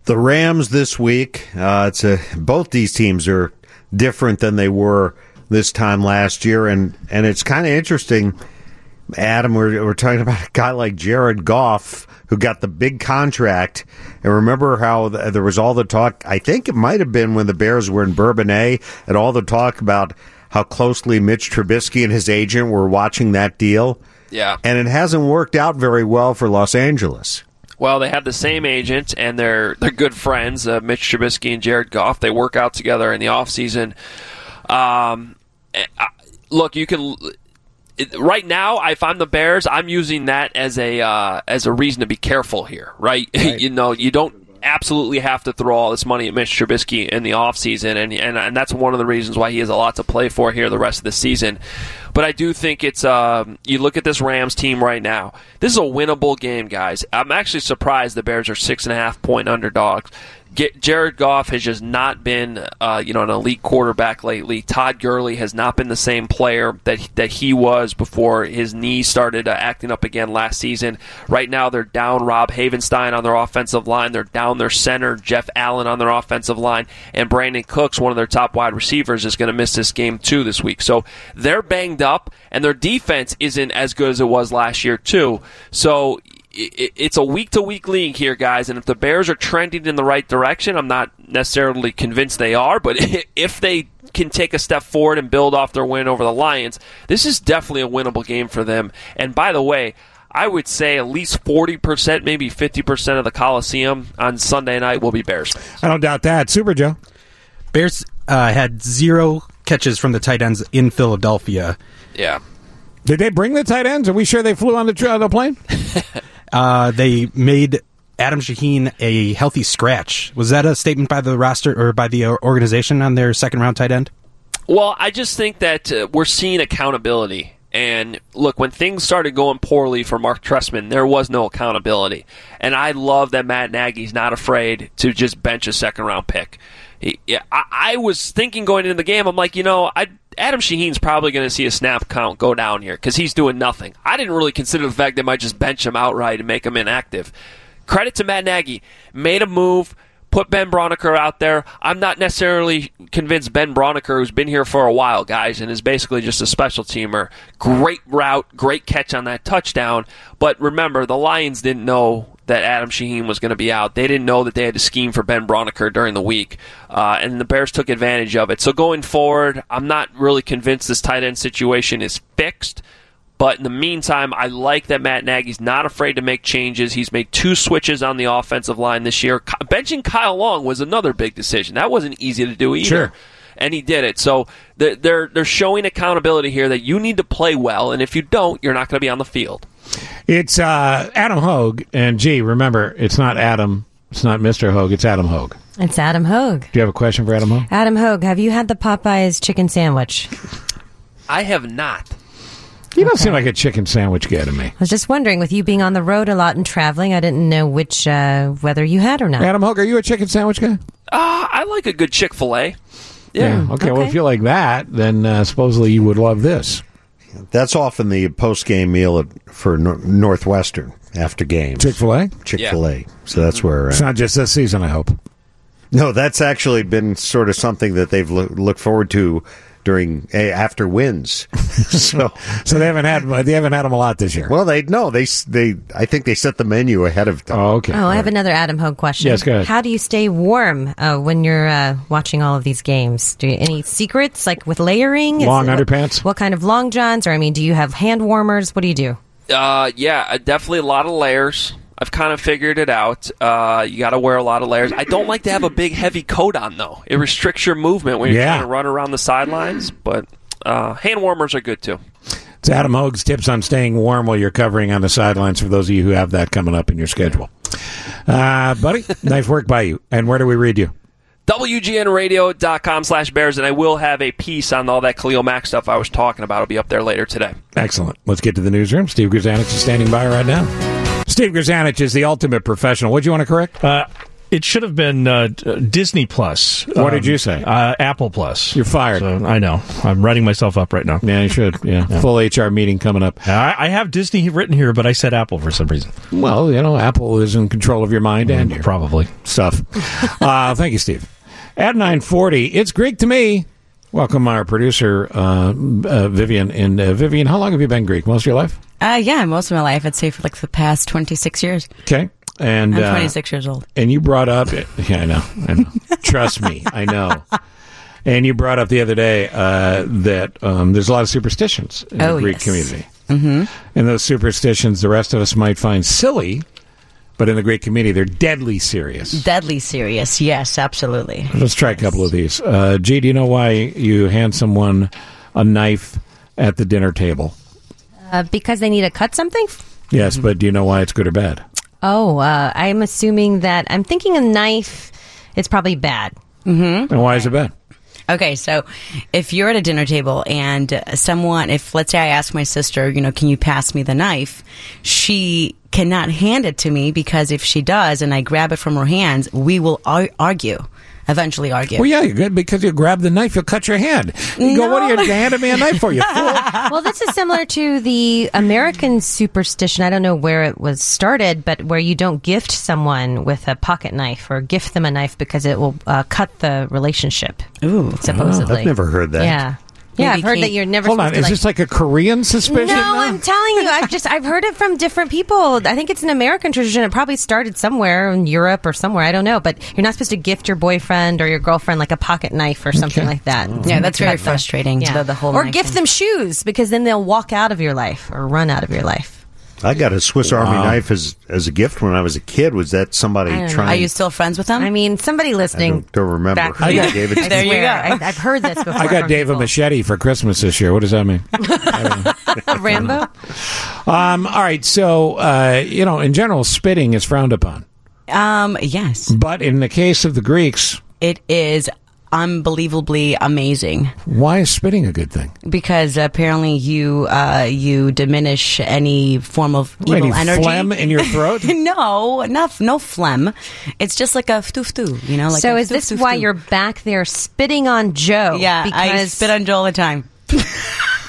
C: The Rams this week. Uh, it's a both these teams are different than they were this time last year, and and it's kind of interesting. Adam, we're, we're talking about a guy like Jared Goff who got the big contract, and remember how th there was all the talk. I think it might have been when the Bears were in Bourbonnais, and all the talk about how closely Mitch Trubisky and his agent were watching that deal.
N: Yeah.
C: and it hasn't worked out very well for Los Angeles.
N: Well, they have the same agent, and they're they're good friends, uh, Mitch Trubisky and Jared Goff. They work out together in the offseason. Um, eh, I- look, you can it- right now. If I'm the Bears, I'm using that as a uh, as a reason to be careful here, right? you know, you don't absolutely have to throw all this money at Mitch Trubisky in the offseason, and, and and that's one of the reasons why he has a lot to play for here the rest of the season. But I do think it's um, you look at this Rams team right now. This is a winnable game, guys. I'm actually surprised the Bears are six and a half point underdogs. Get, Jared Goff has just not been, uh, you know, an elite quarterback lately. Todd Gurley has not been the same player that that he was before his knee started uh, acting up again last season. Right now, they're down Rob Havenstein on their offensive line. They're down their center Jeff Allen on their offensive line, and Brandon Cooks, one of their top wide receivers, is going to miss this game too this week. So they're banged up, and their defense isn't as good as it was last year too. So it, it's a week to week league here, guys. And if the Bears are trending in the right direction, I'm not necessarily convinced they are, but if they can take a step forward and build off their win over the Lions, this is definitely a winnable game for them. And by the way, I would say at least 40%, maybe 50% of the Coliseum on Sunday night will be Bears.
B: I don't doubt that. Super Joe.
L: Bears uh, had zero catches from the tight ends in Philadelphia.
N: Yeah.
B: Did they bring the tight ends? Are we sure they flew on the, tr- on the plane?
L: Uh, they made Adam Shaheen a healthy scratch. Was that a statement by the roster or by the uh, organization on their second round tight end?
N: Well, I just think that uh, we're seeing accountability. And look, when things started going poorly for Mark Tressman, there was no accountability. And I love that Matt Nagy's not afraid to just bench a second round pick. He- yeah, I, I was thinking going into the game, I'm like, you know, I, Adam Shaheen's probably going to see a snap count go down here because he's doing nothing. I didn't really consider the fact they might just bench him outright and make him inactive. Credit to Matt Nagy, made a move put Ben Broniker out there. I'm not necessarily convinced Ben Broniker, who's been here for a while, guys, and is basically just a special teamer. Great route, great catch on that touchdown. But remember, the Lions didn't know that Adam Shaheen was going to be out. They didn't know that they had to scheme for Ben Broniker during the week, uh, and the Bears took advantage of it. So going forward, I'm not really convinced this tight end situation is fixed. But in the meantime, I like that Matt Nagy's not afraid to make changes. He's made two switches on the offensive line this year. Ky- Benching Kyle Long was another big decision. That wasn't easy to do either.
B: Sure.
N: And he did it. So they're, they're they're showing accountability here that you need to play well, and if you don't, you're not going to be on the field.
B: It's uh, Adam Hogue. And gee, remember, it's not Adam. It's not Mr. Hogue. It's Adam Hogue.
D: It's Adam Hogue.
B: Do you have a question for Adam Hogue?
D: Adam Hogue, have you had the Popeyes chicken sandwich?
N: I have not.
B: You don't seem like a chicken sandwich guy to me.
D: I was just wondering, with you being on the road a lot and traveling, I didn't know which uh, whether you had or not.
B: Adam Hogue, are you a chicken sandwich guy?
N: Uh, I like a good Chick Fil A. Yeah.
B: Okay, Well, if you like that, then uh, supposedly you would love this.
C: That's often the post game meal at, for Nor- Northwestern after games. Chick
B: fil A?
C: Chick fil A. So that's where.
B: It's not just this season, I hope.
C: No, that's actually been sort of something that they've loo- looked forward to during eh, after wins. so,
B: so they haven't had they haven't had them a lot this year.
C: Well, they no, they s- they I think they set the menu ahead of time. Oh,
B: okay.
D: Oh, I have another Adam Hogue question.
C: Yes, go ahead.
D: How do you stay warm uh, when you're uh, watching all of these games? Do you any secrets like with layering?
B: Long
D: what-
B: underpants?
D: What kind of long johns? Or I mean, do you have hand warmers? What do you do?
N: Uh, yeah, uh, definitely a lot of layers. I've kind of figured it out. Uh, you got to wear a lot of layers. I don't like to have a big heavy coat on though. It restricts your movement when you're
B: Yeah.
N: trying to run around the sidelines. But uh, hand warmers are good too.
B: It's Adam Hogue's tips on staying warm while you're covering on the sidelines for those of you who have that coming up in your schedule. Uh, buddy, nice work by you. And where do we read you?
N: WGNradio.com slash bears, and I will have a piece on all that Khalil Mack stuff I was talking about. It'll be up there later today.
B: Excellent. Let's get to the newsroom. Steve Grzanich is standing by right now. Steve Grzanich is the ultimate professional. What do you want to correct?
E: Uh, it should have been uh, D- Disney Plus.
B: What did you say?
E: Uh, Apple Plus.
B: You're fired.
E: I know. I'm writing myself up right now.
B: Yeah, you should. Yeah. Full HR meeting coming up.
E: I, I have Disney written here, but I said Apple for some reason.
B: Well, you know, Apple is in control of your mind and your
E: probably
B: stuff. uh, thank you, Steve. At nine forty, it's Greek to me. Welcome, our producer uh, uh, Vivian. And uh, Vivian, how long have you been Greek? Most of your life,
Q: Uh, yeah, most of my life, I'd say for like the past 26 years.
B: okay? And
Q: I'm
B: uh,
Q: 26 years old.
B: And you brought up, yeah, I know, I know. Trust me, I know. And you brought up the other day uh, that um, there's a lot of superstitions in
Q: Oh,
B: the
Q: yes.
B: Greek community.
Q: Mm-hmm.
B: And those superstitions, the rest of us might find silly, but in the Greek community, they're deadly serious.
Q: Deadly serious. Yes, absolutely.
B: Let's try a couple of these. Uh, G, do you know why you hand someone a knife at the dinner table?
D: Uh, because they need to cut something.
B: Yes,
Q: Mm-hmm.
B: but do you know why it's good or bad?
D: Oh, uh, I'm assuming that I'm thinking a knife. It's probably bad. Mm-hmm.
B: And why is it bad?
Q: Okay, so if you're at a dinner table and uh, someone, if let's say I ask my sister, you know, can you pass me the knife? She cannot hand it to me because if she does and I grab it from her hands, we will ar- argue, eventually argue.
B: Well, yeah, you're good because you grab the knife, you'll cut your hand. You go,
Q: No.
B: what are you handing me a knife for? You fool.
D: well, this is similar to the American superstition. I don't know where it was started, but where you don't gift someone with a pocket knife or gift them a knife because it will uh, cut the relationship.
Q: Ooh,
B: Oh.
D: supposedly.
C: I've never heard that.
D: Yeah. Yeah, I've heard that you're never.
B: Hold on,
D: supposed
B: is
D: to,
B: this like a Korean
D: No,
B: suspicion?
D: I'm telling you, I've just I've heard it from different people. I think it's an American tradition. It probably started somewhere in Europe or somewhere. I don't know, but you're not supposed to gift your boyfriend or your girlfriend like a pocket knife or something like that.
B: Oh.
Q: Yeah, that's very frustrating. The, the whole
D: or
Q: knife
D: gift them shoes because then they'll walk out of your life or run out of your life.
C: I got a Swiss Army
Q: Wow.
C: knife as as a gift when I was a kid. Was that somebody
D: I don't know.
C: trying?
D: Are you
Q: still friends with them?
D: I mean, somebody listening.
C: don't, don't remember.
D: Back
C: who
D: then.
C: gave it to
D: I
C: me.
D: swear, I, I've heard this before.
B: I got Dave a machete for Christmas this year. What does that mean?
D: Rambo.
B: Um, all right, so uh, you know, in general, spitting is frowned upon,
Q: Um, yes.
B: but in the case of the Greeks,
Q: it is unbelievably amazing.
B: Why is spitting a good thing?
Q: Because apparently you uh, you diminish any form of
B: What,
Q: evil
B: any
Q: energy.
B: phlegm in your throat?
Q: no, enough, no phlegm. It's just like a ftoof ftoo, you know. Like
D: so
Q: a
D: is
Q: ftoof
D: this
Q: ftoof
D: why
Q: ftoo.
D: you're back there spitting on Joe?
Q: Yeah,
D: because
Q: I spit on Joe all the time.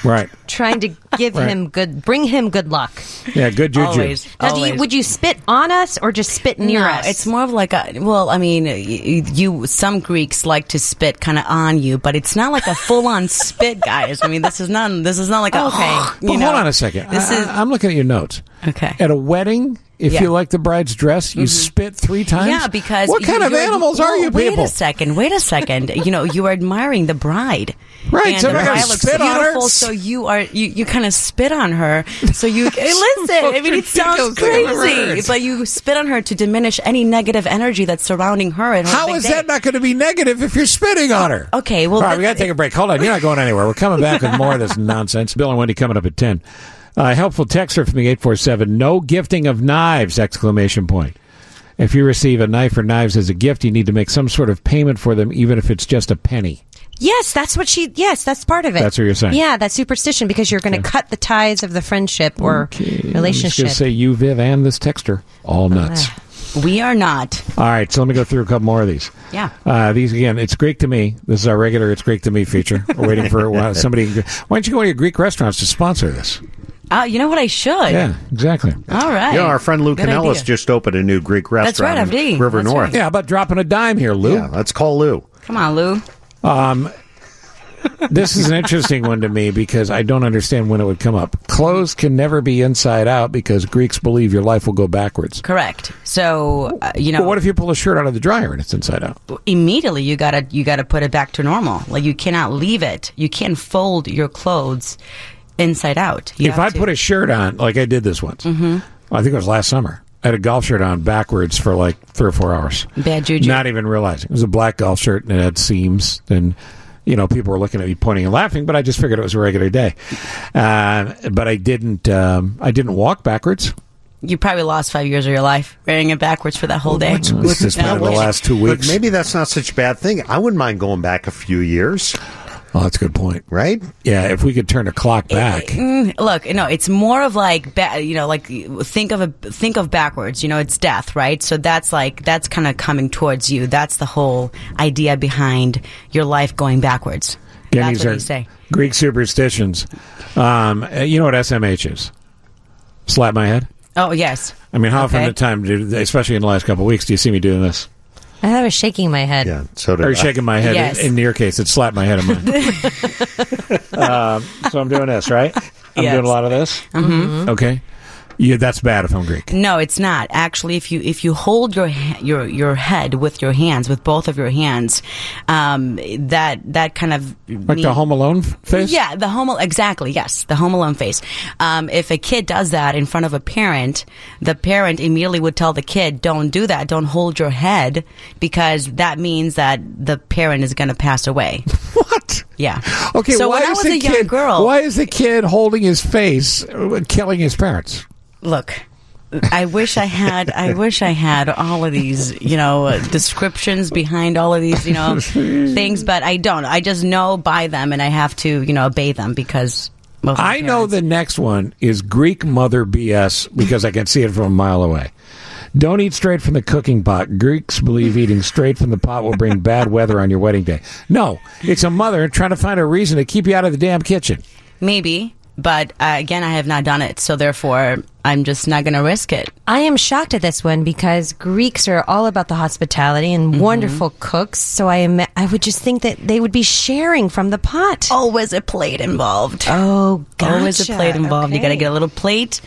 B: right?
D: trying to give
B: Right.
D: him good, bring him good luck.
B: Yeah, good juju.
Q: Always.
D: Now, do you, would you spit on us or just spit near
Q: No,
D: us?
Q: it's more of like a well. I mean, you, you some Greeks like to spit kind of on you, but it's not like a full on spit, guys. I mean, this is not this is not like a okay.
B: But hold on a second.
Q: This
B: I,
Q: is-
B: I- I'm looking at your notes.
Q: Okay.
B: At a wedding, if
Q: Yeah. Mm-hmm.
B: you like the bride's dress, you spit three times.
Q: Yeah, because
B: what kind
Q: you-
B: of
Q: you're-
B: animals are
Q: well,
B: you
Q: Wait
B: people?
Q: a second, wait a second. you know, you are admiring the bride,
B: Right,
Q: And
B: so
Q: the
B: they're gonna
Q: bride looks
B: spit on her?
Q: beautiful, so you are you, you kind of spit on her. So you hey, listen. I mean, it sounds
B: ridiculous thing I've ever
Q: crazy,
B: heard.
Q: but you spit on her to diminish any negative energy that's surrounding her. And her
B: How
Q: big
B: is
Q: day.
B: that not going to be negative if you're spitting on her?
Q: Okay, well,
B: All right, we got to take a break. Hold on, you're not going anywhere. We're coming back with more of this nonsense. Bill and Wendy coming up at ten. Uh, helpful texter from the eight four seven. No gifting of knives! Exclamation point. If you receive a knife or knives as a gift, you need to make some sort of payment for them, even if it's just a penny.
D: yes, that's what she. Yes, that's part of it.
B: That's what you're saying.
D: Yeah, that's superstition because you're going to cut the ties of the friendship or
B: I'm
D: relationship.
B: just going to say you, Viv, and this texter. All nuts.
Q: We are not.
B: All right, so let me go through a couple more of these.
Q: Yeah.
B: Uh, these again. It's Greek to me. This is our regular. It's Greek to me feature. We're waiting for uh, somebody. Why don't you go to your Greek restaurants to sponsor this?
Q: Uh, you know what? I should.
B: Yeah, exactly.
Q: All right.
C: You know, our friend Lou
Q: Good
C: Canellis
Q: idea.
C: just opened a new Greek
Q: That's
C: restaurant
Q: right,
C: in
Q: FD.
C: River
Q: That's
C: North.
Q: right.
B: Yeah, about dropping a dime here, Lou.
C: Yeah, let's call Lou.
Q: Come on, Lou.
B: Um, this is an interesting one to me because I don't understand when it would come up. Clothes can never be inside out because Greeks believe your life will go backwards.
Q: Correct. So uh, you know,
B: Well, what if you pull a shirt out of the dryer and it's inside out?
Q: immediately you gotta you gotta put it back to normal. Like you cannot leave it. You can't fold your clothes inside out. You
B: if I put a shirt on, like I did this once,
Q: Mm-hmm.
B: I think it was last summer. I had a golf shirt on backwards for like three or four hours.
Q: Bad juju.
B: Not even realizing. It was a black golf shirt and it had seams. And, you know, people were looking at me pointing and laughing, but I just figured it was a regular day. Uh, but I didn't, um, I didn't walk backwards.
Q: you probably lost five years of your life wearing it backwards for that whole day.
B: What's this been in the last two weeks?
C: But maybe that's not such a bad thing. I wouldn't mind going back a few years,
B: Oh, that's a good point.
C: right?
B: Yeah, if we could turn a clock back.
Q: Mm, look, no, it's more of like ba- you know, like think of a think of backwards. You know, it's death, right? So that's like that's kind of coming towards you. That's the whole idea behind your life going backwards.
B: Again,
Q: that's
B: these
Q: what
B: are
Q: they say.
B: Greek superstitions. Um, uh, you know what SMH is? Slap my head.
Q: Oh yes.
B: I mean, how often
Q: Okay.
B: at a time, do, especially in the last couple of weeks, do you see me doing this?
D: I thought I was shaking my head.
C: Yeah, so did
B: Or
C: I.
B: shaking my head.
D: Yes.
B: In, in your case, it slapped my head in mine. um, so I'm doing this, right? I'm
Q: Yes.
B: doing a lot of this. Mm-hmm.
Q: Mhm.
B: Okay. Yeah, that's bad if I'm Greek.
Q: No, it's not. Actually, if you if you hold your ha- your your head with your hands, with both of your hands, um, that that kind of
B: Like the Home Alone f- face?
Q: Yeah, the home Al- exactly. Yes, the Home Alone face. Um, if a kid does that in front of a parent, the parent immediately would tell the kid, "Don't do that. Don't hold your head," because that means that the parent is going to pass away.
B: What?
Q: Yeah.
B: Okay,
Q: So
B: why
Q: when I
B: is
Q: was
B: the
Q: a young
B: kid,
Q: girl-
B: Why is the kid holding his face, uh, killing his parents?
Q: Look, I wish I had. I wish I had all of these, you know, descriptions behind all of these, you know, things. But I don't. I just know by them, and I have to, you know, obey them because. Well,
B: I know the next one is Greek mother BS because I can see it from a mile away. Don't eat straight from the cooking pot. Greeks believe eating straight from the pot will bring bad weather on your wedding day. No, it's a mother trying to find a reason to keep you out of the damn kitchen.
Q: Maybe, but uh, again, I have not done it, so therefore, I'm just not going to risk it.
D: I am shocked at this one because Greeks are all about the hospitality and
Q: Mm-hmm.
D: wonderful cooks. So I am, I would just think that they would be sharing from the pot.
Q: Always a plate involved.
D: Oh, gotcha.
Q: Always a plate involved. You got to get a little plate,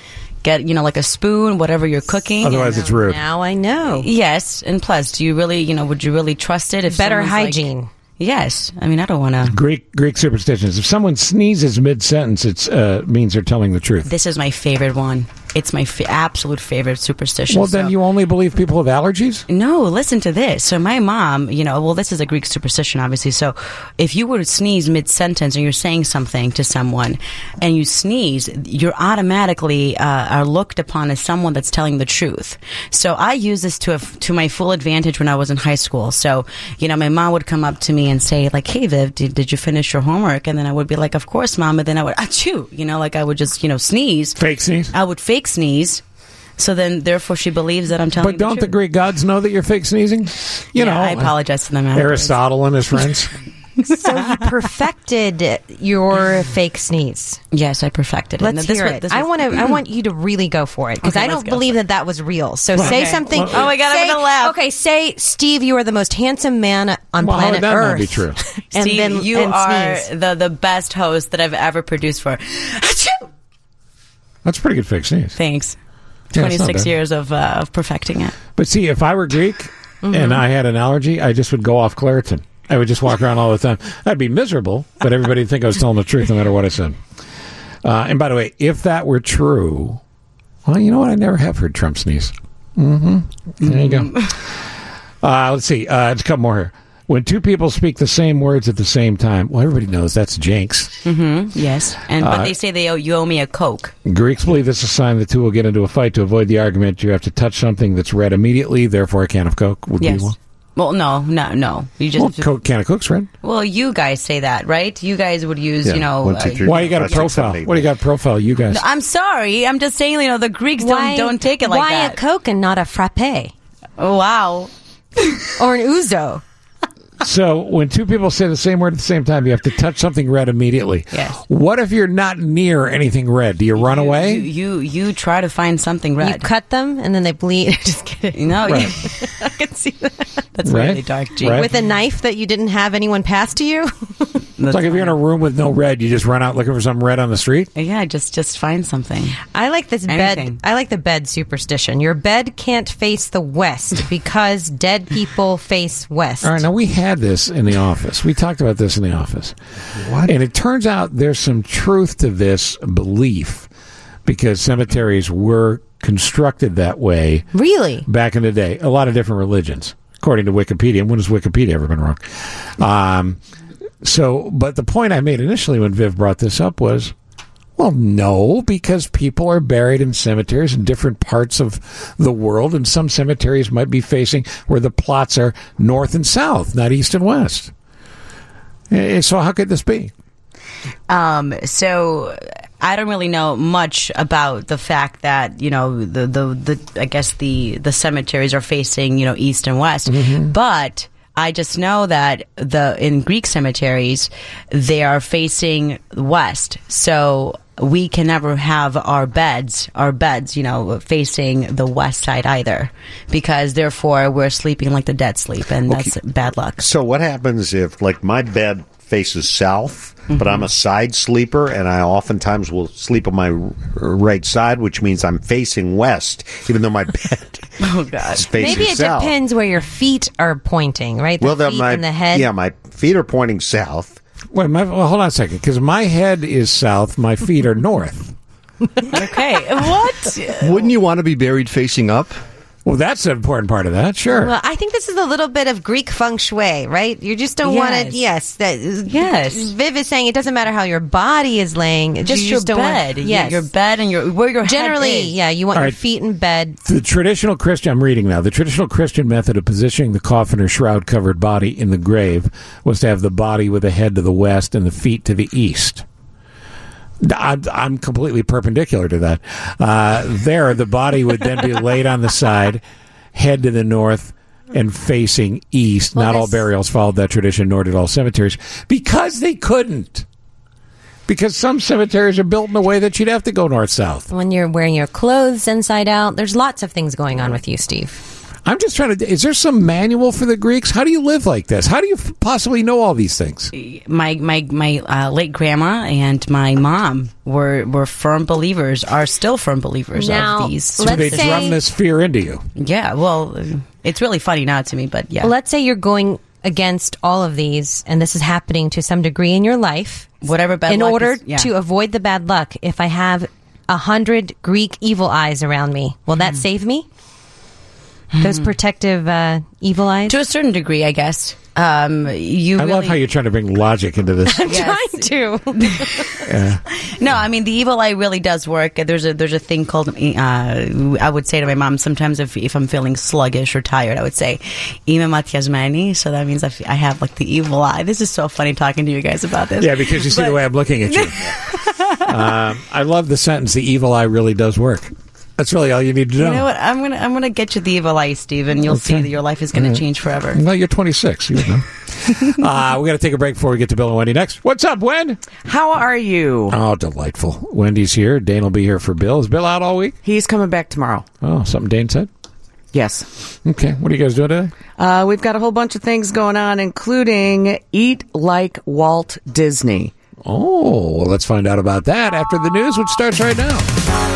Q: get you know like a spoon, whatever you're cooking.
B: Otherwise, it's rude.
Q: Now I know. Yes, and plus, do you really you know would you really trust it if
D: Better
Q: someone's like-
D: hygiene.
Q: yes, I mean I don't want to.
B: Greek Greek superstitions. If someone sneezes mid sentence, it uh, means they're telling the truth.
Q: This is my favorite one. It's my f- absolute favorite superstition.
B: Well, then you only believe people with allergies?
Q: No, listen to this. So my mom, you know, well, this is a Greek superstition, obviously. So if you were to sneeze mid sentence and you're saying something to someone, and you sneeze, you're automatically uh, are looked upon as someone that's telling the truth. So I use this to a f to my full advantage when I was in high school. So you know, my mom would come up to me and say like, "Hey, Viv, did, did you finish your homework?" And then I would be like, "Of course, mom." And then I would achoo, you know, like I would just you know sneeze,
B: fake sneeze.
Q: I would fake sneeze. So then, therefore, she believes that I'm telling.
B: But don't the Greek gods know that you're fake sneezing? You
Q: Yeah,
B: know,
Q: I apologize to them afterwards.
B: Aristotle and his friends.
D: so you perfected your fake sneeze.
Q: Yes, I perfected it.
D: Let's
Q: Now, this
D: hear
Q: one-
D: it.
Q: this
D: I
Q: was-
D: want to. I want you to really go for it because
Q: Okay,
D: I don't
Q: let's go
D: believe that that was real. So
Q: Well,
D: say
Q: okay.
D: something.
Q: Well, Oh my God, I'm
D: say,
Q: gonna laugh.
D: Okay, say Steve, you are the most handsome man on
Q: Well, how
D: planet
Q: would that
D: Earth.
Q: not be true?
D: And
Q: Steve,
D: then
Q: you
D: and
Q: are
D: sneeze.
Q: the the best host that I've ever produced for.
B: That's a pretty good fake sneeze.
Q: Thanks.
B: Yeah, it's not
Q: Twenty six
B: bad.
Q: years of uh, of perfecting it.
B: But see, if I were Greek and I had an allergy, I just would go off Claritin. I would just walk around all the time. I'd be miserable, but everybody would think I was telling the truth no matter what I said. Uh, and by the way, if that were true, well, you know what? I never have heard Trump sneeze.
A: Mm-hmm.
B: There you go. Uh, let's see. Uh, it's a couple more here. When two people speak the same words at the same time, well, everybody knows that's jinx.
Q: Mm-hmm. Yes, and
B: Uh,
Q: but they say they owe you owe me a coke.
B: Greeks believe this is a sign the two will get into a fight. To avoid the argument, you have to touch something that's red immediately. Therefore, a can of Coke would
Q: Yes.
B: be one.
Q: Well, no, no, no. You just
B: Well, Coke, can of Coke's red.
Q: well, you guys say that, right? You guys would use, you know. uh,
B: Why you got a profile? What do you got profile? You guys.
Q: No, I'm sorry. I'm just saying, you know, the Greeks
D: Why-
Q: don't don't take it like
D: why
Q: that.
D: a Coke and not a frappe?
Q: Wow.
D: or an ouzo.
B: so when two people say the same word at the same time, you have to touch something red immediately.
Q: Yes.
B: What if you're not near anything red? Do you run away?
Q: You, you you try to find something red.
D: You cut them and then they bleed. Just kidding.
Q: No,
B: Right.
D: I can see that.
Q: That's
B: Right.
Q: really dark, G.
B: Right.
D: With a knife that you didn't have anyone pass to you.
B: it's like if you're in a room with no red, you just run out looking for something red on the street.
Q: Yeah, just just find something.
D: I like this
Q: Anything.
D: bed. I like the bed superstition. Your bed can't face the west because dead people face west.
B: All right, now we had this in the office. We talked about this in the office. What? And it turns out there's some truth to this belief because cemeteries were constructed that way.
D: Really?
B: Back in the day, a lot of different religions, according to Wikipedia. And when has Wikipedia ever been wrong? Um, so, but the point I made initially when Viv brought this up was. Well, no, because people are buried in cemeteries in different parts of the world, and some cemeteries might be facing where the plots are north and south, not east and west. Eh, So, how could this be?
Q: Um, so I don't really know much about the fact that you know the the, the I guess the the cemeteries are facing you know east and west, but. I just know that the in Greek cemeteries they are facing west, so we can never have our beds, our beds, you know, facing the west side either, because therefore we're sleeping like the dead sleep, and that's bad luck.
C: So what happens if, like, my bed faces south,
D: Mm-hmm.
C: but I'm a side sleeper, and I oftentimes will sleep on my r- right side, which means I'm facing west, even though my bed
Q: oh, God.
C: is facing
D: Maybe it
C: south.
D: depends where your feet are pointing, right? The
C: well, then
D: feet
C: my
D: and the head.
C: yeah, my feet are pointing south.
B: Wait, my, well, hold on a second, because my head is south, my feet are north.
Q: Okay, what?
R: Wouldn't you want to be buried facing up?
B: Well, that's an important part of that. Sure.
D: Well, I think this is a little bit of Greek feng shui, right? You just don't want
Q: Yes.
D: to. Yes, that, yes. Viv is saying it doesn't matter how your body is laying; it just
Q: Just
D: you
Q: your
D: just don't
Q: bed.
D: Want,
Q: Y-
D: yes,
Q: your
D: bed and your where your
Q: head
D: generally,
Q: is.
D: yeah, you want
B: All
D: your
B: right.
D: feet in bed.
B: The traditional Christian, I'm reading now, the traditional Christian method of positioning the coffin or shroud covered body in the grave was to have the body with the head to the west and the feet to the east. I'm, I'm completely perpendicular to that. Uh, there, the body would then be laid on the side, head to the north, and facing east. Not all burials followed that tradition, nor did all cemeteries, because they couldn't. Because some cemeteries are built in a way that you'd have to go north south.
D: When you're wearing your clothes inside out, there's lots of things going on with you, Steve.
B: I'm just trying to. Is there some manual for the Greeks? How do you live like this? How do you f- possibly know all these things?
Q: my my my uh, late grandma and my mom were were firm believers. Are still firm believers
D: Now,
Q: of these.
D: So let's they say- drum this
B: fear into you.
Q: Yeah. Well, it's really funny now to me, but yeah.
D: Let's say you're going against all of these, and this is happening to some degree in your life.
Q: Whatever bad
D: in
Q: luck
D: order
Q: is- yeah.
D: to avoid the bad luck, if I have a hundred Greek evil eyes around me, will
Q: Hmm.
D: that save me? Those protective uh, evil eyes,
Q: to a certain degree, I guess. Um, you.
B: I love
Q: really-
B: how you're trying to bring logic into this.
Q: Yes.
D: trying to.
B: Yeah.
Q: no, I mean the evil eye really does work. There's a there's a thing called uh, I would say to my mom sometimes if if I'm feeling sluggish or tired, I would say "Ima matiasmani," so that means I f- I have like the evil eye. This is so funny talking to you guys about this.
B: yeah, because you see the way I'm looking at you. um, I love the sentence. The evil eye really does work. That's really all you need to know.
Q: You know what? I'm gonna I'm gonna get you the evil eye, Steve, and you'll see
B: Okay.
Q: that your life is gonna
B: All right.
Q: change forever.
B: No, you're 26. You would know. uh, we got to take a break before we get to Bill and Wendy next. What's up, Wen?
R: How are you?
B: Oh, delightful. Wendy's here. Dane will be here for Bill. Is Bill out all week?
R: He's coming back tomorrow.
B: Oh, something Dane said?
R: Yes.
B: Okay. What are you guys doing today?
R: Uh, we've got a whole bunch of things going on, including Eat Like Walt Disney.
B: Oh, well, let's find out about that after the news, which starts right now.